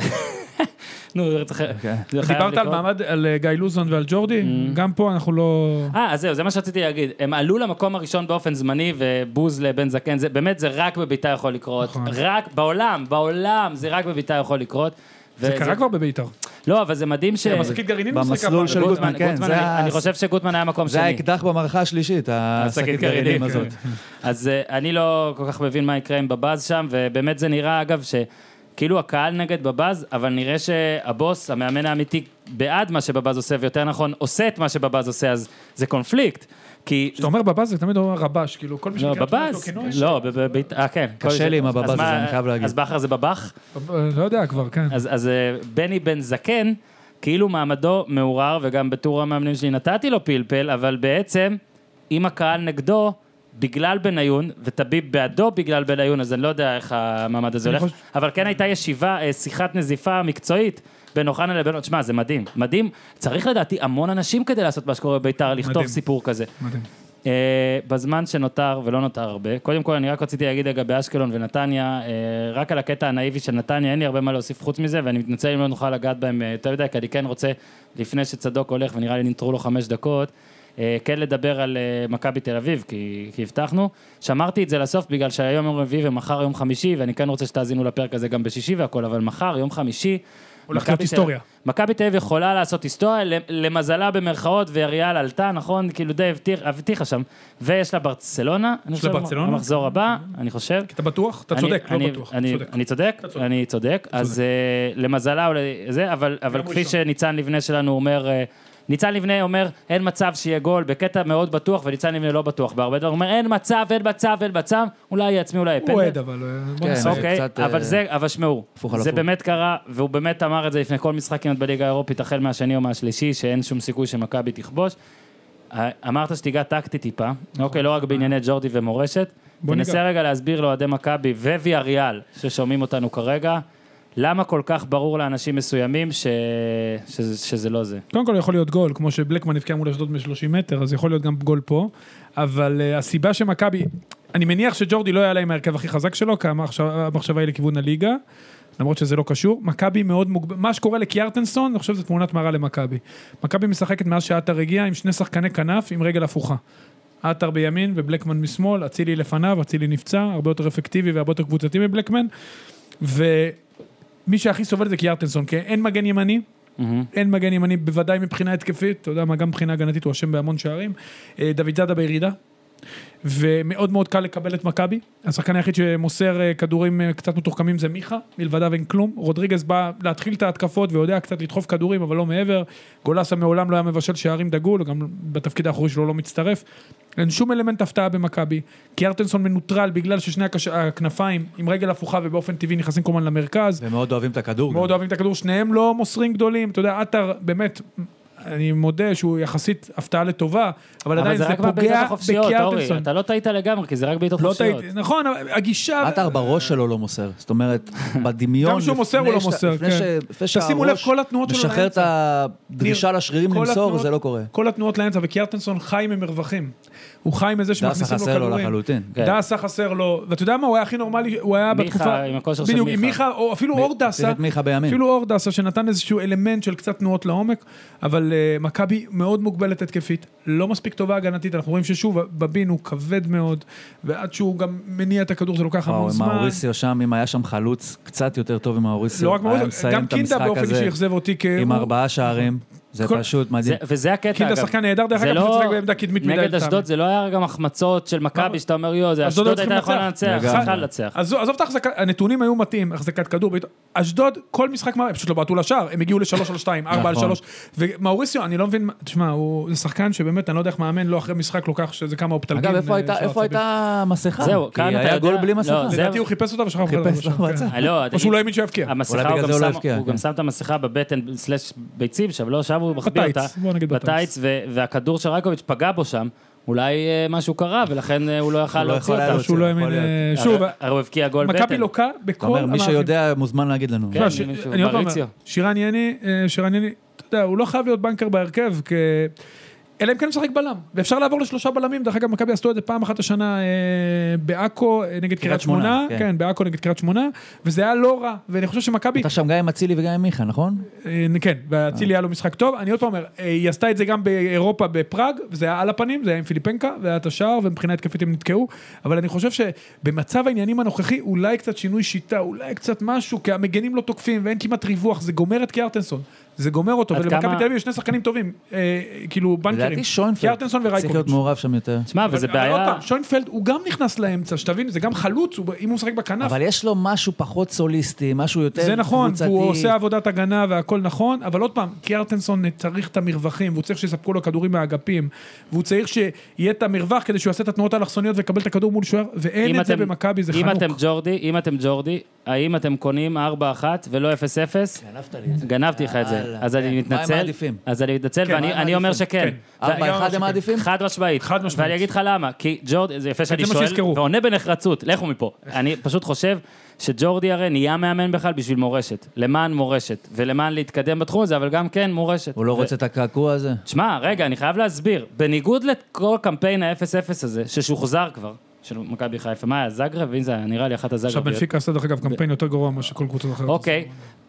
S1: נו, זה צריך...
S3: כן.
S1: זה חייב
S2: דיברת על
S1: לקרות. Mm.
S2: מעמד, על אה, גיא לוזון ועל ג'ורדי, גם פה אנחנו לא...
S1: אה, אז זהו, זה מה שרציתי להגיד. הם עלו למקום הראשון באופן זמני, ובוז לבן זקן, זה באמת, זה רק בביתר יכול לקרות.
S2: נכון.
S1: רק בעולם, בעולם, זה רק בביתר יכול לקרות.
S2: זה
S1: וזה-
S2: קרה כבר כן, בביתר.
S1: לא, אבל זה מדהים ש...
S2: מחזיקית גרעינים
S3: במסלול
S2: לא משחקה פעם.
S3: של גוטמן,
S1: גוטמן,
S3: כן,
S1: גוטמן,
S3: זה
S1: אני-
S3: ה-
S1: אני חושב שגוטמן היה מקום
S3: זה
S1: שני.
S3: האקדח במערכה השלישית, השקית גרעינים
S1: גרעינים,
S2: כן.
S3: הזאת.
S1: אז אה, אני לא כל כך מבין מה יקרה עם בבאז שם, ובאמת זה נראה, אגב, שכאילו הקהל נגד בבאז, אבל נראה שהבוס, המאמן האמיתי, בעד מה שבבאז עושה, ויותר נכון, עושה את מה שבבאז עושה, אז זה קונפליקט. כי...
S2: כשאתה אומר בבאז זה תמיד אומר רבש, כאילו כל מי
S1: לא,
S2: שמכיר את
S1: בבאז,
S2: שמו כינוי.
S1: לא, בבית, אה, כן.
S3: קשה
S1: כל-
S3: לי עם
S1: אז
S3: הבבאז הזה,
S1: מה-
S3: אני חייב להגיד.
S1: אז בכר זה בבח?
S2: לא יודע כבר, כן.
S1: אז, אז אה, בני בן זקן, כאילו מעמדו מעורער, וגם בטור המאמנים שלי נתתי לו פלפל, אבל בעצם, אם הקהל נגדו, בגלל בניון, וטביב בעדו בגלל בניון, אז אני לא יודע איך המעמד הזה
S2: אני
S1: הולך,
S2: חושב-
S1: אבל כן הייתה ישיבה, אה, שיחת נזיפה מקצועית. בין אוחנה לבין... תשמע, זה מדהים, מדהים. צריך לדעתי המון אנשים כדי לעשות מה שקורה בביתר, לכתוב
S2: מדהים.
S1: סיפור כזה.
S2: מדהים.
S1: אה, בזמן שנותר, ולא נותר הרבה, קודם כל אני רק רציתי להגיד לגבי אשקלון ונתניה, אה, רק על הקטע הנאיבי של נתניה, אין לי הרבה מה להוסיף חוץ מזה, ואני מתנצל אם לא נוכל לגעת בהם אה, יותר מדי, כי אני כן רוצה, לפני שצדוק הולך, ונראה לי נותרו לו חמש דקות, אה, כן לדבר על אה, מכבי תל אביב, כי, כי הבטחנו. שמרתי את זה לסוף בגלל שהיום יום רביעי ומחר יום חמישי, ואני כן רוצה שתאזינו לפרק הזה גם בשישי והכל, אבל מחר, יום חמישי...
S2: הולך
S1: מכבי
S2: להיות
S1: תל-
S2: היסטוריה.
S1: מכבי תל אביב יכולה לעשות היסטוריה, ל- למזלה במרכאות, ואריאל עלתה, נכון? כאילו די הבטיח- הבטיחה שם. ויש לה ברצלונה, אני חושב,
S2: ברצלונה?
S1: המחזור הבא, אני חושב.
S2: אתה בטוח? אתה
S1: אני-
S2: צודק,
S1: אני-
S2: לא בטוח. אתה
S1: אני-
S2: צודק.
S1: אני צודק,
S2: אתה צודק.
S1: אני צודק. אז אה, למזלה או לזה, אבל אבל
S2: הוא
S1: כפי
S2: ראשון.
S1: שניצן לבנה שלנו אומר... אה, ניצן לבנה אומר, אין מצב שיהיה גול, בקטע מאוד בטוח, וניצן לבנה לא בטוח בהרבה דברים, הוא אומר, אין מצב, אין מצב, אין מצב, אולי יהיה עצמי, אולי יהיה
S2: הוא
S1: פנדל.
S2: אוהד, אבל... אה, בוא
S3: כן.
S2: נסיים.
S1: אוקיי,
S3: קצת,
S1: אבל
S3: אה,
S1: זה, אבל שמעו,
S3: הפוך על
S1: זה
S3: הפוך.
S1: באמת קרה, והוא באמת אמר את זה לפני כל משחק כמעט בליגה האירופית, החל מהשני או מהשלישי, שאין שום סיכוי שמכבי תכבוש. אה, אמרת שתיגע טקטית טיפה,
S3: נכון.
S1: אוקיי, לא רק בענייני ג'ורדי ומורשת.
S2: בוא ניגע.
S1: תנסה רגע להסביר לאוהדי מכבי וויאריאל, ששומעים אותנו כרגע, למה כל כך ברור לאנשים מסוימים ש- שזה- שזה לא זה.
S2: קודם כל יכול להיות גול, כמו שבלקמן הבקיע מול אשדוד מ-30 מטר, אז יכול להיות גם גול פה, אבל uh, הסיבה שמכבי, אני מניח שג'ורדי לא יעלה עם ההרכב הכי חזק שלו, כי המחשב- המחשבה היא לכיוון הליגה, למרות שזה לא קשור. מכבי מאוד מוגבל, מה שקורה לקיארטנסון, אני חושב שזו תמונת מראה למכבי. מכבי משחקת מאז שעטר הגיע עם שני שחקני כנף עם רגל הפוכה. עטר בימין ובלקמן משמאל, אצילי לפניו, אצילי נפצע, הרבה יותר אפקטיבי והרבה יותר קבוצתי מבלקמן, ומי שהכי סובל זה קיארטנסון, כי אין מגן ימני, אין מגן ימני, בוודאי מבחינה התקפית, אתה יודע מה, גם מבחינה הגנתית הוא אשם בהמון שערים. אה, דוד זאדה בירידה, ומאוד מאוד קל לקבל את מכבי. השחקן היחיד שמוסר אה, כדורים אה, קצת מתוחכמים זה מיכה, מלבדיו אין כלום. רודריגז בא להתחיל את ההתקפות ויודע קצת לדחוף כדורים, אבל לא מעבר. גולסה מעולם לא היה מבשל שערים דגול, הוא גם בתפקיד האחורי שלו לא מצטרף. אין שום אלמנט הפתעה במכבי. קיארטנסון מנוטרל בגלל ששני הקש... הכנפיים עם רגל הפוכה ובאופן טבעי נכנסים כל הזמן למרכז.
S3: ומאוד אוהבים את הכדור.
S2: מאוד אוהבים את הכדור, שניהם לא מוסרים גדולים, אתה יודע, עטר באמת, אני מודה שהוא יחסית הפתעה לטובה, אבל
S1: אבל
S2: עדיין
S1: זה
S2: זה
S1: רק בבעיטות
S2: פוגע
S1: החופשיות, אורי,
S2: בקיארטנסון.
S1: אתה לא טעית לגמרי, כי זה רק בעיטות
S2: לא
S1: חופשיות.
S2: טעיתי, נכון, אבל הגישה...
S3: עטר בראש שלו לא מוסר, זאת אומרת, בדמיון...
S2: גם כשהוא מוסר הוא
S3: לפני
S2: לא
S3: ש-
S2: מוסר,
S3: לפני
S2: כן.
S3: ש- לפני
S2: תשימו לב,
S3: שהראש
S2: כל התנועות שלו
S3: משחרר את הדרישה
S2: ניר,
S3: לשרירים
S2: כל
S3: למסור,
S2: התנועות-
S3: זה לא קורה.
S2: כל התנועות לאמצע, וקיארטנסון חי ממרווחים. הוא חי מזה
S3: דסה
S2: שמכניסים לו
S3: חסר לו
S2: כדורים.
S3: לחלוטין.
S1: כן.
S2: דסה חסר לו, ואתה יודע מה, הוא היה הכי נורמלי, הוא היה
S1: מיכה,
S2: בתקופה...
S1: עם הכושר של
S2: בדיוק, עם
S1: מיכה.
S2: מיכה, או אפילו אור
S3: צריך
S2: דסה,
S3: את מיכה בימין.
S2: אפילו אור דסה, שנתן איזשהו אלמנט של קצת תנועות לעומק, אבל uh, מכבי מאוד מוגבלת התקפית, לא מספיק טובה הגנתית, אנחנו רואים ששוב, בבין הוא כבד מאוד, ועד שהוא גם מניע את הכדור זה לוקח
S3: וואו,
S2: המון
S3: עם
S2: זמן.
S3: מאוריסיו שם, אם היה שם חלוץ קצת יותר טוב עם מאוריסיו,
S2: לא רק
S3: היה
S2: מאוריסיו,
S3: מסיים
S2: גם
S3: את
S2: קינדה
S3: המשחק
S2: באופן
S3: הזה
S2: אישי אכזב אותי, כי
S3: עם
S2: הוא-
S3: ארבעה שערים, זה
S2: כל-
S3: פשוט
S1: זה,
S3: מדהים.
S1: וזה הקטע,
S2: קינדה
S1: אגב.
S2: שחקן נהדר, דרך
S1: זה
S2: אגב,
S1: לא-
S2: שמשחק בעמדה קדמית מדי
S1: נגד
S2: לטעמי.
S1: אשדוד זה לא היה גם החמצות של מכבי, שאתה אומר, יואו, זה
S2: אשדוד
S1: אשדוד
S2: היו
S1: הייתה
S2: צריכים
S1: יכולה לנצח,
S3: לגמרי.
S1: צריכה לנצח.
S2: עזוב עזוב את ההחזקה, הנתונים היו מתאים, החזקת כדור, בעיטות. אשדוד, כל משחק, מה- הם פשוט לא בעטו לשער, הם הגיעו לשלוש על שתיים, ארבע על
S3: נכון.
S2: שלוש, ומאוריסיו, אני לא מבין, מה- תשמע, הוא זה שחקן שבאמת, אני לא יודע איך מאמן, לא אחרי משחק לוקח שזה כמה אופטלגים.
S3: אגב, איפה
S2: אה,
S3: הייתה-
S2: של
S3: איפה
S2: עצבים.
S3: הייתה המסכה?
S1: זהו,
S3: כי
S1: כאן אתה
S3: היה גול
S1: יודע-
S3: בלי
S1: לא,
S3: מסכה.
S1: זה-
S2: לדעתי הוא חיפש אותה ושכח אותה.
S3: חיפש,
S2: לשער,
S3: לא
S2: כן.
S3: מצא.
S1: אה, לא,
S2: או
S1: תגיד,
S2: שהוא לא האמין שהוא יבקיע.
S1: המסכה,
S3: אולי
S1: הוא
S3: בגלל
S1: גם,
S3: זה הוא לא
S1: שם,
S3: הבקיע,
S1: הוא
S3: כן.
S1: גם שם את המסכה בבטן סלש ביצים שם, לא שם הוא מחביא
S2: בטייץ,
S1: אותה.
S2: בוא נגיד בטייץ.
S1: בטייץ, ו- והכדור של רייקוביץ' פגע בו שם, אולי אה, משהו קרה, ולכן אה, הוא לא יכל
S3: הוא לא
S1: להוציא
S3: יכול היה
S1: אותה.
S2: או שהוא לא האמין,
S3: יכול
S2: אה,
S3: להיות.
S2: שוב,
S1: הרי- הרי הוא הבקיע גול בטן.
S2: מכבי לא- לוקה
S3: אתה
S2: בכל
S3: אומר, מי
S2: המאבקים.
S3: שיודע מוזמן להגיד לנו.
S1: כן.
S2: לא, ש-
S1: מישהו,
S2: אני עוד פעם
S1: בריציו.
S2: אומר, שירן יני, אה, שירן יני, אתה יודע, הוא לא חייב להיות בנקר בהרכב, כי... אלא אם כן הוא משחק בלם, ואפשר לעבור לשלושה בלמים, דרך אגב, מכבי עשו את זה פעם אחת השנה אה, בעכו אה, נגד קריית
S3: שמונה,
S2: שמונה,
S3: כן.
S2: כן, בעכו נגד קריית שמונה, וזה היה לא רע, ואני חושב שמכבי,
S3: אתה שם גם עם אצילי וגם עם מיכה, נכון?
S2: אה, כן, ואצילי היה לו משחק טוב, אני עוד פעם אומר, אה, היא עשתה את זה גם באירופה בפראג, וזה היה על הפנים, זה היה עם פיליפנקה, והיה את השער, ומבחינה התקפית הם נתקעו, אבל אני חושב שבמצב העניינים הנוכחי, אולי קצת שינוי שיטה, אולי קצת משהו, כי המגנים לא תוקפים ואין כמעט ריווח, זה גומר את קיארטנסון, זה גומר אותו,
S1: עד
S2: ולמכבי
S1: כמה-
S2: תל אביב יש שני שחקנים טובים, אה, כאילו בנקרים,
S3: לדעתי שוינפלד
S2: קיארטנסון
S3: צריך להיות
S2: ורייקוביץ'.
S3: מעורב שם יותר.
S1: שמע, וזה
S2: אבל עוד
S1: בעיה...
S2: פעם, שוינפלד הוא גם נכנס לאמצע, שתבין, זה גם חלוץ, הוא- אם הוא משחק בכנף,
S3: אבל יש לו משהו פחות סוליסטי, משהו יותר
S2: זה נכון,
S3: קבוצתי.
S2: הוא עושה עבודת הגנה והכל נכון, אבל עוד פעם, קיארטנסון צריך את המרווחים, והוא צריך שיספקו לו כדורים מהאגפים, והוא צריך שיהיה את המרווח כדי שהוא יעשה את התנועות האלכסוניות ויקבל את הכדור מול שוער, ואין
S1: אם
S2: את זה
S1: אתם-
S2: במכבי, זה
S1: אם
S2: חנוק.
S1: אתם ג'ורדי, אם אתם ג'ורדי, האם אתם קונים 4-1 ולא 0-0?
S3: ענפת לי את זה.
S1: גנבתי לך את זה. כן, אז
S3: כן.
S1: אני
S3: מה הם
S1: מתנצל,
S3: מעדיפים?
S1: אז אני מתנצל,
S2: כן,
S1: ואני
S2: מה
S1: אני
S2: הם
S1: אומר
S2: מעדיפים?
S1: שכן.
S2: כן.
S1: זה-
S2: גם
S3: ארבע אחד הם
S2: שכן.
S3: מעדיפים?
S1: חד משמעית.
S2: חד משמעית.
S1: ואני אגיד לך למה, כי ג'ורדי, זה יפה שאני
S2: מה
S1: שואל,
S2: שיזכרו.
S1: ועונה בנחרצות, לכו מפה. אני פשוט חושב שג'ורדי הרי נהיה מאמן בכלל בשביל מורשת, למען מורשת, ולמען להתקדם בתחום הזה, אבל גם כן מורשת.
S3: הוא לא
S1: ו-
S3: רוצה את הקעקוע הזה?
S1: שמע, רגע, אני חייב להסביר. בניגוד לכל קמפיין ה-0-0 הזה, ששוחזר כבר, של מכבי חיפה, מה היה, זאגרב? אם זה היה נראה לי אחת
S2: עכשיו
S1: הזאגרביות.
S2: בנפיקה עשה דרך אגב קמפיין יותר גרוע ממה שכל קבוצה אחרת.
S1: אוקיי.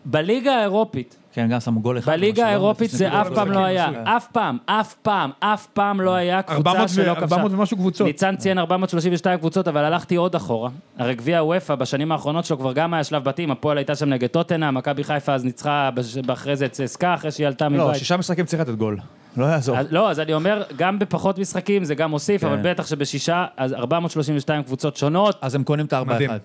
S1: בליגה האירופית,
S3: כן, גם שמו גול אחד.
S1: בליגה
S3: משהו,
S1: האירופית
S3: לא?
S1: זה אף פעם
S2: כן,
S1: לא היה.
S2: מסוים.
S1: אף פעם, אף פעם, אף פעם לא היה
S2: 400
S1: קבוצה
S2: ו-
S1: שלא כבשה.
S2: 400 ומשהו קבוצות.
S1: ניצן
S3: אה.
S1: ציין 432 קבוצות, אבל הלכתי עוד אחורה. הרי גביע הוופא בשנים האחרונות שלו כבר גם היה שלב בתים, הפועל הייתה שם נגד טוטנה, מכבי חיפה אז ניצחה בש- אחרי זה את צסקה, אחרי שהיא עלתה מבית.
S3: לא, שישה משחקים צריך לתת גול. לא יעזור.
S1: אז, לא, אז אני אומר, גם בפחות משחקים זה גם מוסיף,
S3: כן.
S1: אבל בטח שבשישה, אז 432 קבוצות שונות.
S3: אז הם קונים את הארבע
S2: מדהים.
S3: אחד.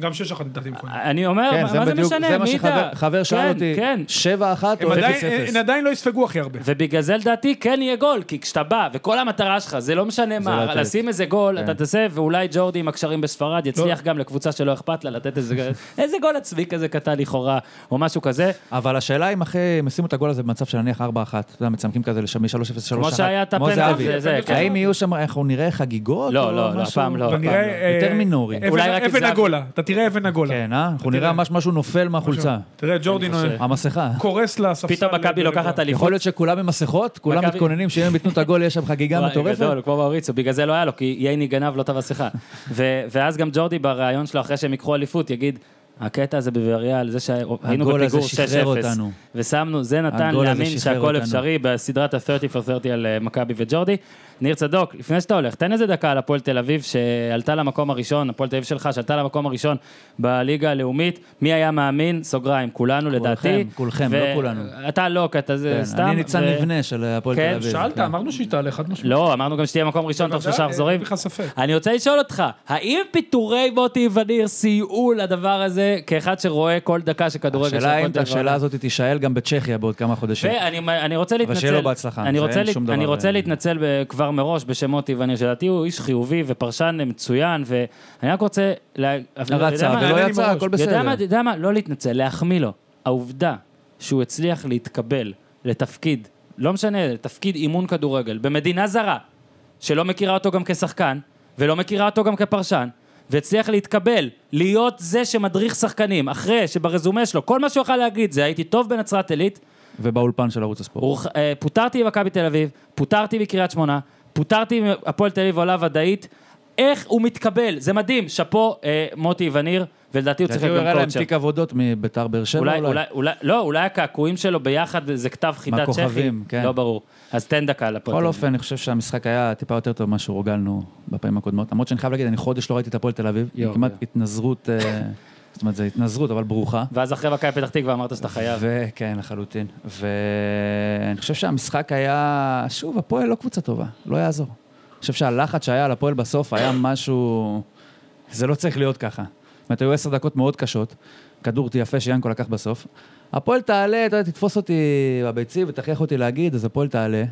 S2: גם 6-1 נתתי מכונן.
S1: אני אומר,
S3: כן,
S1: לא, מה מה זה
S3: בדיוק-
S1: משנה,
S3: זה מה
S1: מי ידע?
S3: שחבר שאל
S1: כן,
S3: אותי.
S1: כן,
S3: שבע אחת
S2: הם
S3: או
S2: עדיין-
S3: אפס
S2: הם
S3: אפס.
S2: עדיין לא יספגו הכי הרבה.
S1: ובגלל זה לדעתי כן יהיה גול, כי כשאתה בא, וכל המטרה שלך, זה לא משנה מה,
S3: לתת.
S1: לשים איזה גול,
S3: כן. לא.
S1: אתה תעשה, ואולי ג'ורדי עם הקשרים בספרד יצליח גם לקבוצה שלא אכפת לה לתת איזה גול- איזה גול עצמי כזה קטן לכאורה, או משהו כזה,
S3: אבל השאלה אם אחרי, אם ישימו את הגול הזה במצב של נניח 4-1, אתה יודע, מצמקים כזה לשם מ-3-0 ל-3-1.
S1: כמו שהיה את הפנדל, זה- זה, כן.
S3: האם יהיו שם, אנחנו נראה חגיגות?
S1: לא,
S3: או
S1: לא, לא,
S3: משהו?
S1: הפעם לא.
S2: אבל נראה, אה,
S3: יותר מינורי.
S2: אבן-
S1: אולי רק
S2: אבן
S1: יזהר.
S2: הגולה, אתה תראה אבן הגולה.
S3: כן, אה? אנחנו נראה
S2: תראה.
S3: ממש משהו נופל מהחולצה.
S2: תראה, ג'ורדין אה,
S1: חושב.
S3: המסכה.
S2: קורס לספסל.
S1: פתאום מכבי לוקחת
S3: יכול
S1: אליפות.
S3: להיות שכולם עם מסכות? כולם
S1: מכבי-
S3: מתכוננים שאם הם ייתנו את הגול יש שם חגיגה
S1: וואי,
S3: מטורפת?
S1: גדול, לא, כמו מאוריצו, בגלל זה לא היה לו, כי ייני גנב לו את המסכה. ו- ואז גם ג'ורדי בריאיון שלו, אחרי שהם ייקחו אליפות, יגיד, הקטע הזה בוויאריאל, זה שהיינו
S3: הגול הזה
S1: בפיגור 6-0,
S3: שחרר אותנו."
S1: ושמנו, זה נתן
S3: הגול הזה
S1: להאמין
S3: שחרר
S1: שהכל
S3: אותנו.
S1: אפשרי בסדרת ה-30 for 30 על אה, מכבי וג'ורדי. ניר צדוק, לפני שאתה הולך, תן איזה דקה על הפועל תל אביב שעלתה למקום הראשון, הפועל תל אביב שלך, שעלתה למקום הראשון בליגה הלאומית. מי היה מאמין? סוגריים, כולנו לדעתי.
S3: כולכם,
S1: ו-
S3: לא כולנו.
S1: אתה לא, כי אתה זה
S3: כן,
S1: סתם.
S3: אני ניצן
S1: ו-
S3: מבנה של הפועל תל
S1: כן,
S3: אביב.
S2: שאלת,
S3: כן.
S2: אמרנו שהיא תעלה חד משמעית.
S1: לא, אמרנו גם שתהיה מקום ראשון תוך שלושה
S2: בוודאי,
S1: מחזורים.
S2: אין לך ספק.
S1: אני רוצה לשאול אותך, האם פיטורי מוטי וניר סייעו לדבר הזה כאחד שרואה כל דקה שכדורגל
S3: השאלה אם
S1: שהפועל
S3: את
S1: תל אביב
S3: השאלה הזאת תישאל גם בצ'כיה בעוד כמה חודשים.
S1: ואני אני רוצה להתנצל.
S3: שיהיה לו בהצלחה,
S1: אני
S3: זה
S1: רוצה,
S3: אין
S1: לה,
S3: שום דבר,
S1: אני רוצה
S3: אה,
S1: להתנצל ב- כבר מראש בשם מוטי ואני, שלדעתי הוא איש חיובי ופרשן מצוין, ואני רק רוצה... לה... אתה לא, יודע
S3: רצה
S1: מה?
S3: ולא
S2: נהניתי
S3: יצא,
S2: מראש.
S3: הכל
S1: אתה יודע
S3: בסדר.
S1: מה, אתה יודע מה? לא להתנצל, להחמיא לו. העובדה שהוא הצליח להתקבל לתפקיד, לא משנה, לתפקיד אימון כדורגל, במדינה זרה, שלא מכירה אותו גם כשחקן, ולא מכירה אותו גם כפרשן, והצליח להתקבל, להיות זה שמדריך שחקנים, אחרי שברזומה שלו, כל מה שהוא יוכל להגיד זה, הייתי טוב בנצרת עילית,
S3: ובאולפן של ערוץ הספורט.
S1: הוא- אה, פוטרתי ממכבי תל אביב, פוטרתי מקריית שמונה, פוטרתי מהפועל תל אביב עולה ודאית. איך הוא מתקבל? זה מדהים. שאפו, אה, מוטי וניר, ולדעתי הוא צריך
S3: לדעתי הוא
S1: להיות
S3: הראה
S1: גם
S3: להם
S1: קואוצ'ר.
S3: תיק עבודות מביתר באר שבע
S1: אולי,
S3: אולי.
S1: אולי, אולי, לא, אולי הקעקועים שלו ביחד זה כתב חידה צ'כי.
S3: מהכוכבים, כן.
S1: לא ברור. אז תן דקה לפועל.
S3: בכל
S1: תל אביב.
S3: אופן, אני חושב שהמשחק היה טיפה יותר טוב ממה שהורגלנו בפעמים הקודמות. למרות שאני חייב להגיד, אני חודש לא ראיתי את הפועל תל אביב.
S1: יואו,
S3: כמעט
S1: יואו.
S3: התנזרות, אה, זאת אומרת, זו התנזרות, אבל ברוכה.
S1: ואז אחרי מכבי פתח תקווה אמרת שאתה חייב.
S3: וכן, כן, לחלוטין. ואני חושב שהמשחק היה, שוב, הפועל לא קבוצה טובה, לא יעזור. אני חושב שהלחץ שהיה על הפועל בסוף היה משהו... זה לא צריך להיות ככה. זאת אומרת, היו עשר דקות מאוד קשות, כדור יפה שיאנקו לקח בסוף. הפועל תעלה, אתה יודע, תתפוס אותי בביצים ותכריח אותי להגיד, אז הפועל תעלה,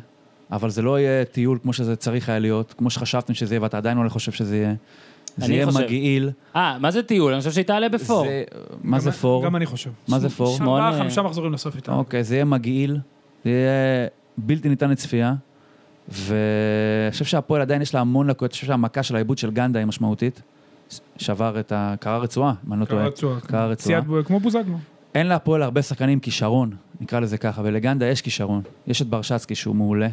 S3: אבל זה לא יהיה טיול כמו שזה צריך היה להיות, כמו שחשבתם שזה יהיה, ואתה עדיין לא חושב שזה יהיה. זה
S1: אני
S3: יהיה
S1: חושב.
S3: מגעיל.
S1: אה, מה זה טיול? אני חושב שהיא תעלה בפור.
S3: זה- מה זה
S2: גם-
S3: פור?
S2: גם אני חושב.
S3: מה זה פור?
S1: שמונה. אה,
S2: ארבעה, חמישה מחזורים לסוף איתם.
S3: אוקיי, זה יהיה מגעיל, זה יהיה בלתי ניתן לצפייה, ואני חושב שהפועל עדיין יש לה המון לקויות, אני חושב שהמכה של העיבוד של גנדה היא משמעותית. שבר את ה... קרה רצועה, אם אני לא טועה.
S2: קרה רצועה.
S3: קרה רצועה.
S2: צייד בו- כמו בוזגלו.
S3: אין להפועל הרבה שחקנים כישרון, נקרא לזה ככה, ולגנדה יש כישרון. יש את ברשצקי שהוא מעולה,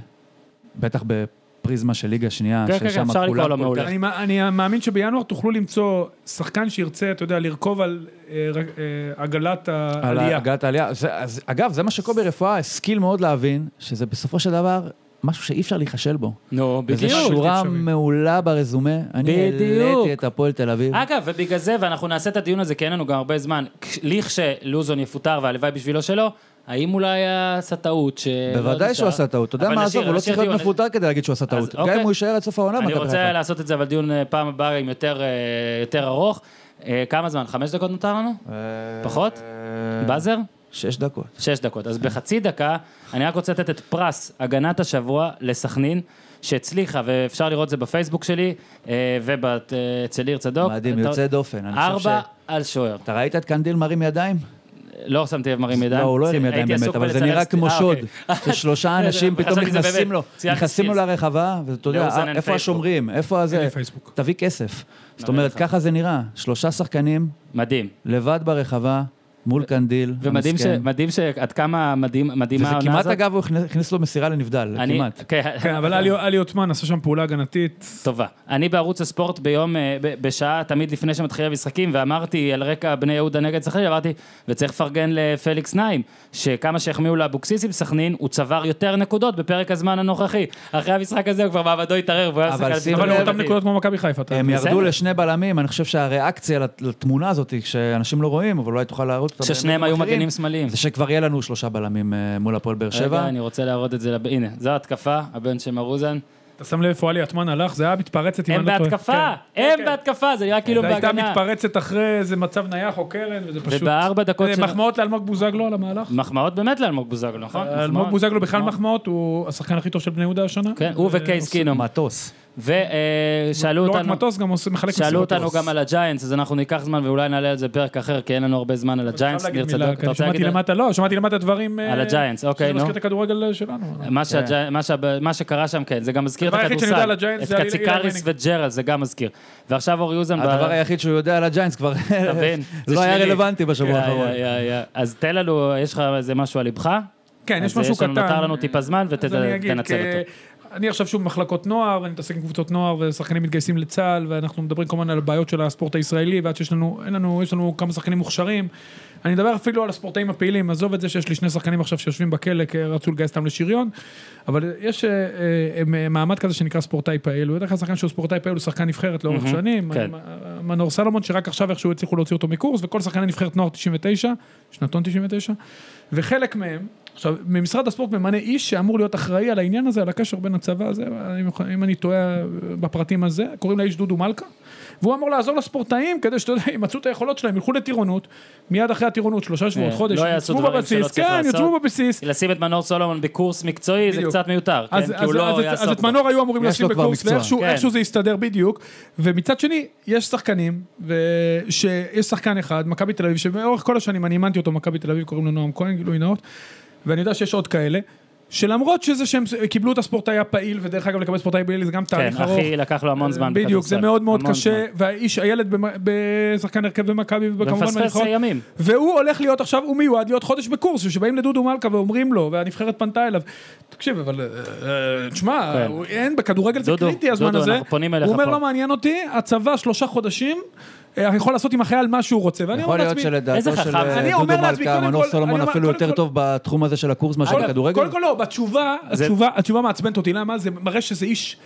S3: בטח בפריזמה של ליגה שנייה,
S1: כן, כן,
S3: ששם
S1: אפשר לקרוא
S3: כולם
S1: לו
S3: כל
S1: מעולה.
S3: כך-
S2: אני מא- אני מאמין שבינואר תוכלו למצוא שחקן שירצה, אתה יודע, לרכוב על אה, ר- אה, עגלת
S3: על
S2: העלייה.
S3: הגעת העלייה. זה- אז- אגב, זה מה שקובי רפואה השכיל מאוד להבין, שזה בסופו של דבר משהו שאי אפשר להיכשל בו.
S1: נו,
S3: וזו
S1: בדיוק.
S3: שורה
S2: בלתי אפשרי.
S3: מעולה ברזומה. אני
S1: בדיוק. אה,
S3: העליתי את הפועל תל אביב.
S1: אגב, ובגלל זה, ואנחנו נעשה את הדיון הזה, כי אין לנו גם הרבה זמן, כש- לכשלוזון יפוטר, והלוואי בשבילו שלא, האם אולי עשה טעות ש... לא
S3: בוודאי שהוא
S1: נשאר?
S3: עשה טעות. אתה יודע
S1: אבל
S3: מה,
S1: נשאיר-
S3: עזוב, הוא לא
S1: נשאיר
S3: צריך להיות
S1: דיון,
S3: מפוטר כדי להגיד שהוא עשה טעות. גם
S1: אוקיי.
S3: אם הוא יישאר עד סוף העונה,
S1: אני
S3: מכבי
S1: רוצה
S3: חיפה.
S1: לעשות את זה, אבל דיון אה, פעם הבאה עם יותר, אה, יותר ארוך. אה, כמה זמן? חמש דקות נותר לנו?
S3: אה,
S1: פחות?
S3: אה, כן.
S1: באזר?
S3: שש דקות.
S1: שש דקות. אז בחצי דקה, אני רק רוצה לתת את פרס הגנת השבוע לסכנין, שהצליחה, ואפשר לראות את זה בפייסבוק שלי, אה, ואצל ניר צדוק.
S3: מדהים,
S1: אתה-
S3: יוצא דופן. אני חושב
S1: ארבע
S3: ש-
S1: על שוער.
S3: אתה ראית את קנדיל מרים ידיים?
S1: לא שמתי לב מרים ידיים.
S3: לא, הוא לא הרים
S1: הייתי
S3: ידיים באמת,
S1: עסוק
S3: אבל זה
S1: בלצלם
S3: נראה
S1: סט-
S3: כמו
S1: אה,
S3: שוד,
S1: אוקיי.
S3: ששלושה
S1: בסדר,
S3: אנשים
S1: חשבתי
S3: פתאום
S1: שזה באמת,
S3: נכנסים לו,
S1: ציינתי
S3: נכנסים לו
S1: סקילס.
S3: לרווחה, ואתה
S1: לא, זה
S3: יודע, אה,
S1: אין
S3: איפה
S1: פייסבוק.
S3: השומרים, איפה
S2: אין
S3: הזה,
S2: לי פייסבוק.
S3: תביא כסף. זאת
S1: נראה
S3: אומרת,
S1: לך.
S3: ככה זה נראה, שלושה שחקנים,
S1: מדהים.
S3: לבד ברחבה, מול קנדיל,
S1: ומדהים ש-
S3: המסכן.
S1: מדהים שעד כמה מדהים- מדהימה
S3: וזה
S1: העונה
S3: כמעט,
S1: הזאת.
S3: אגב, הוא הכניס לו מסירה לנבדל,
S1: אני-
S3: כמעט.
S1: כן,
S2: כן, אבל עלי- עלי עותמן עשה שם פעולה הגנתית.
S1: טובה. אני בערוץ הספורט ביום, אה, ב- בשעה תמיד לפני שמתחילים המשחקים, ואמרתי על רקע בני יהודה נגד סכנין, אמרתי, וצריך לפרגן לפליקס נעים, שכמה שהחמיאו לאבוקסיס עם סכנין, הוא צבר יותר נקודות בפרק הזמן הנוכחי. אחרי המשחק הזה הוא כבר מעמדו התערער, והוא היה
S3: אבל
S1: שחקן
S3: שים
S1: פתאום
S2: אבל הוא
S3: לב, אה,
S2: אותם
S1: מדהים.
S2: נקודות כמו מכבי חיפה. אתה
S3: הם
S2: יודע.
S3: ירדו
S1: בסדר.
S3: לשני בלמים, אני חושב שהריאקציה לת- לתמונה הזאת, שאנשים לא רואים, אבל אולי תוכל להראות אותה.
S1: ששניהם היו
S3: אחרים,
S1: מגנים שמאליים.
S3: זה שכבר יהיה לנו שלושה בלמים אה, מול הפועל באר
S1: רגע,
S3: שבע.
S1: אני רוצה להראות את זה, לב- הנה, זו התקפה, הבן של מרוזן.
S2: אתה שם לב איפה עלי עותמן הלך? זה היה מתפרצת, אם
S1: הם
S2: אני לא טועה.
S1: בהתקפה,
S2: כן.
S1: הם בהתקפה, זה נראה כאילו
S2: זה הייתה
S1: בהגנה.
S2: מתפרצת אחרי איזה מצב נייח או קרן, וזה פשוט... אה,
S1: ובארבע דקות
S2: זה
S1: של-
S2: מחמאות לאלמוג בוזגלו על המהלך.
S1: מחמאות באמת לאלמוג בוזגלו, נכון?
S2: אה, אלמוג
S1: מחמאות,
S2: בוזגלו בכלל אה,
S1: מחמאות.
S2: מחמאות, הוא השחקן הכי טוב של בני יהודה השנה.
S1: כן, הוא וקייס קינום.
S3: מטוס.
S1: ושאלו
S2: לא רק
S1: אותנו...
S2: מטוס, גם עושה- מחלק
S1: שאלו
S2: מסירות
S1: אותנו
S2: טוס.
S1: גם על הג'יינטס, אז אנחנו ניקח זמן ואולי נעלה על זה פרק אחר, כי אין לנו הרבה זמן על
S2: אתה חייב
S1: הג'יינטס.
S2: להגיד
S1: נרצה
S2: מילה,
S1: לדעת-
S2: כי
S1: אתה
S2: אני
S1: רוצה
S2: שמעתי
S1: להגיד-
S2: למטה, לא, שמעתי למטה דברים...
S1: על
S2: אה,
S1: הג'יינטס, אוקיי,
S2: שזה
S1: נו.
S2: מזכיר את הכדורגל שלנו.
S3: כן.
S1: מה שהג'י- מה שה- מה שקרה שם, כן, זה גם מזכיר את
S2: הדבר היחיד שאני יודע
S1: הכדורסל.
S2: על הג'יינטס
S1: את
S2: זה על אילי
S1: קציקריס
S2: מנינג.
S1: וג'רל, זה גם מזכיר. ועכשיו אורי אוזן...
S3: הדבר
S1: ב-
S3: היחיד שהוא יודע על הג'יינטס כבר
S1: מבין? זה
S3: לא היה
S1: שלילי.
S3: רלוונטי בשבוע
S1: יא,
S3: האחרון.
S1: יא, יא, יא. אז תן לנו, יש לך איזה משהו על ליבך?
S2: כן, יש
S1: אז
S2: משהו
S1: יש לנו-
S2: קטן.
S1: נותר לנו טיפה זמן ות-
S2: אז אני אגיד,
S1: תנצל
S2: כי-
S1: אותו.
S2: אני עכשיו שוב במחלקות נוער, ואני מתעסק עם קבוצות נוער, ושחקנים מתגייסים לצה"ל, ואנחנו מדברים כמובן על הבעיות של הספורט הישראלי, ועד שיש לנו, אין לנו, יש לנו כמה שחקנים מוכשרים. אני מדבר אפילו על הספורטאים הפעילים, עזוב את זה שיש לי שני שחקנים עכשיו שיושבים בכלא, כי רצו לגייס אותם לשריון, אבל יש אה, אה, אה, מעמד כזה שנקרא ספורטאי פעיל, הוא בדרך כלל שחקן שהוא ספורטאי פעיל, הוא שחקן נבחרת לאורך שנים,
S1: כן.
S2: מנור סלומון, שרק עכשיו איכשהו הצליחו להוציא אותו מקורס, וכל שחקני נבחרת נוער 99, שנתון 99, וחלק מהם, עכשיו, ממשרד הספורט ממנה איש שאמור להיות אחראי על העניין הזה, על הקשר בין הצבא, זה, אני מוכן- אם אני טועה בפרטים הזה, קוראים לאיש דודו מלכה, והוא אמור לעזור לספורטאים כדי שאתה יודע, ימצאו את היכולות שלהם, ילכו לטירונות, מיד אחרי הטירונות, שלושה שבועות,
S1: אה,
S2: חודש,
S1: לא יעשו
S2: יוצבו
S1: דברים שלא
S2: בבסיס,
S1: צריך
S2: כן,
S1: לעשות.
S2: יוצבו בבסיס.
S1: לשים את מנור סולומון בקורס מקצועי זה
S2: בדיוק.
S1: קצת מיותר, כן?
S2: אז,
S1: כי הוא
S2: אז,
S1: לא
S2: אז, אז
S1: יעסוק
S2: את
S1: בו.
S2: מנור היו אמורים
S3: יש
S2: לשים
S3: לו כבר
S2: בקורס,
S3: מקצוע.
S2: ואיכשהו
S1: כן.
S2: איכשהו זה הסתדר בדיוק, ומצד שני, יש שחקנים, ו- שיש שחקן אחד, מכבי תל אביב, שבאורך כל השנים אני אימנתי אותו, מכבי תל אביב, קוראים לו נועם כהן, גילוי נאות, ואני יודע שיש עוד כאלה, שלמרות שזה שהם קיבלו את הספורטאי הפעיל, ודרך אגב לקבל ספורטאי פעיל זה גם תהליך
S1: כן,
S2: ארוך. אה,
S1: אחי לקח לו המון זמן.
S2: בדיוק, זה
S1: בכדורסל.
S2: מאוד מאוד
S1: המון
S2: קשה, והאיש, הילד במ- בשחקן הרכב במכבי,
S1: זמן.
S2: וכמובן
S1: ומפספס
S2: בנבחרות,
S1: ימים.
S2: והוא הולך להיות עכשיו, הוא מיועד להיות חודש בקורס, שבאים לדודו מלכה ואומרים לו, והנבחרת פנתה אליו. תקשיב, אבל אה, אה, תשמע,
S1: כן.
S2: הוא- אין, בכדורגל זה
S1: דודו,
S2: קריטי הזמן
S1: דודו,
S2: הזה.
S1: אנחנו פונים אליך
S2: הוא אומר,
S1: פה.
S2: לא מעניין אותי, הצבא שלושה חודשים, אה, יכול לעשות עם החייל מה שהוא רוצה. ואני אומר
S3: יכול להיות
S2: לעצמי,
S1: איזה
S3: שלדעתו
S1: חכם
S3: של
S1: זה.
S3: אה,
S2: אני
S3: דודו
S2: אומר לעצמי,
S3: מלכה,
S2: קודם
S3: מנור
S2: כל- אני
S3: סולומון
S2: אומר-
S3: אפילו
S2: קודם
S3: יותר
S2: כל-
S3: טוב בתחום הזה של הקורס מאשר
S2: קודם-
S3: בכדורגל.
S2: קודם כל לא, בתשובה,
S1: זה-
S2: התשובה, התשובה מעצבנת אותי, למה? זה מראה שזה איש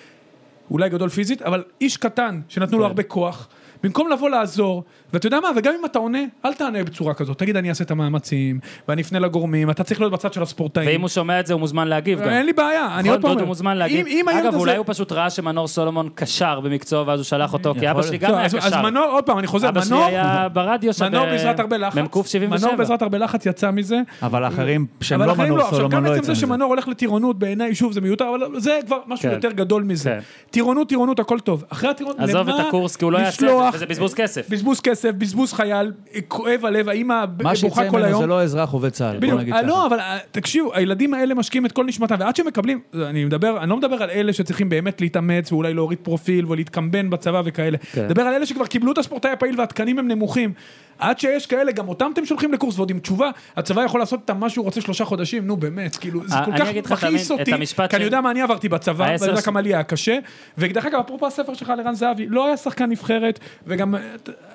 S2: אולי גדול פיזית, אבל איש קטן, שנתנו לו
S1: כן.
S2: הרבה כוח. במקום לבוא לעזור, ואתה יודע מה, וגם אם אתה עונה, אל תענה בצורה כזאת. תגיד, אני אעשה את המאמצים, ואני אפנה לגורמים, אתה צריך להיות בצד של הספורטאים.
S1: ואם הוא שומע את זה הוא מוזמן להגיב גם.
S2: אין לי בעיה, אני
S1: נכון,
S2: עוד פעם
S1: דודו
S2: אומר.
S1: מוזמן להגיב.
S2: אם- אם הילד
S1: אגב,
S2: הזה-
S1: אולי הוא פשוט ראה שמנור סולומון קשר במקצוע ואז הוא שלח אותו, כי אבא שלי גם
S2: טוב,
S1: היה
S2: אז- אז
S1: קשר.
S2: מנור, עוד פעם, אני חוזר,
S1: אבא שלי
S2: מנור,
S1: היה ברדיו שם. אה,
S2: מנור
S1: ב-
S2: בעזרת הרבה לחץ.
S1: במקוף 77.
S2: מנור בעזרת הרבה לחץ יצא מזה.
S3: אבל האחרים שהם
S2: אבל
S3: לא
S2: אחרים
S3: מנור
S2: עכשיו,
S3: סולומון
S2: גם
S3: לא
S2: עצם
S3: יצא
S2: זה
S3: מזה.
S2: שמנור הולך לטירונות, בעיניי, שוב, זה מיותר, אבל זה כבר משהו
S1: כן.
S2: יותר גדול מזה.
S1: כן.
S2: טירונות, טירונות, הכל טוב. אחרי הטירונות, למה
S1: עזוב את הקורס, כי הוא לא יעשה את זה,
S2: לשלוח-
S1: וזה בזבוז כסף.
S2: בזבוז כסף, בזבוז חייל, כואב הלב, האמא
S3: מה שיצא
S2: בוכה כל
S3: ממנו זה
S2: היום.
S3: לא אזרח עובד צה"ל, בוא
S2: בדיוק.
S3: נגיד
S2: אה,
S3: ככה.
S2: לא, אבל אה, תקשיבו, הילדים האלה משקיעים את כל נשמתם, ועד שמקבלים, אני מדבר, אני לא מדבר על אלה שצריכים באמת להתאמץ, ואולי להוריד פרופיל, ולהתקמבן בצבא וכאלה.
S1: כן.
S2: מדבר על אלה שכבר קיבלו את הספורטאי הפעיל והתקנים הם נמוכים. עד שיש כאלה, גם אותם אתם שולחים לקורס, ועוד עם תשובה, הצבא יכול לעשות איתם מה שהוא רוצה שלושה חודשים, נו באמת, כאילו, זה
S1: אה,
S2: כל
S1: אני אגיד
S2: כך
S1: לך
S2: מכעיס
S1: תמיד את
S2: אותי,
S1: המשפט
S2: כי אני
S1: של-
S2: יודע מה אני עברתי בצבא,
S1: העשר
S2: ואני יודע
S1: ש-
S2: כמה לי היה קשה, ודרך אגב, אפרופו הספר שלך על ערן זהבי, לא היה שחקן נבחרת, וגם, אה,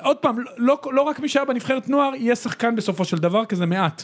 S2: עוד פעם, לא, לא רק מי שהיה בנבחרת נוער, יהיה שחקן בסופו של דבר, כי זה מעט.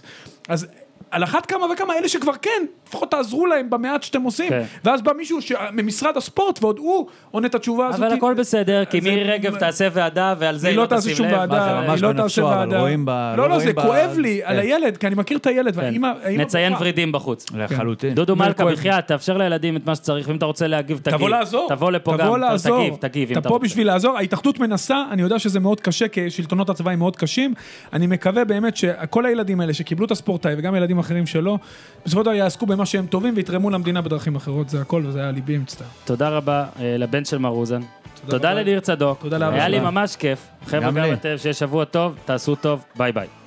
S2: אז... על אחת כמה וכמה אלה שכבר כן, לפחות תעזרו להם במעט שאתם עושים.
S1: כן.
S2: ואז בא מישהו ש- ממשרד הספורט, ועוד הוא עונה את התשובה הזאת.
S1: אבל הכל בסדר, כי
S2: זה-
S1: מירי רגב תעשה ועדה, ועל זה
S2: היא
S1: היא
S2: לא
S1: לא
S2: תעשה
S1: תשים
S2: שום
S1: לב.
S3: מה זה,
S2: ועדה, היא
S3: ממש
S2: לא
S3: בנפשו,
S2: תעשה
S3: אבל
S2: ועדה.
S3: רואים ב-
S2: לא, לא,
S3: רואים
S2: זה
S3: ב-
S2: כואב לי על
S3: כן.
S2: הילד, כי אני מכיר את הילד,
S1: כן.
S2: והאימא... האימא
S1: נציין
S2: בוכה.
S1: ורידים בחוץ.
S3: לחלוטין.
S1: דודו מלכה,
S2: כהן.
S1: בחייאת, תאפשר לילדים את מה שצריך, ואם אתה רוצה להגיב, תגיב.
S2: תבוא לעזור.
S1: תבוא לפה גם,
S2: תבוא
S1: ת-
S2: לעזור.
S1: תגיב, תגיב, אם
S2: אתה
S1: אתה
S2: פה
S1: רוצה.
S2: בשביל לעזור. ההתאחדות מנסה, אני יודע שזה מאוד קשה, כי שלטונות הצבא הם מאוד קשים. אני מקווה באמת שכל הילדים האלה שקיבלו את הספורטאי, וגם ילדים אחרים שלא, בסופו של דבר יעסקו במה שהם טובים ויתרמו למדינה בדרכים אחרות. זה הכל, וזה היה ליבי מצטער.
S1: תודה רבה אה, לבן של מרוזן. תודה
S2: רבה.
S1: לניר צדוק.
S2: תודה לאבא
S1: היה לי
S2: שלנו.
S1: ממש כיף. חבר'ה,
S3: גם לי.
S1: גם אתם, שיהיה שבוע טוב, תעשו טוב, ביי ביי.